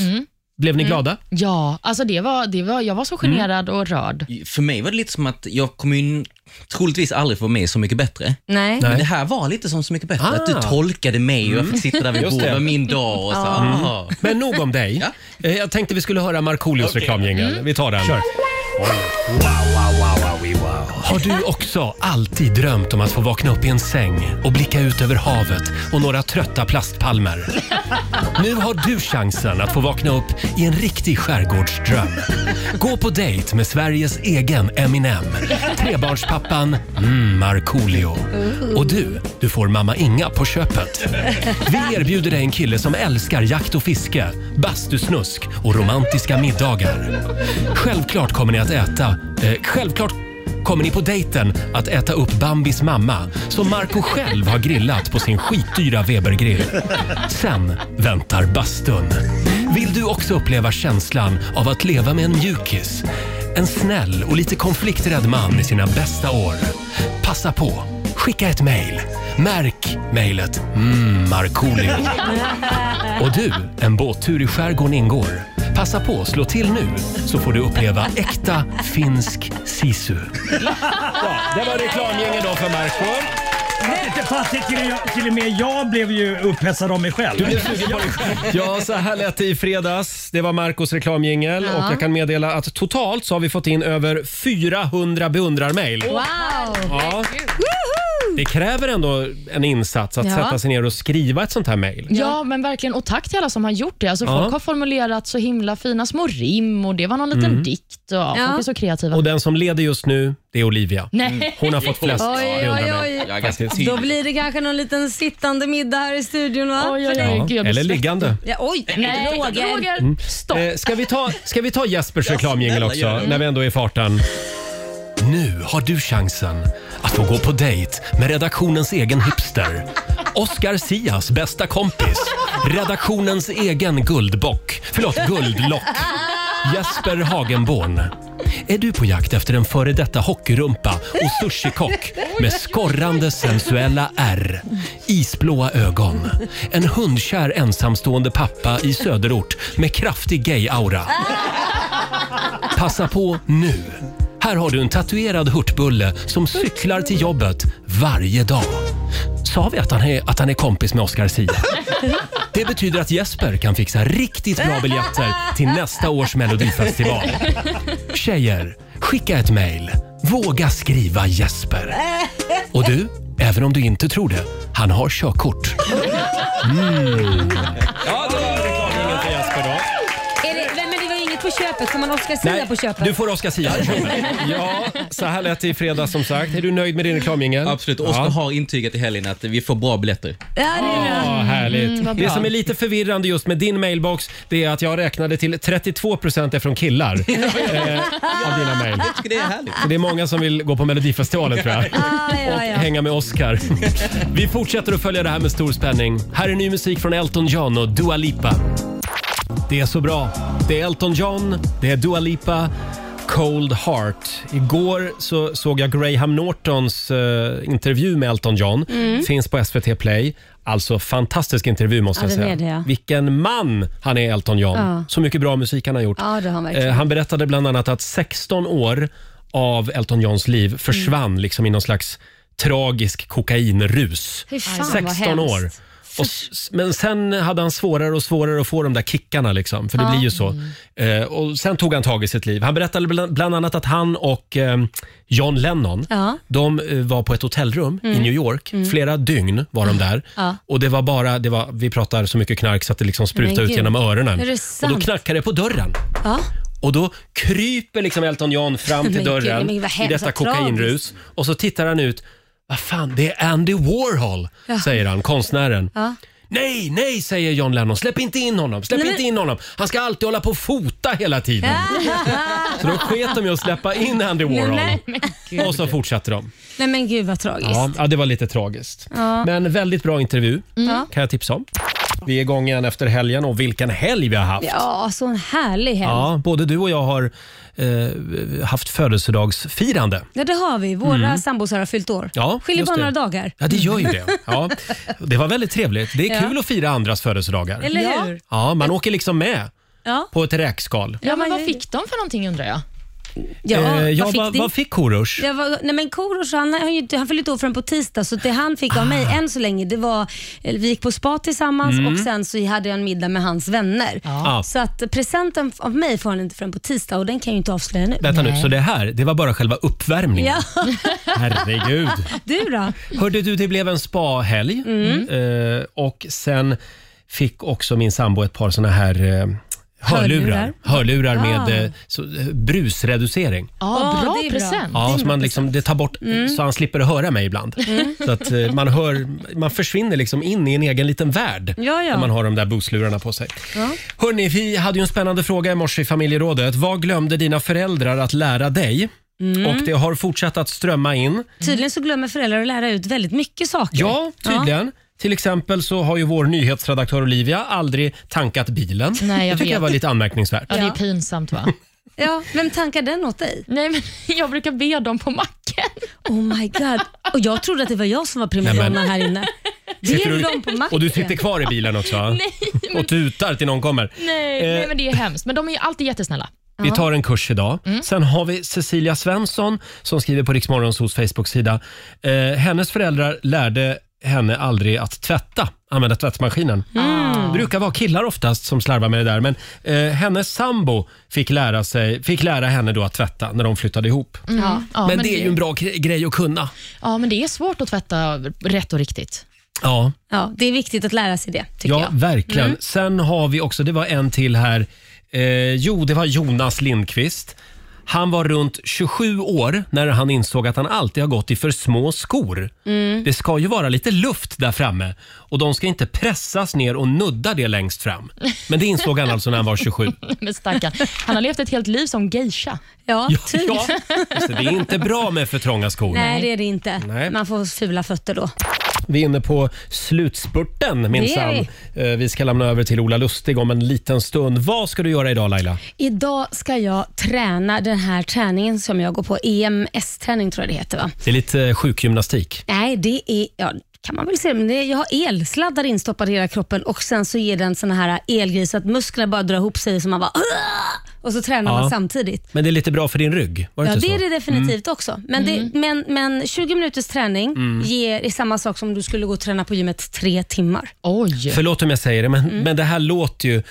Speaker 1: Blev ni glada?
Speaker 3: Ja, alltså det var, det var, jag var så
Speaker 1: Mm.
Speaker 3: generad och rörd.
Speaker 8: För mig var det lite som att jag kommer ju troligtvis aldrig få vara med i Så mycket bättre.
Speaker 2: Nej.
Speaker 1: Nej.
Speaker 8: Men det här var lite som Så mycket bättre.
Speaker 1: Ah. Mm.
Speaker 8: Att du tolkade mig och jag fick sitta där vid
Speaker 1: Just
Speaker 8: bordet.
Speaker 1: det. Mm.
Speaker 8: Det var min dag. Och så, ah.
Speaker 1: Men nog om dig. Eh, Jag tänkte vi skulle höra Markoolios reklamjingel. Vi tar den. Har du också alltid drömt om att få vakna upp i en säng och blicka ut över havet och några trötta plastpalmer? Nu har du chansen att få vakna upp i en riktig skärgårdsdröm. Gå på dejt med Sveriges egen Eminem, trebarnspappan mm, Markoolio. Och du, du får mamma Inga på köpet. Vi erbjuder dig en kille som älskar jakt och fiske, bastusnusk och romantiska middagar. Självklart kommer ni att äta... Eh, självklart kommer ni på dejten att äta upp Bambis mamma som Marco själv har grillat på sin skitdyra Webergrill. Sen väntar bastun. Vill du också uppleva känslan av att leva med en mjukis? En snäll och lite konflikträdd man i sina bästa år. Passa på, skicka ett mejl. Märk mejlet mm, Markoolio. Och du, en båttur i skärgården ingår. Passa på, slå till nu så får du uppleva äkta finsk sisu. Ja, det var reklamgänget då för Marco.
Speaker 10: Fast till, och- till och med jag blev ju upphetsad av mig själv.
Speaker 1: Du blev sugen på dig själv. Ja, så här lät det i fredags. Det var Marcos reklamjingel
Speaker 2: Ja.
Speaker 1: och jag kan meddela att totalt så har vi fått in över 400 beundrarmail.
Speaker 2: Wow!
Speaker 1: Ja. Det kräver ändå en insats att
Speaker 2: Ja.
Speaker 1: sätta sig ner och skriva ett sånt här mail.
Speaker 3: Ja, men verkligen. Och tack till alla som har gjort det. Alltså,
Speaker 1: Ja.
Speaker 3: Folk har formulerat så himla fina små rim och det var någon liten dikt. Och, ja. Folk är så kreativa.
Speaker 1: Mm. Och den som leder just nu, det är Olivia.
Speaker 3: Nej.
Speaker 1: Hon har fått flest
Speaker 2: Oj, oj,
Speaker 1: beundrarmail.
Speaker 2: oj.
Speaker 8: Jag är ganska
Speaker 2: Då
Speaker 8: tydlig.
Speaker 2: blir det kanske någon liten sittande middag här i studion va?
Speaker 3: Oj, oj, oj.
Speaker 1: Ja.
Speaker 3: Gud, jag blir
Speaker 1: Eller
Speaker 3: svettig.
Speaker 1: liggande.
Speaker 2: Ja, oj,
Speaker 3: Nej, Roger.
Speaker 2: Roger.
Speaker 3: Stopp.
Speaker 1: Eh, ska, vi ta, ska vi ta Jespers
Speaker 8: Ja,
Speaker 1: reklamjingel
Speaker 8: snälla,
Speaker 1: också,
Speaker 8: gör det.
Speaker 1: när vi ändå är i farten? Nu har du chansen att få gå på dejt med redaktionens egen hipster. Oscar Sias bästa kompis. Redaktionens egen guldbock. Förlåt, guldlock. Jesper Hagenborn. Är du på jakt efter en före detta hockeyrumpa och sushikock med skorrande sensuella R, isblåa ögon, en hundkär ensamstående pappa i söderort med kraftig gay-aura? Passa på nu! Här har du en tatuerad hurtbulle som cyklar till jobbet varje dag. Sa vi att han är, att han är kompis med Oscar Sia? Det betyder att Jesper kan fixa riktigt bra biljetter till nästa års melodifestival. Tjejer, skicka ett mejl. Våga skriva Jesper. Och du, även om du inte tror det, han har körkort. Mm. Ja, det var reklamen för Jesper då.
Speaker 2: Är det, men det var inget på köpet, får man Oscar Sia
Speaker 1: Nej,
Speaker 2: på köpet?
Speaker 1: du får Oscar Sia på köpet. Ja, så här lät det i fredags som sagt. Är du nöjd med din reklamjingel?
Speaker 8: Absolut. Oskar
Speaker 1: Ja.
Speaker 8: har intygat i helgen att vi får bra biljetter.
Speaker 2: Ja, det är bra.
Speaker 1: Ja, härligt.
Speaker 3: vad bra.
Speaker 1: det som är lite förvirrande just med din mailbox det är att jag räknade till 32 procent är från killar eh, av dina mail.
Speaker 8: Jag tycker det är härligt.
Speaker 1: Så det är många som vill gå på Melodifestivalen tror jag.
Speaker 2: Ah, ja,
Speaker 1: och
Speaker 2: ja.
Speaker 1: hänga med Oscar. (laughs) Vi fortsätter att följa det här med stor spänning. Här är ny musik från Elton John och Dua Lipa. Det är så bra. Det är Elton John, det är Dua Lipa. Cold Heart. Igår så såg jag Graham Nortons eh, intervju med Elton John.
Speaker 2: Mm.
Speaker 1: Finns på SVT Play. Alltså fantastisk intervju måste
Speaker 2: Ja,
Speaker 1: jag
Speaker 2: den
Speaker 1: säga.
Speaker 2: är det, ja.
Speaker 1: Vilken man han är Elton John.
Speaker 2: Ja.
Speaker 1: Så mycket bra musik han har gjort.
Speaker 2: Ja, det har han verkligen.
Speaker 1: Eh, han berättade bland annat att 16 år av Elton Johns
Speaker 2: Mm.
Speaker 1: liv försvann liksom i någon slags tragisk kokainrus.
Speaker 2: Fy fan, vad
Speaker 1: 16
Speaker 2: hemskt.
Speaker 1: år. Och, s- men sen hade han svårare och svårare att få de där kickarna. Liksom, för det blir ju så.
Speaker 2: Ah.
Speaker 1: Eh, och sen tog han tag i sitt liv. Han berättade bland, bland annat att han och eh, John Lennon
Speaker 2: Ja. Mm.
Speaker 1: de eh, var på ett hotellrum i New York. Flera dygn var de där.
Speaker 2: Ja.
Speaker 1: Och det var bara, det var, vi pratar så mycket knark så att det liksom sprutade
Speaker 2: Men
Speaker 1: ut
Speaker 2: gud.
Speaker 1: genom öronen.
Speaker 2: Är det
Speaker 1: Och då
Speaker 2: sant?
Speaker 1: knackade det på dörren.
Speaker 2: Ja.
Speaker 1: Och då kryper liksom Elton John fram till
Speaker 2: Men gud,
Speaker 1: dörren
Speaker 2: men vad
Speaker 1: i
Speaker 2: hemskt,
Speaker 1: detta
Speaker 2: vad
Speaker 1: kokainrus och så tittar han ut. Vad fan, det är Andy Warhol, säger han, konstnären.
Speaker 2: Ja.
Speaker 1: Nej, nej, säger John Lennon. Släpp inte in honom. Släpp
Speaker 2: Nej, men-
Speaker 1: inte in honom. Han ska alltid hålla på och fota hela tiden. Så då sket de i att släppa in Andy Warhol.
Speaker 2: Nej,
Speaker 1: Och så fortsatte de.
Speaker 2: Nej men gud vad tragiskt.
Speaker 1: Ja, ja, det var lite tragiskt. Men väldigt bra intervju
Speaker 2: Mm.
Speaker 1: kan jag tipsa om. Vi är igång igen efter helgen och vilken helg vi har haft.
Speaker 2: Ja, så en härlig helg. Ja.
Speaker 1: Ja, både du och jag har eh, haft födelsedagsfirande.
Speaker 2: det har vi. Våra sambos har fyllt år.
Speaker 1: Ja,
Speaker 2: Skiljer
Speaker 1: just
Speaker 2: bara
Speaker 1: det.
Speaker 2: några dagar.
Speaker 1: Ja, det gör ju det. (laughs) Ja. Det var väldigt trevligt. Det är
Speaker 2: Ja.
Speaker 1: kul att fira andras födelsedagar.
Speaker 2: Eller
Speaker 3: Ja.
Speaker 2: hur?
Speaker 1: Ja, man åker liksom med.
Speaker 2: Ja.
Speaker 1: på ett räkskal.
Speaker 3: Ja, men vad fick de för någonting undrar jag?
Speaker 1: Eh, ja,
Speaker 2: vad fick
Speaker 1: vad,
Speaker 2: din-
Speaker 1: vad fick Korosh?
Speaker 2: Jag var, nej men Korosh, han, har ju- han fyllde inte år förrän på tisdag, så det han fick av mig än så länge, det var, eh, vi gick på spa tillsammans
Speaker 1: Ah. Mm.
Speaker 2: och sen så hade jag en middag med hans vänner.
Speaker 1: Ja.
Speaker 2: Så att presenten av mig får han inte förrän på tisdag och den kan jag ju inte avslöja nu.
Speaker 1: Vänta nu, så det här, det var bara själva uppvärmningen?
Speaker 2: Ja.
Speaker 1: (laughs)
Speaker 2: (laughs)
Speaker 1: Herregud.
Speaker 2: Du då?
Speaker 1: Hörde du, det blev en spahelg
Speaker 2: Mm.
Speaker 1: eh, och sen fick också min sambo ett par såna här eh, hörlurar.
Speaker 3: Hörlurar.
Speaker 1: Hörlurar
Speaker 2: Ah.
Speaker 3: Ja.
Speaker 1: med eh, så, eh, brusreducering.
Speaker 3: Ja,
Speaker 2: Ja,
Speaker 3: bra
Speaker 2: det är bra.
Speaker 3: present.
Speaker 1: Ja, så man liksom, det tar bort
Speaker 2: Mm.
Speaker 1: så han slipper höra mig ibland.
Speaker 2: Mm.
Speaker 1: Så att eh, man, hör, man försvinner liksom in i en egen liten värld
Speaker 2: Ja, ja.
Speaker 1: när man har de där buslurarna på sig.
Speaker 2: Ja.
Speaker 1: Hörni, vi hade ju en spännande fråga i morse i familjerådet. Vad glömde dina föräldrar att lära dig?
Speaker 2: Mm.
Speaker 1: Och det har fortsatt att strömma in.
Speaker 2: Tydligen så glömmer föräldrar att lära ut väldigt mycket saker.
Speaker 1: Ja, tydligen. Till exempel så har ju vår nyhetsredaktör Olivia aldrig tankat bilen.
Speaker 3: Nej, jag
Speaker 1: det tycker jag
Speaker 3: vet.
Speaker 1: var lite anmärkningsvärt.
Speaker 3: Ja, det är
Speaker 1: (laughs)
Speaker 3: pinsamt va?
Speaker 2: Ja. ja, vem tankar den åt dig?
Speaker 3: Nej, men (laughs) jag brukar be dem på macken.
Speaker 2: Oh my god. Och jag trodde att det var jag som var primadonna
Speaker 1: Nej, men-
Speaker 2: här
Speaker 1: (laughs)
Speaker 2: inne.
Speaker 1: Sitter
Speaker 2: Ger du dem på macken?
Speaker 1: Och du sitter kvar i bilen också?
Speaker 2: (laughs)
Speaker 3: Nej, men,
Speaker 1: Och tutar till någon kommer.
Speaker 3: (laughs) nej,
Speaker 1: Eh.
Speaker 3: nej, men det är hemskt. Men de är ju alltid jättesnälla.
Speaker 1: Vi tar en kurs idag. Sen har vi Cecilia Svensson som skriver på Riksmorgonsols Facebook-sida. Eh, hennes föräldrar lärde henne aldrig att tvätta, använda tvättmaskinen. Det brukar vara killar oftast som slarvar med det där, men eh, hennes sambo fick lära, sig, fick lära henne då att tvätta när de flyttade ihop.
Speaker 3: Mm. Ja, ja,
Speaker 1: men, det är ju en bra gre- grej att kunna.
Speaker 3: Ja, men det är svårt att tvätta rätt och riktigt.
Speaker 1: Ja,
Speaker 2: Ja, det är viktigt att lära sig det tycker
Speaker 1: ja
Speaker 2: jag.
Speaker 1: verkligen. Sen har vi också, det var en till här. Eh, jo, det var Jonas Lindqvist. Han var runt 27 år när han insåg att han alltid har gått i för små skor.
Speaker 11: Mm.
Speaker 1: Det ska ju vara lite luft där framme och de ska inte pressas ner och nudda det längst fram. Men det insåg han alltså när han var 27.
Speaker 3: (laughs) Men stackarn. Han har levt ett helt liv som geisha.
Speaker 2: Ja, typ.
Speaker 1: Så det är inte bra med för trånga skor.
Speaker 2: Nej, det är det inte.
Speaker 1: Nej.
Speaker 2: Man får fula fötter då.
Speaker 1: Vi är inne på slutspurten minsann.
Speaker 2: Det är
Speaker 1: Eh, Vi ska lämna över till Ola Lustig om en liten stund. Vad ska du göra idag Laila?
Speaker 2: Idag ska jag träna den här träningen som jag går på. EMS-träning tror jag det heter va?
Speaker 1: Det är lite eh, sjukgymnastik.
Speaker 2: Nej, det är... Ja, kan man väl säga, men det är, jag har elsladdar instoppade i hela kroppen och sen så ger den såna här elgrejer så att musklerna bara drar ihop sig så man bara... "Åh!" Och så tränar
Speaker 1: Ja.
Speaker 2: man samtidigt.
Speaker 1: Men det är lite bra för din rygg? Var det
Speaker 2: ja,
Speaker 1: inte
Speaker 2: det
Speaker 1: så?
Speaker 2: är det definitivt också. Men, det, men, men 20 minuters träning
Speaker 1: Mm.
Speaker 2: ger, är samma sak som om du skulle gå och träna på gymmet tre timmar.
Speaker 3: Oj!
Speaker 1: Förlåt om jag säger det, men,
Speaker 2: Mm.
Speaker 1: men det här låter ju eh,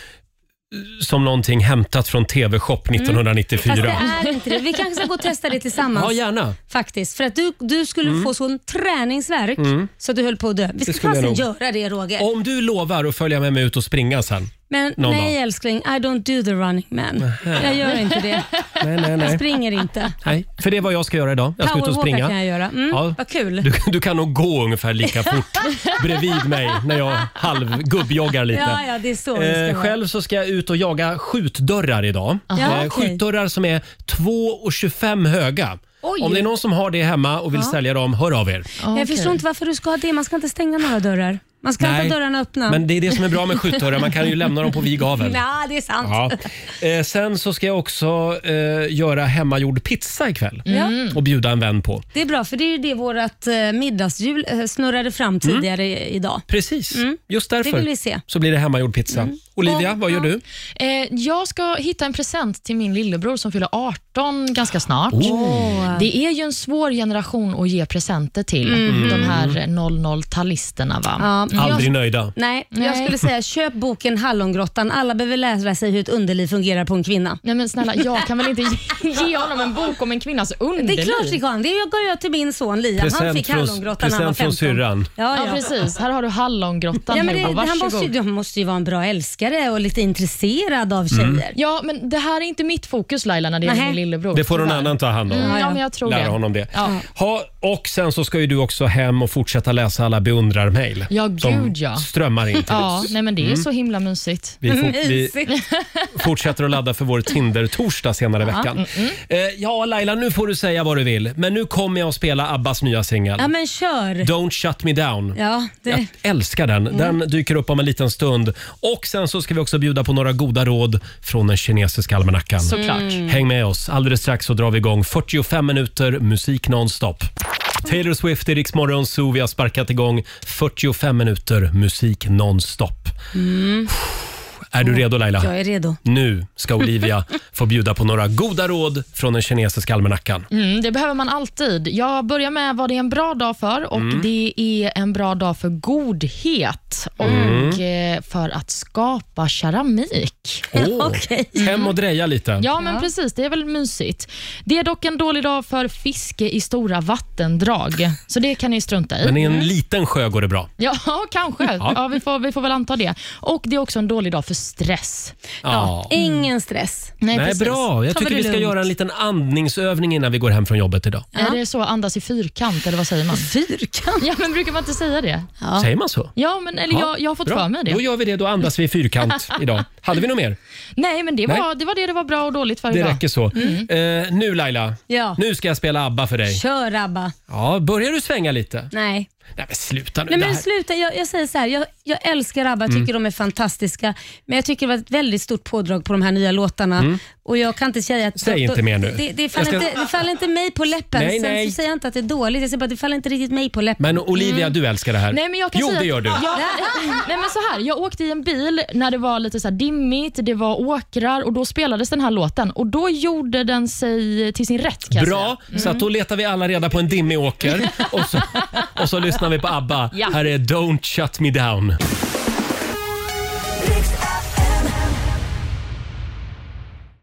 Speaker 1: som någonting hämtat från TV-shop 1994.
Speaker 2: Mm. Fast det är inte det. Vi kanske ska gå och testa det tillsammans.
Speaker 1: Ja, gärna.
Speaker 2: Faktiskt. För att du, du skulle
Speaker 1: Mm.
Speaker 2: få sån träningsvärk
Speaker 1: Mm.
Speaker 2: så att du höll på att dö. Vi
Speaker 1: Det
Speaker 2: ska
Speaker 1: skulle jag
Speaker 2: fasen
Speaker 1: nog.
Speaker 2: göra det Roger.
Speaker 1: Om du lovar att följa med mig ut och springa sen.
Speaker 2: Men
Speaker 1: Någon
Speaker 2: nej älskling, I don't do the running man.
Speaker 1: Nähä.
Speaker 2: Jag gör inte det.
Speaker 1: Nej, nej, (laughs)
Speaker 2: Jag
Speaker 1: nej.
Speaker 2: springer inte.
Speaker 1: Nej, för det är vad jag ska göra idag. Jag ska ut och
Speaker 2: Powerwalkar
Speaker 1: springa.
Speaker 2: kan jag göra. Mm,
Speaker 1: Ja.
Speaker 2: Vad kul.
Speaker 1: Du, du kan nog gå ungefär lika
Speaker 2: (laughs)
Speaker 1: fort bredvid mig när jag halvgubbjoggar lite.
Speaker 2: Ja, ja, det är så det ska
Speaker 1: Eh,
Speaker 2: vara.
Speaker 1: själv så ska jag ut och jaga skjutdörrar idag. Eh,
Speaker 2: Aha. Ja, okej.
Speaker 1: Skjutdörrar som är 2,25 höga.
Speaker 2: Oj.
Speaker 1: Om det är någon som har det hemma och vill
Speaker 2: Ja.
Speaker 1: sälja dem, hör av er.
Speaker 2: Jag förstår inte varför du ska ha det. Man ska inte stänga några dörrar. Man ska
Speaker 1: Nej,
Speaker 2: inte ha dörrarna öppna.
Speaker 1: Men det är det som är bra med skjutdörrar, man kan ju lämna dem på vid gavel.
Speaker 2: Ja, det är sant.
Speaker 1: Ja. Eh, sen så ska jag också eh, göra hemmagjord pizza ikväll
Speaker 2: Ja.
Speaker 1: och bjuda en vän på.
Speaker 2: Det är bra, för det är ju det vårt eh, middagshjul eh, snurrade
Speaker 1: Mm.
Speaker 2: fram tidigare i- idag.
Speaker 1: Precis,
Speaker 2: Mm.
Speaker 1: just därför
Speaker 2: Det vill vi se. Mm.
Speaker 1: så blir det hemmagjord pizza. Olivia, vad gör du?
Speaker 3: Eh, jag ska hitta en present till min lillebror som fyller 18 ganska snart.
Speaker 1: Oh.
Speaker 3: Det är ju en svår generation att ge presenter till,
Speaker 1: Mm.
Speaker 3: de här 00-talisterna. Va?
Speaker 2: Ja, men jag-
Speaker 1: Aldrig nöjda.
Speaker 2: Nej, jag
Speaker 3: Nej.
Speaker 2: skulle säga köp boken Hallongrottan. Alla behöver lära sig hur ett underliv fungerar på en kvinna.
Speaker 3: Nej men snälla, jag kan väl (laughs) inte ge- ge honom en bok om en kvinnas
Speaker 2: Det
Speaker 3: underliv?
Speaker 2: är klart vi kan. Det gav jag till min son Liam. han
Speaker 1: Present
Speaker 2: fick
Speaker 1: från-
Speaker 2: Hallongrottan när han var
Speaker 1: present från
Speaker 2: 15.
Speaker 1: syrran.
Speaker 2: Ja, ja.
Speaker 3: Ja, precis. Här har du hallongrottan.
Speaker 2: Ja, men det,
Speaker 3: Hugo.
Speaker 2: han,
Speaker 3: Varsågod.
Speaker 2: måste ju, han måste ju vara en bra älskare och lite intresserad av tjejer.
Speaker 1: Mm.
Speaker 3: Ja, men det här är inte mitt fokus Laila när det gäller
Speaker 2: Nähä.
Speaker 3: min lillebror.
Speaker 1: Det får någon
Speaker 3: tyvärr.
Speaker 1: annan ta hand om.
Speaker 3: Mm, ja, men jag tror
Speaker 1: Lära
Speaker 3: det.
Speaker 1: honom det.
Speaker 3: Ja.
Speaker 1: Ha, och sen så ska ju du också hem och fortsätta läsa alla beundrarmejl.
Speaker 3: Ja,
Speaker 1: som
Speaker 3: gud ja.
Speaker 1: strömmar in till
Speaker 3: Ja,
Speaker 1: oss.
Speaker 3: nej, men det är
Speaker 1: Mm.
Speaker 3: så himla mysigt.
Speaker 1: Vi
Speaker 2: Mm,
Speaker 1: får- vi- Fortsätter att ladda för vår Tinder-torsdag senare i
Speaker 3: Ja.
Speaker 1: veckan.
Speaker 3: Mm,
Speaker 1: Eh, ja, Laila, nu får du säga vad du vill, men nu kommer jag att spela Abbas nya singel.
Speaker 2: Ja, men kör.
Speaker 1: Don't shut me down.
Speaker 2: Ja, det...
Speaker 1: Jag älskar den.
Speaker 3: Mm.
Speaker 1: Den dyker upp om en liten stund. Och Sen så ska vi också bjuda på några goda råd från den kinesiska almanackan.
Speaker 3: Såklart. Mm.
Speaker 1: Häng med oss. Alldeles strax så drar vi igång 45 minuter musik nonstop. Taylor Swift i Rix Morgon Zoo. Vi har sparkat igång 45 minuter musik nonstop.
Speaker 2: Mm.
Speaker 1: (sighs) Är du redo Laila?
Speaker 2: Jag är redo.
Speaker 1: Nu ska
Speaker 3: (laughs)
Speaker 1: Olivia få bjuda på några goda råd från den kinesiska almanackan.
Speaker 3: Mm, det behöver man alltid. Jag börjar med vad det är en bra dag för och
Speaker 1: Mm.
Speaker 3: det är en bra dag för godhet och
Speaker 1: Mm.
Speaker 3: eh, för att skapa keramik.
Speaker 1: Åh, Hem och dreja lite.
Speaker 3: Ja, men precis. Det är väl mysigt. Det är dock en dålig dag för fiske i stora vattendrag, så det kan ni strunta i.
Speaker 1: Men i en liten sjö går det bra.
Speaker 3: Ja, (laughs) kanske.
Speaker 1: Ja.
Speaker 3: Ja. vi, får, vi får väl anta det. Och Det är också en dålig dag för stress.
Speaker 1: Ja.
Speaker 2: Ingen stress.
Speaker 3: Nej,
Speaker 1: Nej,
Speaker 3: precis.
Speaker 1: bra. Jag
Speaker 3: Ta
Speaker 1: tycker
Speaker 3: det
Speaker 1: vi ska
Speaker 3: lugnt.
Speaker 1: göra en liten andningsövning innan vi går hem från jobbet idag.
Speaker 3: Är det så andas i fyrkant, eller vad säger man?
Speaker 2: Fyrkant?
Speaker 3: Ja, men brukar man inte säga det?
Speaker 1: Säger man så?
Speaker 3: Ja, men eller
Speaker 1: Ja,
Speaker 3: jag, jag har fått
Speaker 1: bra.
Speaker 3: för mig det.
Speaker 1: Då gör vi det. Då andas vi i
Speaker 3: (laughs)
Speaker 1: fyrkant idag. Hade vi något mer?
Speaker 3: Nej, men det var,
Speaker 1: Nej.
Speaker 3: Det, var det det var bra Mm. och dåligt för
Speaker 1: Det
Speaker 3: idag.
Speaker 1: räcker så. Eh, nu Laila,
Speaker 2: Ja.
Speaker 1: nu ska jag spela ABBA för dig.
Speaker 2: Kör ABBA.
Speaker 1: Ja, börjar du svänga lite?
Speaker 2: Nej.
Speaker 1: Nej men sluta nu.
Speaker 2: Nej
Speaker 1: Det
Speaker 2: men
Speaker 1: här-
Speaker 2: sluta, jag, jag säger så här. Jag, jag älskar ABBA, jag
Speaker 1: Mm.
Speaker 2: tycker de är fantastiska. Men jag tycker det var ett väldigt stort pådrag på de här nya låtarna.
Speaker 1: Mm.
Speaker 2: Och jag kan inte säga att...
Speaker 1: Säg inte mer nu.
Speaker 2: Det, det, faller
Speaker 1: Jag ska-
Speaker 2: inte, det faller inte mig på läppen.
Speaker 1: Nej,
Speaker 2: Sen
Speaker 1: nej.
Speaker 2: så säger jag inte att det är dåligt, jag säger bara att det faller inte riktigt mig på läppen.
Speaker 1: Men Olivia, du älskar det här.
Speaker 3: Mm. Nej, men jag kan
Speaker 1: jo,
Speaker 3: säga
Speaker 1: det
Speaker 3: att-
Speaker 1: gör du.
Speaker 3: Jag, (laughs) nej, men så här, jag åkte i en bil när det var lite så här dimmigt, det var åkrar och då spelades den här låten och då gjorde den sig till sin rätt. Kan jag
Speaker 1: Bra,
Speaker 3: säga. Mm.
Speaker 1: så att då letar vi alla reda på
Speaker 3: (laughs)
Speaker 1: en dimmig åker och så, och så lyssnar vi på ABBA.
Speaker 3: Ja.
Speaker 1: Här är Don't shut me down.